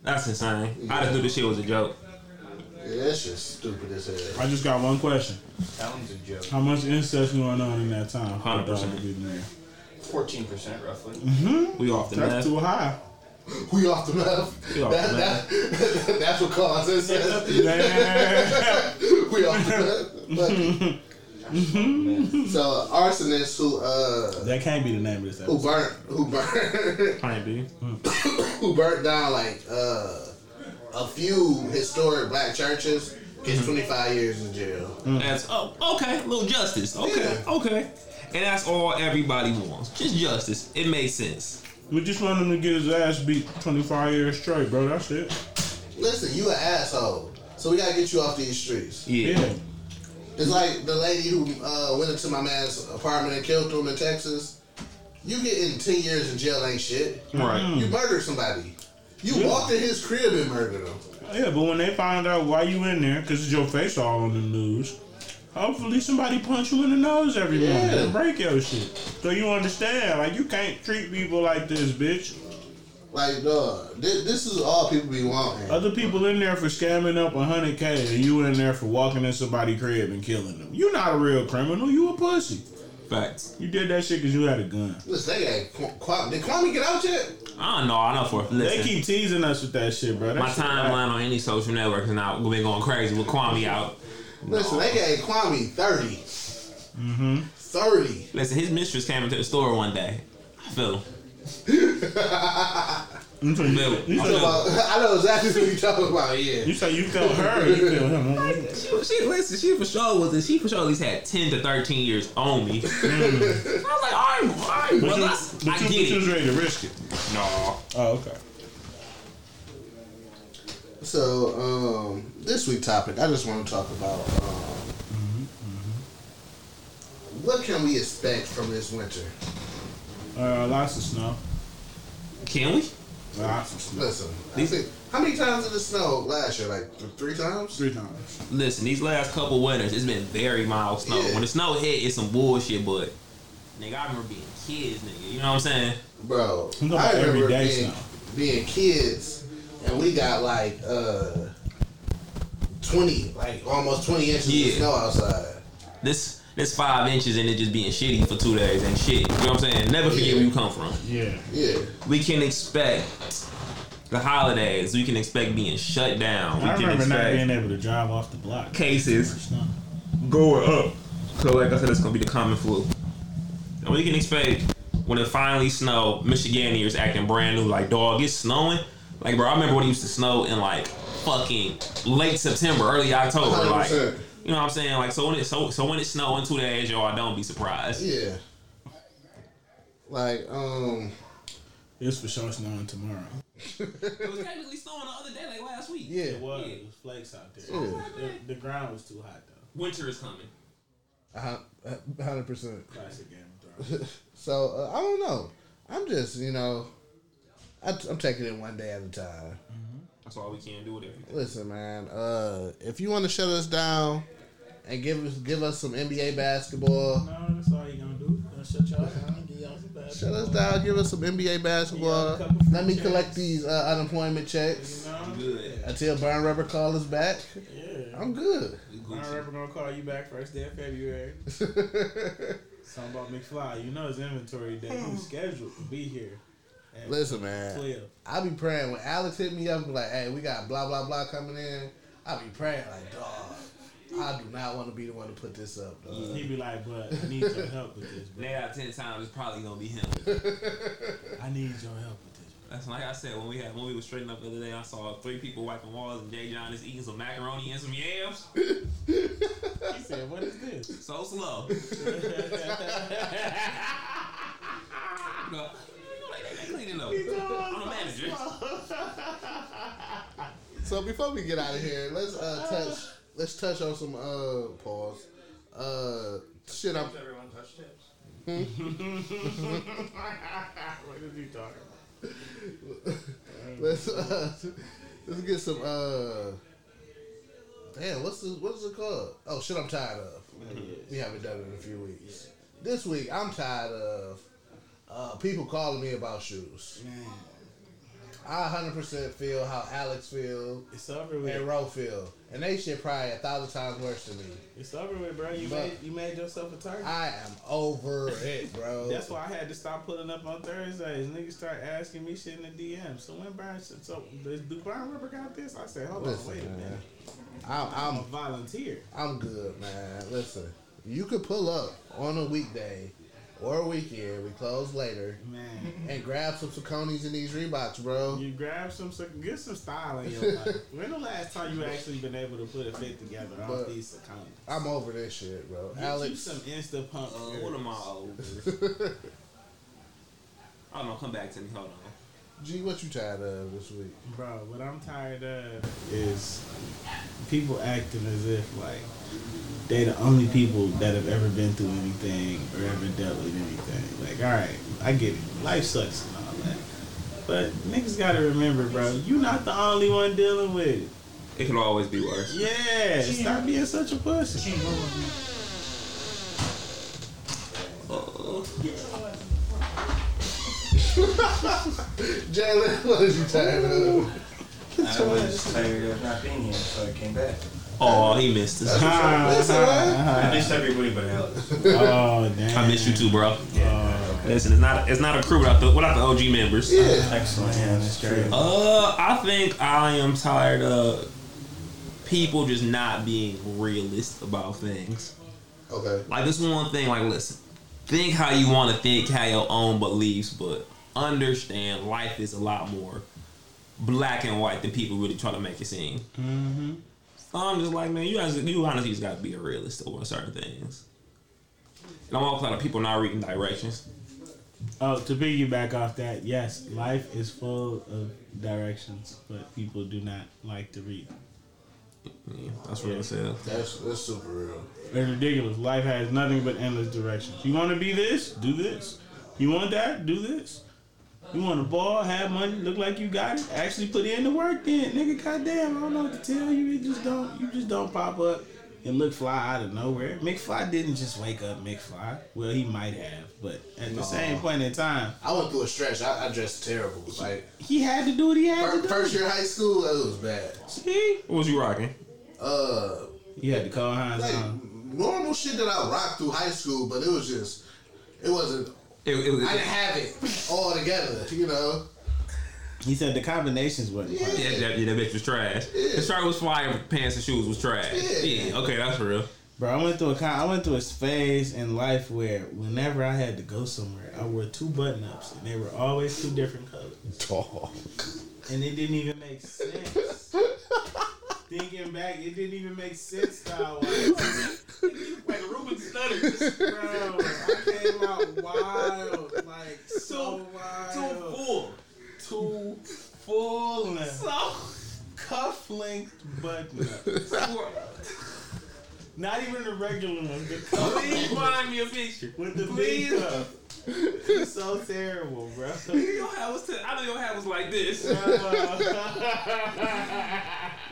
S8: That's insane. I just knew this shit was a joke.
S2: Yeah, that's just stupid as hell.
S10: I just got one question.
S14: Town's a joke.
S10: How much incest going on in that town? for a dog to
S8: 100%.
S10: be the mayor?
S14: Fourteen percent roughly.
S10: Mhm.
S8: We off the meth.
S10: That's too high.
S2: We off the left.
S8: We off
S2: That,
S8: the
S2: that, that's what caused this. we off the left. so arsonists who uh
S10: That can't be the name of this
S2: who
S10: episode.
S2: burnt who burnt
S8: Can't be.
S10: Hmm.
S2: who burnt down like uh, a few historic black churches
S8: Mm-hmm.
S2: gets 25 years in jail.
S8: That's oh okay, little justice. Okay, okay. And that's all everybody wants. Just justice. It makes sense.
S10: We just want him to get his ass beat 25 years straight, bro. That's it.
S2: Listen, you an asshole. So we gotta get you off these streets.
S8: Yeah.
S2: It's like the lady who uh, went into my man's apartment and killed him in Texas. You getting 10 years in jail ain't shit.
S10: Right.
S2: You murdered somebody. You
S10: Yeah.
S2: walked in his crib and murdered him.
S10: Yeah, but when they find out why you in there, because it's your face all on the news, hopefully somebody punch you in the nose every morning and break your shit. So you understand, like you can't treat people like this, bitch.
S2: Like, dog, this, this is all people be wanting.
S10: Other people in there for scamming up 100K and you in there for walking in somebody's crib and killing them. You're not a real criminal. You a pussy.
S8: Facts.
S10: You did that shit because you had a gun.
S2: Listen, they ain't Qu- Kwame. Did Kwame get out yet?
S8: I don't know. I know for
S10: They
S8: listen.
S10: keep teasing us with that shit, bro. That
S8: my
S10: shit
S8: timeline on any social network is now been going crazy with Kwame out.
S2: Listen, they gave Kwame 30.
S8: Mm-hmm.
S2: 30.
S8: Listen, his mistress came into the store one day. I feel him.
S10: You
S8: feel him.
S2: You
S8: I
S2: talking
S8: feel him.
S2: about- I know exactly what you're talking about, yeah.
S10: You say you
S8: felt her, you felt him,
S10: him.
S8: She, she listen. She for sure was. She for sure at least had ten to thirteen years on me. I was like, all right, all right,
S10: But
S8: brother.
S10: you-
S8: I s-
S10: but
S8: I
S10: you-
S8: get
S10: but you
S8: it.
S10: was ready to risk it.
S8: No.
S10: Oh, okay.
S2: So, um, this week topic, I just want to talk about um, what can we expect from this winter?
S10: Uh, lots of snow.
S8: Can we?
S10: Lots of snow.
S2: Listen, I think, how many times did it snow last year? Like th- three times?
S10: Three times.
S8: Listen, these last couple winters, it's been very mild snow.
S2: Yeah.
S8: When the snow hit, it's some bullshit, but nigga, I remember being kids, nigga. You know what I'm saying?
S2: Bro,
S8: I'm talking
S2: I
S8: about
S2: remember
S8: everyday
S2: being,
S8: snow.
S2: being kids and we got like uh, 20, like almost 20 inches
S8: Yeah.
S2: of snow outside.
S8: This this five inches and it just being shitty for two days and shit. You know what I'm saying? Never forget where you come from.
S10: Yeah.
S2: Yeah.
S8: We can expect the holidays. We can expect being shut down. We
S10: I
S8: can
S10: remember not being able to drive off the block.
S8: cases going up. So like I said, it's gonna be the common flu. And we can expect when it finally snow, Michiganians acting brand new like dog, it's snowing. Like bro, I remember when it used to snow in like fucking late September, early October. Like
S2: 100%.
S8: you know what I'm saying? Like so when it so so when it snow in two days, yo, I don't be surprised.
S2: Yeah. Like, um.
S10: It's for sure snowing tomorrow.
S8: It was technically snowing the other day, like last week.
S2: Yeah.
S10: It was. It was flakes out there.
S2: Yeah.
S10: The, the ground was too hot, though.
S8: Winter is coming.
S2: Hundred percent.
S10: Classic Game of Thrones.
S2: so uh, I don't know. I'm just you know, I, am taking it one day at a time.
S8: That's all we can do with everything.
S2: Listen, man. Uh, if you want to shut us down and give us give us some NBA basketball,
S10: No, that's all you gonna do. Gonna shut y'all down. Give y'all some bad.
S2: shut us down. Give us some NBA basketball. Let me collect these uh, unemployment checks
S8: Good.
S2: until Burn Rubber call us back.
S10: Yeah.
S2: I'm good.
S10: My rapper gonna call you back first day of February. Something about McFly. You know his inventory day. He's scheduled to be here. at
S2: Listen, man.
S10: 12.
S2: I be praying when Alex hit me up, be like, "Hey, we got blah blah blah coming in." I be praying like, "Dog, I do not want to be the one to put this up." Dog.
S10: He be like, but I need your help with this.
S8: Nine out of ten times, it's probably gonna be him.
S10: I need your help with this.
S8: That's like I said when we had when we was straightening up the other day. I saw three people wiping walls, and Jay John is eating some macaroni and some yams.
S10: He said, what is this?
S8: So slow. no, they, they clean it up. I'm a manager.
S2: So before we get out of here, let's uh, touch let's touch on some uh pause. Uh, shit, I'm.
S16: Everyone touch tips.
S10: what is he talking about?
S2: Let's uh, let's get some uh. Damn, what's this, what is it called? Oh shit, I'm tired of. We haven't done it in a few weeks. This week, I'm tired of uh, people calling me about shoes. I 100% feel how Alex feel
S10: It's over with.
S2: and Ro feel, and they shit probably a thousand times worse than me.
S10: It's over with, bro. You
S2: But-
S10: made you made yourself a target.
S2: I am over it, bro.
S10: That's why I had to stop pulling up on Thursdays. Niggas start asking me shit in the DM. So when Brian, said- so does do Brian Rubber got this? I said, hold
S2: Listen,
S10: on, wait a
S2: man.
S10: minute.
S2: I'm,
S10: I'm
S2: I'm
S10: a volunteer.
S2: I'm good, man. Listen, you could pull up on a weekday or a weekend. We close later.
S10: Man.
S2: And grab some Saucony's in these Reeboks, bro.
S10: You grab some, get some style in your life. When the last time you actually been able to put a fit together off
S2: But-
S10: these accounts?
S2: I'm over this shit, bro.
S10: Get you
S2: Alex,
S10: some Insta pump.
S8: Uh, what am I over? I don't know. Come back to me. Hold on.
S2: G, what you tired of this week?
S10: Bro, what I'm tired of is people acting as if like they the only people that have ever been through anything or ever dealt with anything. Like, all right, I get it. Life sucks and all that. But niggas gotta remember, bro, you not the only one dealing with it.
S8: It can always be worse.
S10: Yeah, stop being such a pussy.
S2: Jalen, what is you tired of?
S14: I was tired of not being here, so I came back.
S8: Oh, he missed us.
S14: I missed everybody but Alex.
S10: Oh damn!
S8: I miss you too, bro. Listen, it's not it's not a crew without the without the OG members.
S14: Yeah. Excellent. Yeah, that's true.
S8: Uh, I think I am tired of people just not being realist about things.
S2: Okay.
S8: Like this one thing. Like, listen, think how you want to think, have your own beliefs, but understand life is a lot more black and white than people really try to make it seem.
S10: Mm-hmm.
S8: So I'm just like, man, you guys, you honestly just got to be a realist over certain things. And I'm all kind of people not reading directions.
S10: Oh, to piggyback off that, yes, life is full of directions, but people do not like to read.
S8: Yeah, that's real sad.
S2: That's that's super real.
S10: It's ridiculous. Life has nothing but endless directions. You want to be this? Do this. You want that? Do this. You want a ball? Have money? Look like you got it? Actually put in the work, then, nigga. Goddamn, I don't know what to tell you. It just don't. You just don't pop up and look fly out of nowhere. McFly didn't just wake up McFly. Well, he might have, but at the
S2: Nah.
S10: same point in time,
S2: I went through a stretch. I, I dressed terrible. Like
S10: he had to do what he had
S2: fir-
S10: to do.
S2: first year high school, it was bad.
S10: See?
S8: What was you rocking?
S2: Uh,
S10: You had to call Hines
S2: like
S10: on.
S2: normal shit that I rocked through high school, but it was just, it wasn't.
S8: It, was,
S2: I didn't have it all together, you know.
S10: He said the combinations wasn't.
S8: Yeah, that, yeah, that bitch was trash. The shirt was fire, but pants and shoes was trash.
S10: Yeah.
S8: Yeah, okay, that's real.
S10: Bro, I went through a con- I went through a phase in life where whenever I had to go somewhere, I wore two button ups, and they were always two different colors.
S2: Talk.
S10: And it didn't even make sense. Thinking back, it didn't even make sense style wise.
S8: like Ruben stutters.
S10: Bro, I came out wild. Like, so wild.
S8: full.
S10: Too full. and
S8: So.
S10: Cuff linked button ups. Not even the regular ones. The cuff
S8: Please find me a picture.
S10: With the
S8: Please.
S10: big cuff. It's so terrible, bro.
S8: Your hat was. T- I know your hat was like this.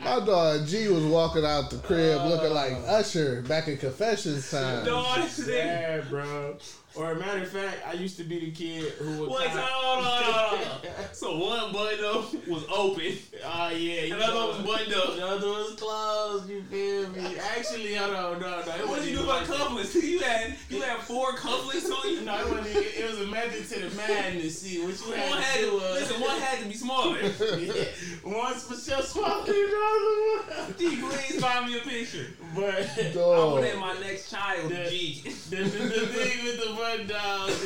S2: My dog G was walking out the crib looking like Usher back in Confessions time.
S8: Dog, this is it.
S10: Yeah, bro. Or a matter of fact, I used to be the kid who would.
S8: Wait,
S10: cop-
S8: hold on, hold on, hold on. So one button up was open.
S10: Oh yeah, you
S8: Another
S10: know-
S8: one was buttoned up.
S10: The other was closed. You feel me? Actually, hold on, no, no. It
S8: What
S10: wasn't
S8: did you do
S10: even
S8: about
S10: like that.
S8: cufflinks? You had you had four cufflinks on you.
S10: No, it wasn't. even- It was a method to the madness. See what you
S8: One
S10: had,
S8: had
S10: to
S8: to,
S10: do was
S8: listen, one had to be smaller.
S10: Yeah. One's for sure smaller than the other one.
S8: D, please find me a picture.
S10: But
S8: I
S2: Oh,
S8: want that my next child.
S10: The-
S8: G.
S10: the, the, the thing with the butt downs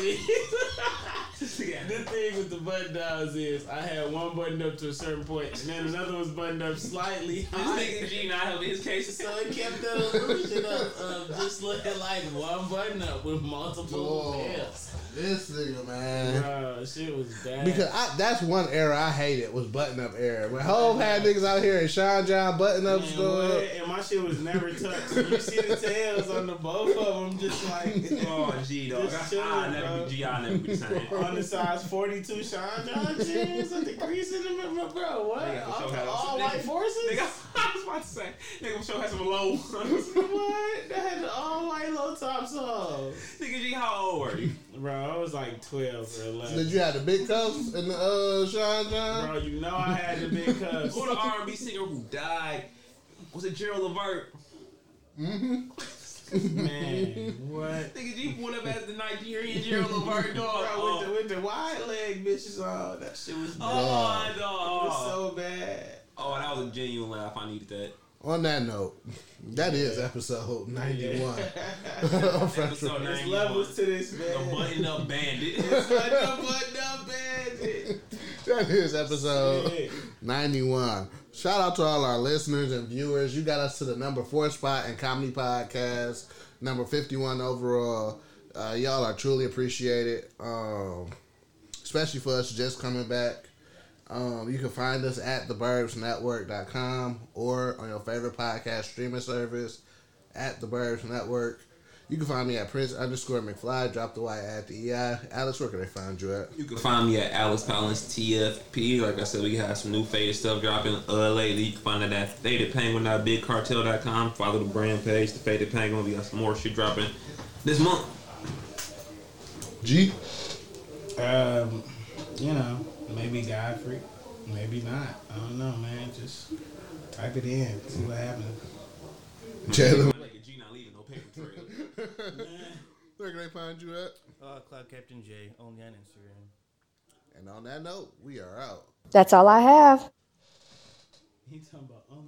S10: is the thing with the butt downs is I had one buttoned up to a certain point, and then another was buttoned up slightly.
S8: This
S10: higher.
S8: nigga G not helping his case.
S10: So it kept that illusion of, of just looking like one button up with multiple
S2: Dog.
S10: pairs.
S2: This nigga, man.
S10: Bro, shit was bad.
S2: Because I, that's one era I hated was button up era. When Hove had niggas out here and Sean John button up
S10: Man,
S2: store.
S10: what? And my shit was never touched. You see the tails on the both of them, just like
S8: Oh, G, dog.
S10: Just chilling,
S8: I, I never
S10: bro.
S8: be G. I never be the same.
S10: on the size 42 Sean John jeans with the crease in the middle, bro. What?
S8: Nigga, for
S10: All,
S8: sure had
S10: all
S8: some-
S10: white
S8: nigga-
S10: forces?
S8: Nigga, I was about to say, nigga, I'm sure had some low ones.
S10: what? They had the all white low tops on.
S8: Nigga, G, how old were you?
S10: Bro, I was like 12 or 11.
S2: Did you have the big cuffs and the uh, Sean John?
S10: Bro, you know I had the big cuffs.
S8: Who the R&B singer who died? Was it Gerald Levert?
S10: Man, Mm-hmm. what?
S8: Nigga, G went up as the Nigerian Gerald Levert, dog.
S10: Bro, with the, with the wide leg bitches on, that shit was
S8: oh, dog.
S10: It was so bad.
S8: Oh, that was a genuine laugh. I needed that.
S2: On that note, that is episode 91.
S12: Episode 91. levels to this, man. The button up bandit.
S2: that is episode 91. Shout out to all our listeners and viewers. You got us to the number four spot in Comedy Podcast, number 51 overall. Uh, y'all are truly appreciated, um, especially for us just coming back. Um, you can find us at theburbsnetwork.com or on your favorite podcast streaming service at The Burbs Network. You can find me at Prince underscore McFly. Drop the Y at the EI. Alex, where can they find you at?
S8: You can find me at Alex Collins TFP. Like I said, we have some new faded stuff dropping uh, lately. You can find it at fadedpenguin.bigcartel.com. Follow the brand page, The Faded Penguin. We got some more shit dropping this month.
S2: G.
S10: Um, you know, maybe Godfrey, maybe not. I don't know, man. Just type it in, see what happens.
S2: Jalen.
S10: Where can they find you at?
S11: Uh, Cloud Captain J, only on Instagram.
S2: And on that note, we are out.
S17: That's all I have.
S10: He talking about oh,